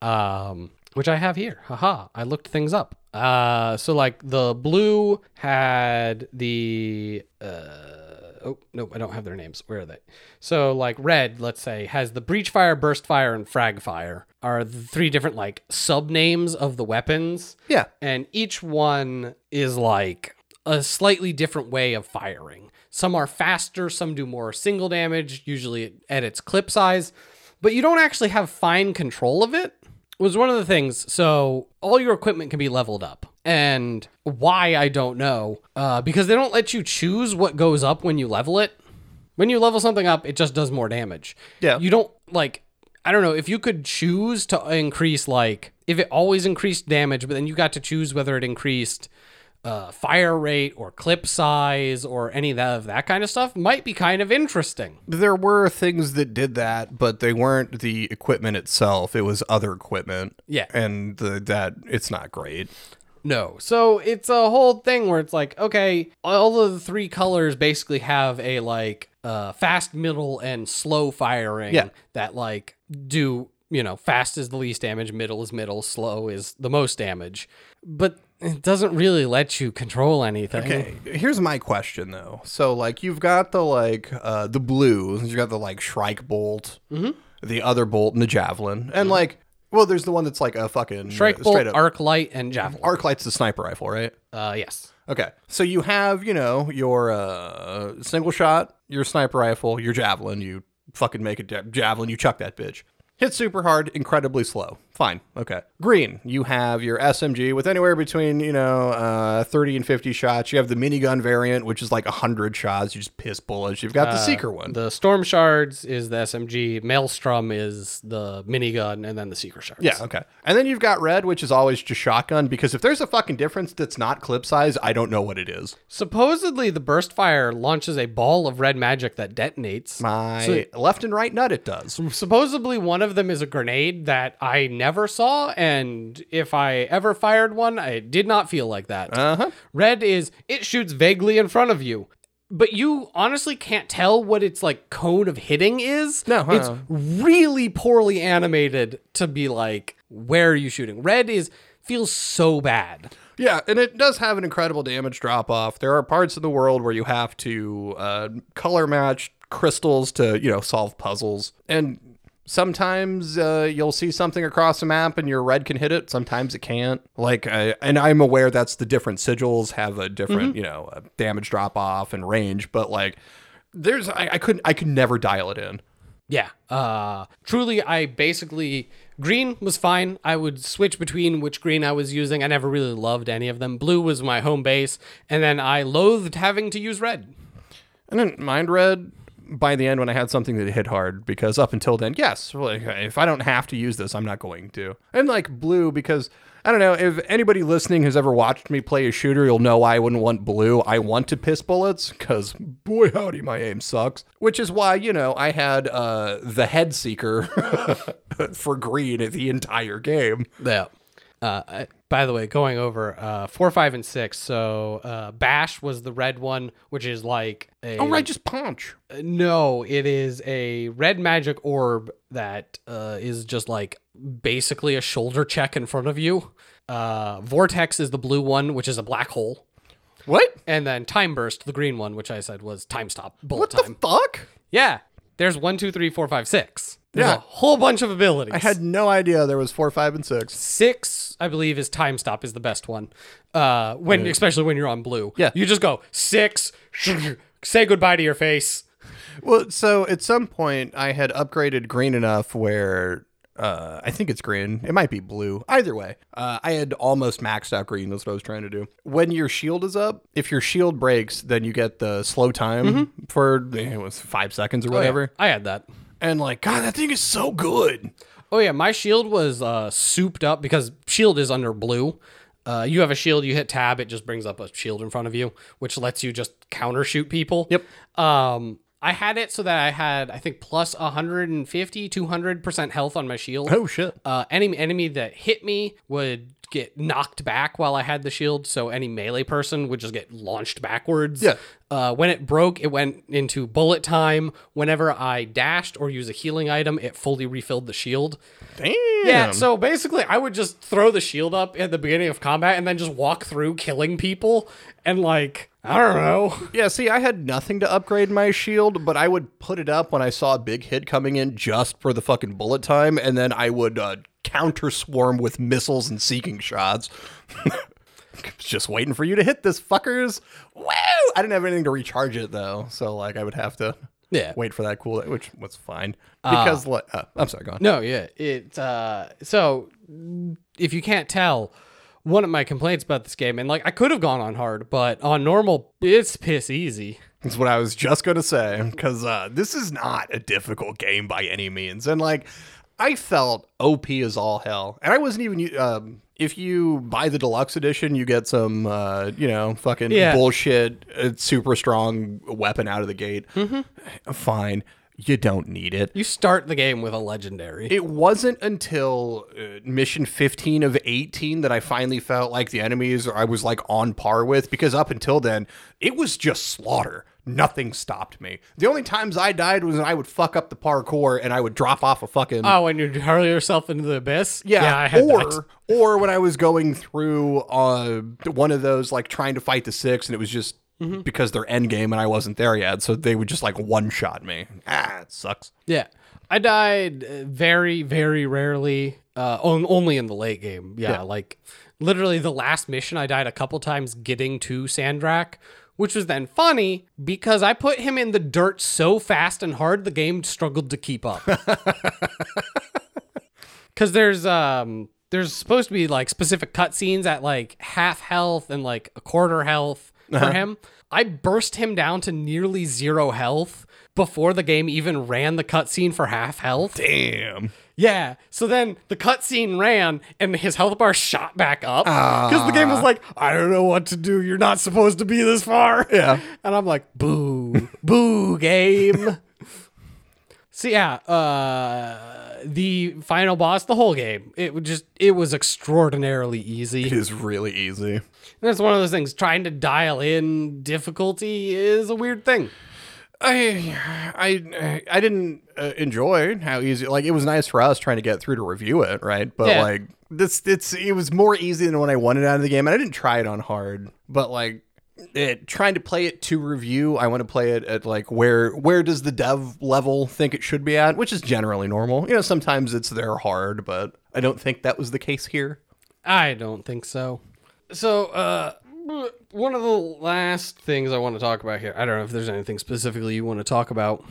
Speaker 2: Um, which I have here. Haha. I looked things up. Uh, so like the blue had the uh, oh no, I don't have their names. Where are they? So like red, let's say, has the breach fire, burst fire, and frag fire are the three different like sub names of the weapons
Speaker 1: Yeah.
Speaker 2: and each one is like a slightly different way of firing. Some are faster, some do more single damage, usually at its clip size, but you don't actually have fine control of it. Was one of the things. So all your equipment can be leveled up, and why I don't know, uh, because they don't let you choose what goes up when you level it. When you level something up, it just does more damage.
Speaker 1: Yeah.
Speaker 2: You don't like I don't know, if you could choose to increase like if it always increased damage, but then you got to choose whether it increased uh, fire rate or clip size or any of that, of that kind of stuff might be kind of interesting.
Speaker 1: There were things that did that, but they weren't the equipment itself. It was other equipment.
Speaker 2: Yeah.
Speaker 1: And the, that it's not great.
Speaker 2: No. So it's a whole thing where it's like, okay, all of the three colors basically have a like uh, fast, middle, and slow firing
Speaker 1: Yeah.
Speaker 2: that like do, you know, fast is the least damage, middle is middle, slow is the most damage. But it doesn't really let you control anything.
Speaker 1: Okay, here's my question though. So like you've got the like uh the blue, you've got the like Shrike bolt,
Speaker 2: Mm-hmm.
Speaker 1: the other bolt and the javelin. And like well there's the one that's like a fucking
Speaker 2: Strike
Speaker 1: uh,
Speaker 2: Mm-hmm. bolt,
Speaker 1: straight up Mm-hmm.
Speaker 2: arc light, and javelin.
Speaker 1: arc light's the sniper rifle, right?
Speaker 2: Uh, yes.
Speaker 1: Okay. So you have, you know, your uh, single shot, your sniper rifle, your javelin. You fucking make a ja- javelin, you chuck that bitch. Hits super hard, incredibly slow. Fine. Okay. Green, you have your SMG with anywhere between, you know, uh, 30 and 50 shots. You have the minigun variant, which is like 100 shots. You just piss bullets. You've got the Seeker one.
Speaker 2: The storm shards is the SMG, maelstrom is the minigun, and then the seeker shards.
Speaker 1: yeah, okay. And then you've got red, which is always just shotgun, because if there's a fucking difference that's not clip size, I don't know what it is.
Speaker 2: Supposedly, the burst fire launches a ball of red magic that detonates.
Speaker 1: My left and right nut, it does.
Speaker 2: Supposedly, one of them is a grenade that I never saw, and if I ever fired one, I did not feel like that.
Speaker 1: Uh-huh.
Speaker 2: Red is it shoots vaguely in front of you, but you honestly can't tell what its like cone of hitting is.
Speaker 1: No,
Speaker 2: it's
Speaker 1: uh-uh.
Speaker 2: really poorly animated to be like where are you shooting. Red is feels so bad.
Speaker 1: Yeah, and it does have an incredible damage drop off. There are parts of the world where you have to uh, color match crystals to, you know, solve puzzles. And sometimes uh, you'll see something across the map and your red can hit it. Sometimes it can't. Like, I, and I'm aware that's the different sigils have a different, you know, uh damage drop off and range. But like, there's I, I couldn't I could never dial it in.
Speaker 2: Yeah. Uh truly I basically green was fine. I would switch between which green I was using. I never really loved any of them. Blue was my home base and then I loathed having to use red.
Speaker 1: I didn't mind red by the end when I had something that hit hard because up until then, yes, like if I don't have to use this, I'm not going to. And like blue because I don't know if anybody listening has ever watched me play a shooter, you'll know why I wouldn't want blue. I want to piss bullets because boy howdy, my aim sucks. Which is why you know I had uh, the head seeker *laughs* for green the entire game.
Speaker 2: Yeah. Uh, I- by the way, going over uh, four, five, and six. So uh, Bash was the red one, which is like a
Speaker 1: Oh right, just punch.
Speaker 2: No, it is a red magic orb that uh, is just like basically a shoulder check in front of you. Uh, Vortex is the blue one, which is a black hole,
Speaker 1: What?
Speaker 2: and then Time Burst, the green one, which I said was time stop bullet
Speaker 1: What
Speaker 2: time.
Speaker 1: the fuck?
Speaker 2: yeah, there's one, two, three, four, five, six. There's
Speaker 1: Yeah.
Speaker 2: a whole bunch of abilities.
Speaker 1: I had no idea there was four, five, and six.
Speaker 2: six. I believe is time stop is the best one. Uh, when especially when you're on blue,
Speaker 1: Yeah.
Speaker 2: you just go six, *laughs* say goodbye to your face.
Speaker 1: Well, so at some point I had upgraded green enough where uh, I think it's green. It might be blue. Either way, uh, I had almost maxed out green. That's what I was trying to do. When your shield is up, if your shield Mm-hmm. Oh, breaks, then you get the slow time for it was five seconds or whatever.
Speaker 2: I had that.
Speaker 1: and like God, that thing is so good.
Speaker 2: Oh yeah, my shield was uh, souped up because shield is under blue. Uh, you have a shield, you hit tab, it just brings up a shield in front of you, which lets you just counter shoot people.
Speaker 1: Yep.
Speaker 2: Um, I had it so that I had I think plus 150, 200 percent health on my shield.
Speaker 1: Oh shit.
Speaker 2: Uh, any enemy that hit me would get knocked back while I had the shield, so any melee person would just get launched backwards.
Speaker 1: Yeah.
Speaker 2: Uh, when it broke, it went into bullet time. Whenever I dashed or used a healing item, it fully refilled the shield.
Speaker 1: Damn.
Speaker 2: Yeah, so basically, I would just throw the shield up at the beginning of combat and then just walk through killing people and, like, I don't know.
Speaker 1: *laughs* Yeah, see, I had nothing to upgrade my shield, but I would put it up when I saw a big hit coming in just for the fucking bullet time, and then I would uh, counter swarm with missiles and seeking shots. *laughs* just waiting for you to hit this, fuckers. Woo! I didn't have anything to recharge it, though, so, like, I would have to
Speaker 2: Yeah.
Speaker 1: wait for that cool, which was fine. Because, like, uh, I'm sorry, go on.
Speaker 2: No, yeah. It uh so if you can't tell, one of my complaints about this game, and like I could have gone on hard, but on normal it's piss easy.
Speaker 1: That's what I was just going to say because uh, this is not a difficult game by any means. And like, I felt OP as all hell. And I wasn't even, um, if you buy the deluxe edition, you get some, uh, you know, fucking
Speaker 2: Yeah.
Speaker 1: bullshit, uh, super strong weapon out of the gate. Fine. You don't need it.
Speaker 2: You start the game with a legendary.
Speaker 1: It wasn't until uh, mission 15 of 18 that I finally felt like the enemies I was like on par with because up until then, it was just slaughter. Nothing stopped me. The only times I died was when I would fuck up the parkour and I would drop off a fucking.
Speaker 2: oh, and you hurl yourself into the abyss?
Speaker 1: yeah,
Speaker 2: I had
Speaker 1: or
Speaker 2: that. *laughs*
Speaker 1: or when I was going through uh, one of those like trying to fight the six, and it was just
Speaker 2: Mm-hmm.
Speaker 1: because they're end game and I wasn't there yet, so they would just like one shot me. Ah, it sucks.
Speaker 2: Yeah. I died uh, very, very rarely. Uh, on, only in the late game. Yeah, like literally the last mission, I died a couple times getting to Sandrak, which was then funny because I put him in the dirt so fast and hard, the game struggled to keep up. Because there's um there's supposed to be like specific cutscenes at like half health and like a quarter health for him. I burst him down to nearly zero health before the game even ran the cutscene for half health.
Speaker 1: Damn.
Speaker 2: Yeah. So then the cutscene ran and his health bar shot back up because the game was like, I don't know what to do. You're not supposed to be this far.
Speaker 1: Yeah.
Speaker 2: *laughs* And I'm like, boo, boo, game. so yeah, uh, the final boss, the whole game, it would just, it was extraordinarily easy.
Speaker 1: *laughs* It is really easy.
Speaker 2: And that's one of those things. Trying to dial in difficulty is a weird thing.
Speaker 1: I, I, I didn't uh, enjoy how easy. Like it was nice for us trying to get through to review it, right? But
Speaker 2: Yeah.
Speaker 1: like this, it's it was more easy than what I wanted out of the game, and I didn't try it on hard. But like it, trying to play it to review, I want to play it at like where where does the dev level think it should be at, which is generally normal. You know, sometimes it's their hard, but I don't think that was the case here.
Speaker 2: I don't think so. So, uh, one of the last things I want to talk about here, I don't know if there's anything specifically you want to talk about.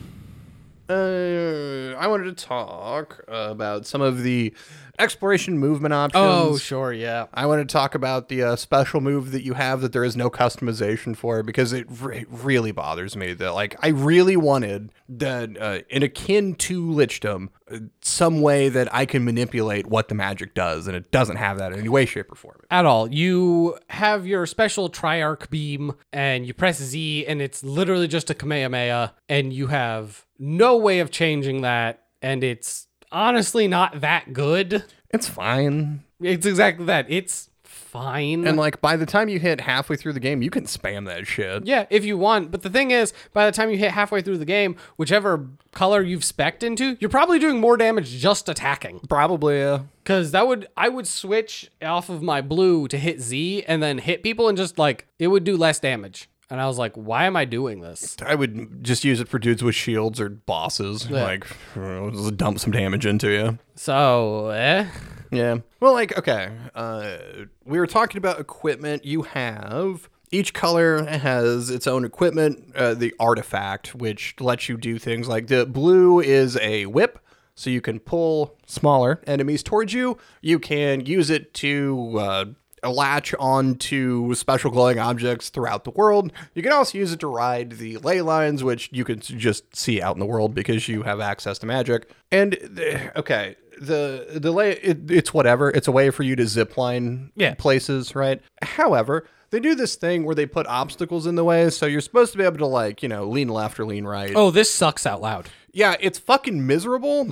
Speaker 1: Uh, I wanted to talk about some of the exploration movement options.
Speaker 2: Oh, sure, yeah.
Speaker 1: I want to talk about the uh, special move that you have that there is no customization for because it, re- it really bothers me that like I really wanted that uh, in akin to lichdom uh, some way that I can manipulate what the magic does and it doesn't have that in any way shape or form.
Speaker 2: At all. You have your special triarch beam and you press Z and it's literally just a Kamehameha and you have no way of changing that and it's honestly not that good.
Speaker 1: It's fine.
Speaker 2: It's exactly that. It's fine.
Speaker 1: And like by the time you hit halfway through the game, you can spam that shit.
Speaker 2: Yeah, if you want. But the thing is, by the time you hit halfway through the game, whichever color you've specced into, you're probably doing more damage just attacking.
Speaker 1: Probably. Uh,
Speaker 2: Cause that would I would switch off of my blue to hit Z and then hit people and just like it would do less damage. And I was like, why am I doing this?
Speaker 1: I would just use it for dudes with shields or bosses. Like, uh, just dump some damage into you.
Speaker 2: So eh.
Speaker 1: Yeah. Well, like, okay. Uh, we were talking about equipment. You have each color has its own equipment, uh, the artifact, which lets you do things like the blue is a whip. So you can pull smaller enemies towards you. You can use it to uh, latch onto special glowing objects throughout the world. You can also use it to ride the ley lines, which you can s- just see out in the world because you have access to magic. And eh, okay, the the lay it, it's whatever. It's a way for you to zip line
Speaker 2: Yeah.
Speaker 1: places, right? However. They do this thing where they put obstacles in the way, so you're supposed to be able to like, you know, lean left or lean right.
Speaker 2: Oh, this sucks out loud.
Speaker 1: Yeah, it's fucking miserable.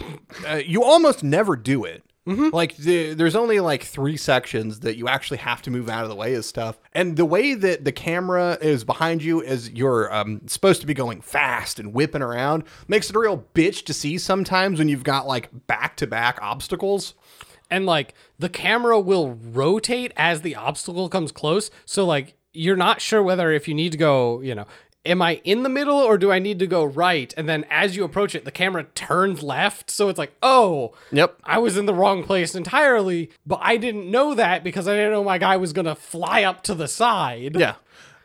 Speaker 1: Uh, you almost never do it. Like the, there's only like three sections that you actually have to move out of the way of stuff, and the way that the camera is behind you as you're um, supposed to be going fast and whipping around makes it a real bitch to see sometimes when you've got like back to back obstacles.
Speaker 2: And like the camera will rotate as the obstacle comes close. So like you're not sure whether if you need to go, you know, am I in the middle or do I need to go right? And then as you approach it, the camera turns left. So it's like, oh,
Speaker 1: Yep.
Speaker 2: I was in the wrong place entirely, but I didn't know that because I didn't know my guy was gonna fly up to the side.
Speaker 1: Yeah.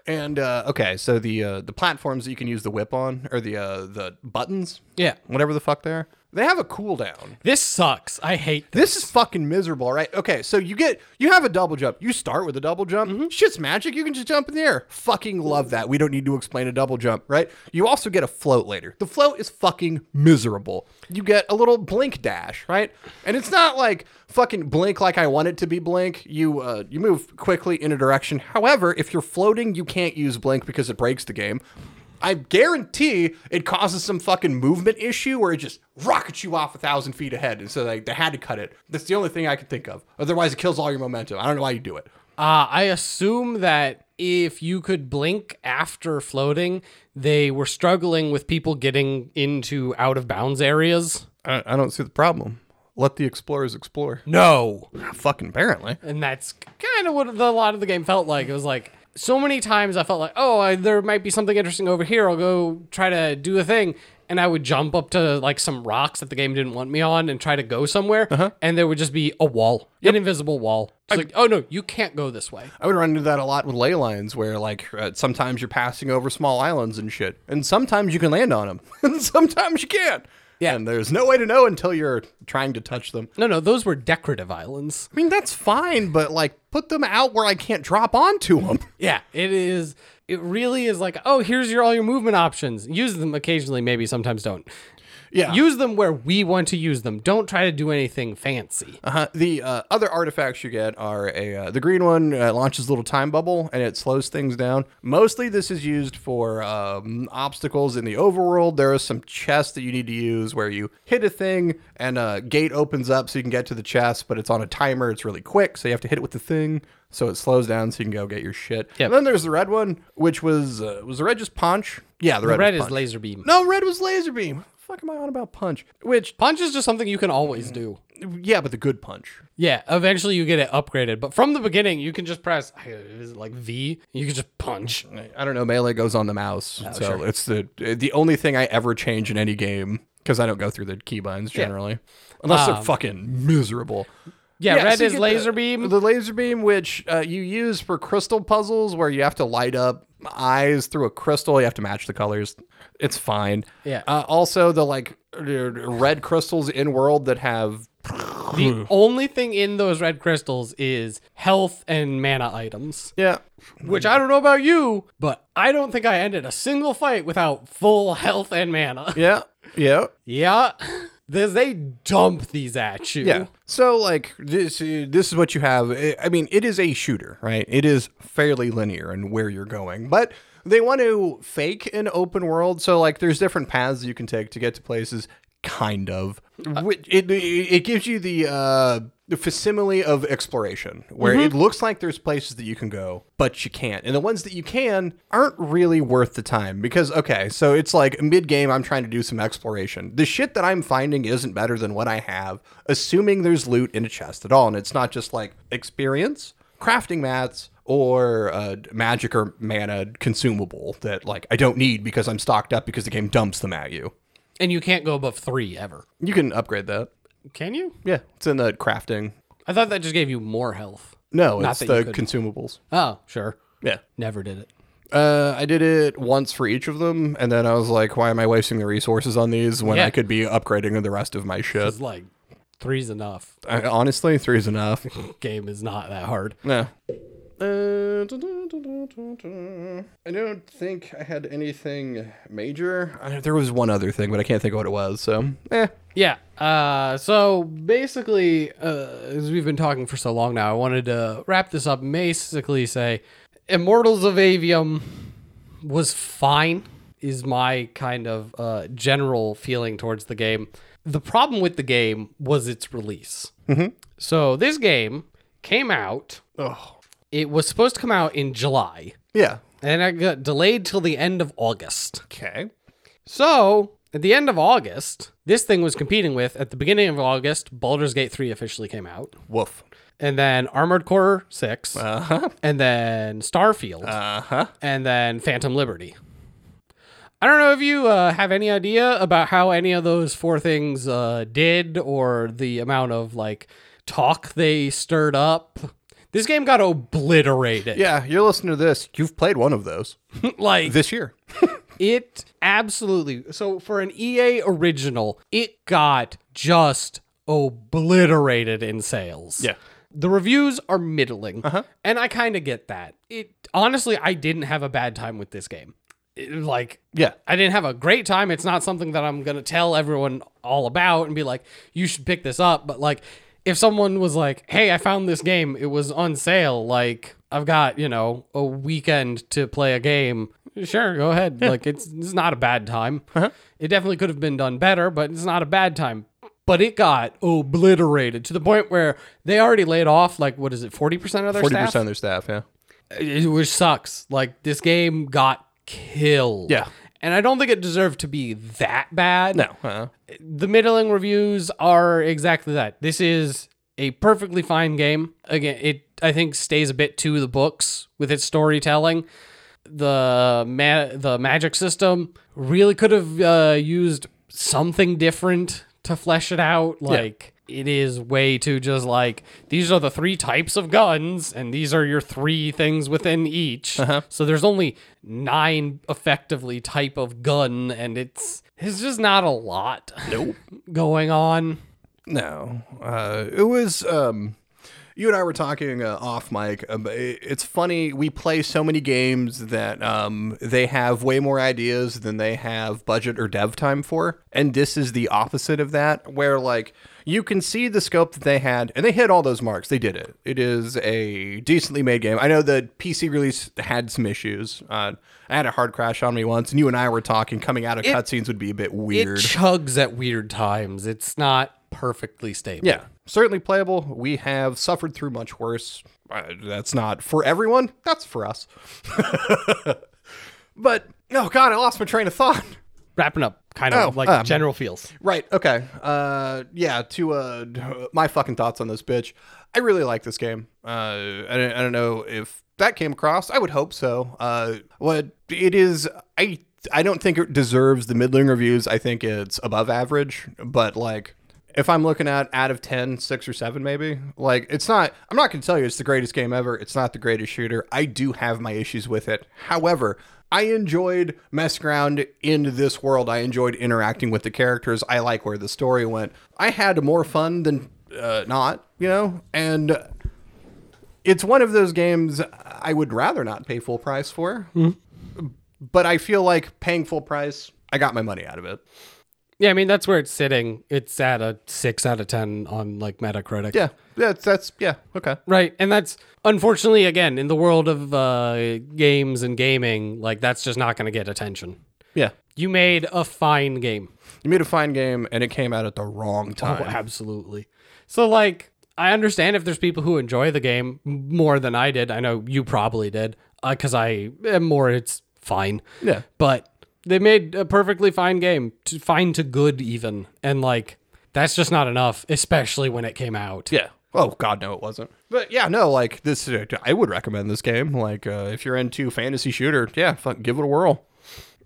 Speaker 1: And uh, okay, so the uh, the platforms that you can use the whip on, or the uh, the buttons,
Speaker 2: Yeah.
Speaker 1: whatever the fuck they're, they have a cooldown.
Speaker 2: This sucks. I hate this.
Speaker 1: This is fucking miserable, right? Okay, so you get you have a double jump. You start with a double jump. Shit's magic. You can just jump in the air. Fucking love that. We don't need to explain a double jump, right? You also get a float later. The float is fucking miserable. You get a little blink dash, right? And it's not like fucking blink like I want it to be blink. You uh, you move quickly in a direction. However, if you're floating, you can't use blink because it breaks the game. I guarantee it causes some fucking movement issue where it just rockets you off a thousand feet ahead. And so they, they had to cut it. That's the only thing I could think of. Otherwise, it kills all your momentum. I don't know why you do it.
Speaker 2: Uh, I assume that if you could blink after floating, they were struggling with people getting into out of bounds areas.
Speaker 1: I, I don't see the problem. Let the explorers explore.
Speaker 2: No.
Speaker 1: *laughs* Fucking apparently.
Speaker 2: And that's kind of what the, a lot of the game felt like. It was like so many times I felt like, oh, I, there might be something interesting over here. I'll go try to do a thing. And I would jump up to like some rocks that the game didn't want me on and try to go somewhere. And there would just be a wall, an invisible wall. It's like, oh no, you can't go this way.
Speaker 1: I would run into that a lot with ley lines where, like, uh, sometimes you're passing over small islands and shit. And sometimes you can land on them. *laughs* and sometimes you can't. Yeah. And there's no way to know until you're trying to touch them.
Speaker 2: No, no, those were decorative islands.
Speaker 1: I mean, that's fine, but, like, put them out where I can't drop onto them.
Speaker 2: Yeah, it is. It really is like, oh, here's your all your movement options. Use them occasionally, maybe sometimes don't.
Speaker 1: *laughs* Yeah.
Speaker 2: Use them where we want to use them. Don't try to do anything fancy.
Speaker 1: Uh-huh. The uh, other artifacts you get are a uh, the green one uh, launches a little time bubble and it slows things down. Mostly, this is used for um, obstacles in the overworld. There are some chests that you need to use where you hit a thing and a gate opens up so you can get to the chest, but it's on a timer. It's really quick, so you have to hit it with the thing so it slows down so you can go get your shit.
Speaker 2: Yep.
Speaker 1: And then there's the red one, which was uh, was the red just punch? Yeah, the red,
Speaker 2: Red
Speaker 1: was
Speaker 2: is
Speaker 1: punch.
Speaker 2: laser beam.
Speaker 1: no, red was laser beam. What the fuck am I on about punch? Which
Speaker 2: Punch is just something you can always do.
Speaker 1: yeah, but the good punch.
Speaker 2: Yeah, eventually you get it upgraded, but from the beginning you can just press is it like V, you can just punch.
Speaker 1: I don't know. Melee goes on the mouse,
Speaker 2: Oh,
Speaker 1: so it's the the only thing I ever change in any game because I don't go through the keybinds generally, unless they're fucking miserable.
Speaker 2: Um, Yeah, red
Speaker 1: so you
Speaker 2: is
Speaker 1: get
Speaker 2: laser
Speaker 1: the-
Speaker 2: beam.
Speaker 1: The laser beam, which uh, you use for crystal puzzles, where you have to light up eyes through a crystal, you have to match the colors. It's fine.
Speaker 2: Yeah.
Speaker 1: Uh, also, the like uh, red crystals in world that have
Speaker 2: the only thing in those red crystals is health and mana items.
Speaker 1: yeah.
Speaker 2: Which I don't know about you, but I don't think I ended a single fight without full health and mana.
Speaker 1: Yeah, yeah,
Speaker 2: yeah. *laughs* There's, they dump these at you.
Speaker 1: yeah. So like this, uh, this is what you have. I I mean, it is a shooter, right? It is fairly linear in where you're going, but they want to fake an open world. So like, there's different paths you can take to get to places. Kind of. Which- It, it it gives you the uh, the facsimile of exploration, where it looks like there's places that you can go, but you can't, and the ones that you can aren't really worth the time because okay, so it's like mid game, I'm trying to do some exploration. The shit that I'm finding isn't better than what I have, assuming there's loot in a chest at all, and it's not just like experience, crafting mats, or uh, magic or mana consumable that like I don't need because I'm stocked up because the game dumps them at you.
Speaker 2: And you can't go above three ever.
Speaker 1: You can upgrade that.
Speaker 2: Can you?
Speaker 1: Yeah, it's in the crafting.
Speaker 2: I thought that just gave you more health.
Speaker 1: No,
Speaker 2: Not
Speaker 1: it's
Speaker 2: that you
Speaker 1: the
Speaker 2: couldn't.
Speaker 1: consumables.
Speaker 2: Oh, sure.
Speaker 1: Yeah.
Speaker 2: Never did it.
Speaker 1: Uh, I did it once for each of them, and then I was like, why am I wasting the resources on these when
Speaker 2: Yeah.
Speaker 1: I could be upgrading the rest of my shit?
Speaker 2: It's like Three's enough.
Speaker 1: I, honestly, three's enough.
Speaker 2: Game is not that hard.
Speaker 1: No. I don't think I had anything major. I, there was one other thing, but I can't think of what it was. So, eh.
Speaker 2: Yeah. Uh, so basically, uh, as we've been talking for so long now, I wanted to wrap this up. and Basically, say Immortals of Avium was fine. Is my kind of uh, general feeling towards the game. The problem with the game was its release. So this game came out.
Speaker 1: Oh.
Speaker 2: It was supposed to come out in July,
Speaker 1: Yeah.
Speaker 2: and it got delayed till the end of August.
Speaker 1: Okay.
Speaker 2: So, at the end of August, this thing was competing with, at the beginning of August, Baldur's Gate 3 officially came out,
Speaker 1: Woof.
Speaker 2: and then Armored Core 6,
Speaker 1: Uh huh.
Speaker 2: and then Starfield,
Speaker 1: Uh huh.
Speaker 2: and then Phantom Liberty. I don't know if you uh, have any idea about how any of those four things uh, did or the amount of like talk they stirred up. This game got obliterated.
Speaker 1: Yeah, you're listening to this. You've played one of those
Speaker 2: *laughs*
Speaker 1: *laughs*
Speaker 2: like
Speaker 1: this year.
Speaker 2: It absolutely. So for an EA original, it got just obliterated in sales.
Speaker 1: Yeah.
Speaker 2: The reviews are middling, and I kind of get that. It honestly, I didn't have a bad time with this game. It- like,
Speaker 1: Yeah.
Speaker 2: I didn't have a great time. It's not something that I'm gonna tell everyone all about and be like, you should pick this up. But like, if someone was like, hey, I found this game, it was on sale. Like, I've got you know a weekend to play a game. Sure, go ahead. Like, it's it's not a bad time.
Speaker 1: Uh-huh.
Speaker 2: It definitely could have been done better, but it's not a bad time. But it got obliterated to the point where they already laid off like what is it, forty percent of their
Speaker 1: Forty
Speaker 2: staff?
Speaker 1: percent of their staff. Yeah.
Speaker 2: it, which sucks. Like this game got killed.
Speaker 1: Yeah.
Speaker 2: And I don't think it deserved to be that bad.
Speaker 1: No. Uh-huh.
Speaker 2: The middling reviews are exactly that. This is a perfectly fine game. Again, it I think stays a bit to the books with its storytelling. The ma- the magic system really could have uh, used something different to flesh it out. Like it is way too just like these are the three types of guns and these are your three things within each so there's only nine effectively type of gun and it's it's just not a lot *laughs* nope going on
Speaker 1: No. Uh, it was. Um, you and I were talking uh, off mic. Um, it- it's funny we play so many games that um, they have way more ideas than they have budget or dev time for, and this is the opposite of that. Where like you can see the scope that they had, and they hit all those marks. They did it. It is a decently made game. I know the PC release had some issues. Uh, I had a hard crash on me once, and you and I were talking. Coming out of cutscenes would be a bit weird.
Speaker 2: it chugs at weird times it's not perfectly stable
Speaker 1: Yeah, certainly playable. We have suffered through much worse. Uh, that's not for everyone. That's for us. *laughs* but oh god, I lost my train of thought. *laughs*
Speaker 2: wrapping up kind of
Speaker 1: Oh,
Speaker 2: like
Speaker 1: um,
Speaker 2: general feels
Speaker 1: Right. Okay. Uh, yeah. To uh, my fucking thoughts on this bitch. I really like this game. Uh, I don't, I don't know if that came across. I would hope so. Uh, what it is, I I don't think it deserves the middling reviews. I think it's above average. But like, if I'm looking at out of 10, 6 or 7 maybe, like it's not I'm not going to tell you it's the greatest game ever. It's not the greatest shooter. I do have my issues with it. However, I enjoyed messing around in this world. I enjoyed interacting with the characters. I like where the story went. I had more fun than uh, not, you know? And it's one of those games I would rather not pay full price for. Mm-hmm. But I feel like paying full price, I got my money out of it.
Speaker 2: yeah i mean that's where it's sitting it's at a six out of ten on like metacritic
Speaker 1: Yeah. That's that's yeah, okay.
Speaker 2: Right, and that's unfortunately again in the world of uh, games and gaming, like that's just not going to get attention.
Speaker 1: Yeah.
Speaker 2: You made a fine game.
Speaker 1: You made a fine game and it came out at the wrong time.
Speaker 2: *laughs* absolutely. So like I understand if there's people who enjoy the game more than I did. I know you probably did because I am more. It's fine.
Speaker 1: Yeah.
Speaker 2: But they made a perfectly fine game, to, fine to good even, and like that's just not enough, especially when it came out.
Speaker 1: Yeah. Oh God, no, it wasn't. But yeah, no, like this, uh, I would recommend this game. Like uh, if you're into fantasy shooter, yeah, fuck, give it a whirl.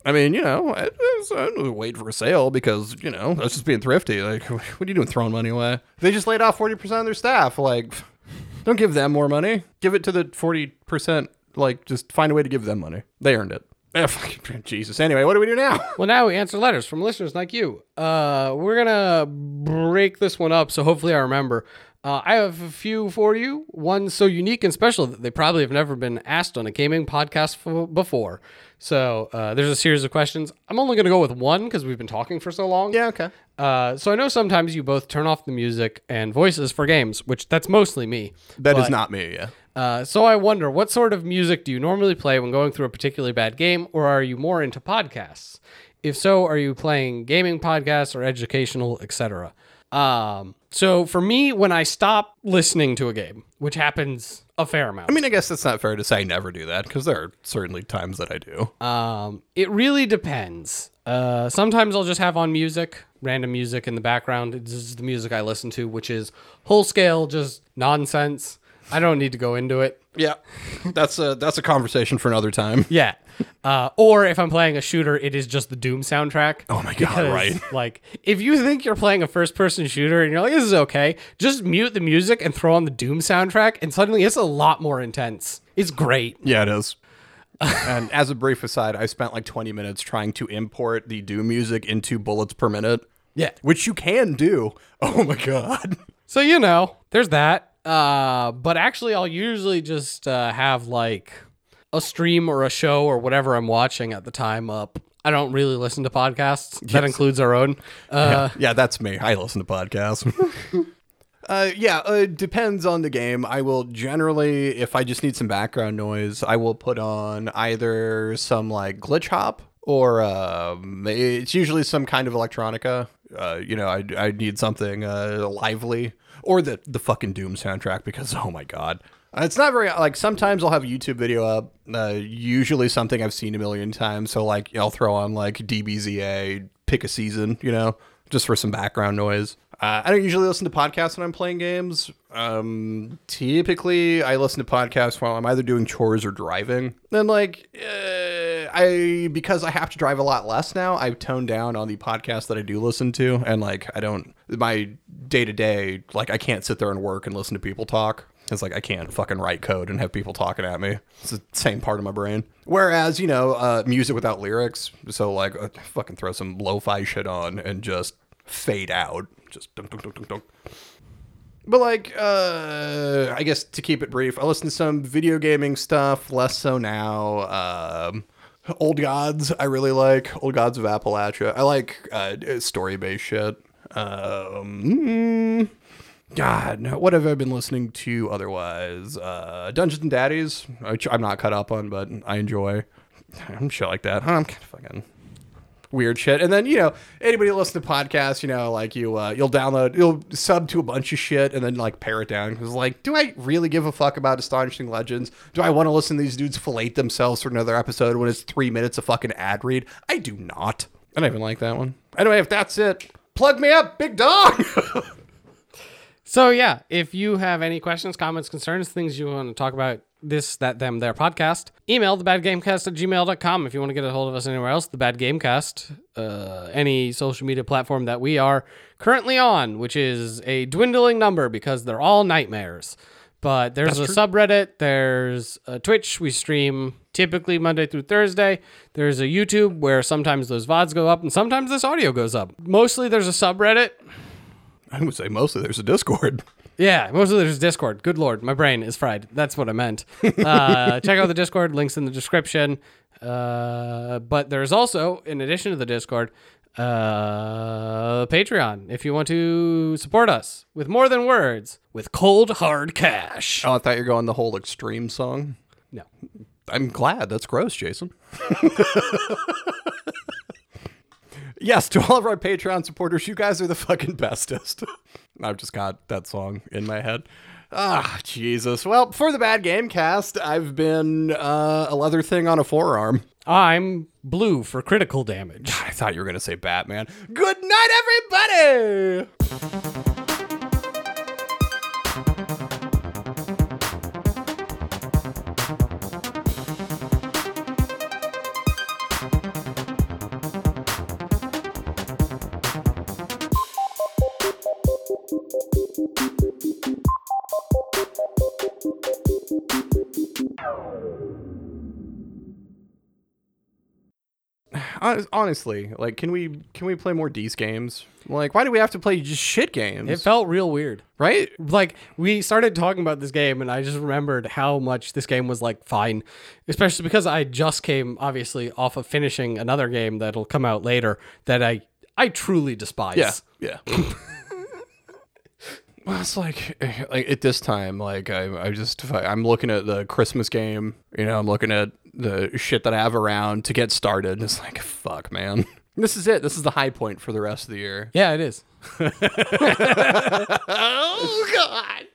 Speaker 1: I mean, you know, I, I was- I was wait for a sale because you know I was just being thrifty. Like, *laughs* what are you doing, throwing money away? They just laid off forty percent of their staff. Like, *sighs* don't give them more money. Give it *laughs* to the forty percent. Like, just find a way to give them money. They earned it. Eh, fucking- Jesus. Anyway, what do we do now? *laughs*
Speaker 2: Well, now we answer letters from listeners like you. Uh, we're gonna break this one up, so hopefully I remember. Uh, I have a few for you. One so unique and special that they probably have never been asked on a gaming podcast f- before. So uh, there's a series of questions. I'm only gonna go with one because we've been talking for so long.
Speaker 1: okay.
Speaker 2: Uh, so I know sometimes you both turn off the music and voices for games, which that's mostly me.
Speaker 1: That is not me, yeah.
Speaker 2: Uh, so I wonder, what sort of music do you normally play when going through a particularly bad game, or are you more into podcasts? If so, are you playing gaming podcasts or educational, etc.? Um, so for me, when I stop listening to a game, which happens a fair amount,
Speaker 1: I mean, I guess that's not fair to say I never do that because there are certainly times that I do.
Speaker 2: Um, it really depends. Uh, sometimes I'll just have on music, random music in the background. This is the music I listen to, which is whole scale, just nonsense. I don't need to go into it.
Speaker 1: yeah, that's a that's a conversation for another time.
Speaker 2: Yeah. Uh, or if I'm playing a shooter, it is just the Doom soundtrack.
Speaker 1: Oh my God, right.
Speaker 2: *laughs* Like, if you think you're playing a first person shooter and you're like, this is okay, just mute the music and throw on the Doom soundtrack, and suddenly it's a lot more intense. It's great.
Speaker 1: *laughs* Yeah, it is. and as a brief aside, I spent like 20 minutes trying to import the Doom music into bullets per minute,
Speaker 2: Yeah.
Speaker 1: which you can do. Oh my god.
Speaker 2: So you know, there's that. Uh, but actually, I'll usually just uh, have like a stream or a show or whatever I'm watching at the time up. I don't really listen to podcasts. That includes our own. Uh,
Speaker 1: yeah, that's me. I listen to podcasts. *laughs* Uh, yeah, uh, depends on the game. I will generally, if I just need some background noise, I will put on either some like glitch hop or um, it's usually some kind of electronica. Uh, you know, I, I need something uh, lively or the the fucking Doom soundtrack because oh my god, Uh, it's not very like sometimes I'll have a YouTube video up. Uh, usually something I've seen a million times. So like I'll throw on like DBZA, pick a season. You know, just for some background noise. Uh, I don't usually listen to podcasts when I'm playing games. Um, typically, I listen to podcasts while I'm either doing chores or driving. And like, uh, I because I have to drive a lot less now, I've toned down on the podcasts that I do listen to. And like, I don't my day to day like I can't sit there and work and listen to people talk. It's like I can't fucking write code and have people talking at me. It's the same part of my brain. Whereas you know, uh, music without lyrics. So like, uh, fucking throw some lo-fi shit on and just fade out. Just dunk, dunk, dunk, dunk, dunk. But like, uh, I guess to keep it brief, I listen to some video gaming stuff, less so now. Um, Old Gods, I really like Old Gods of Appalachia. I like uh, story-based shit. Um, mm, God, no, what have I been listening to otherwise? Uh, Dungeons and Daddies, which I'm not caught up on, but I enjoy. Shit like that. I'm kind of fucking weird shit. And then you know anybody that listens to podcasts, you know, like you uh, you'll download, you'll sub to a bunch of shit, and then like pare it down because like, do I really give a fuck about astonishing legends? Do I want to listen to these dudes fillet themselves for another episode when it's three minutes of fucking ad read? I do not. I don't even like that one. Anyway, if that's it, plug me up, big dog. *laughs*
Speaker 2: So yeah, if you have any questions, comments, concerns, things you want to talk about this, that, them, their podcast, email thebadgamecast at gmail.com. If you want to get a hold of us anywhere else, the Bad Gamecast, uh, any social media platform that we are currently on, which is a dwindling number because they're all nightmares. But there's a subreddit, there's a Twitch, we stream typically Monday through Thursday. There's a YouTube where sometimes those VODs go up and sometimes this audio goes up. Mostly there's a subreddit.
Speaker 1: I would say mostly there's a Discord.
Speaker 2: Yeah, mostly there's Discord. Good lord, my brain is fried. That's what I meant. Uh, check out the Discord. Links in the description. Uh, but there's also, in addition to the Discord, uh, Patreon. If you want to support us with more than words, with cold hard cash.
Speaker 1: *laughs* Oh, I thought you were going the whole extreme song.
Speaker 2: No.
Speaker 1: I'm glad. That's gross, *laughs* Jason. yes, to all of our Patreon supporters, you guys are the fucking bestest. *laughs* I've just got that song in my head. Ah, Jesus. Well, for the bad game cast, I've been uh, a leather thing on a forearm.
Speaker 2: I'm blue for critical damage.
Speaker 1: I thought you were going to say Batman. Good night, everybody! hon- honestly, like, can we can we play more D's games? Like, why do we have to play just shit games?
Speaker 2: It felt real weird.
Speaker 1: right?
Speaker 2: Like we started talking about this game, and I just remembered how much this game was like fine, especially because I just came obviously off of finishing another game that'll come out later that I I truly despise.
Speaker 1: yeah. well, it's like, eh, like at this time, like I, I just, I'm looking at the Christmas game. You know, I'm looking at the shit that I have around to get started. And it's like, fuck, man. *laughs* This is it. This is the high point for the rest of the year.
Speaker 2: yeah, it is.
Speaker 1: Oh God.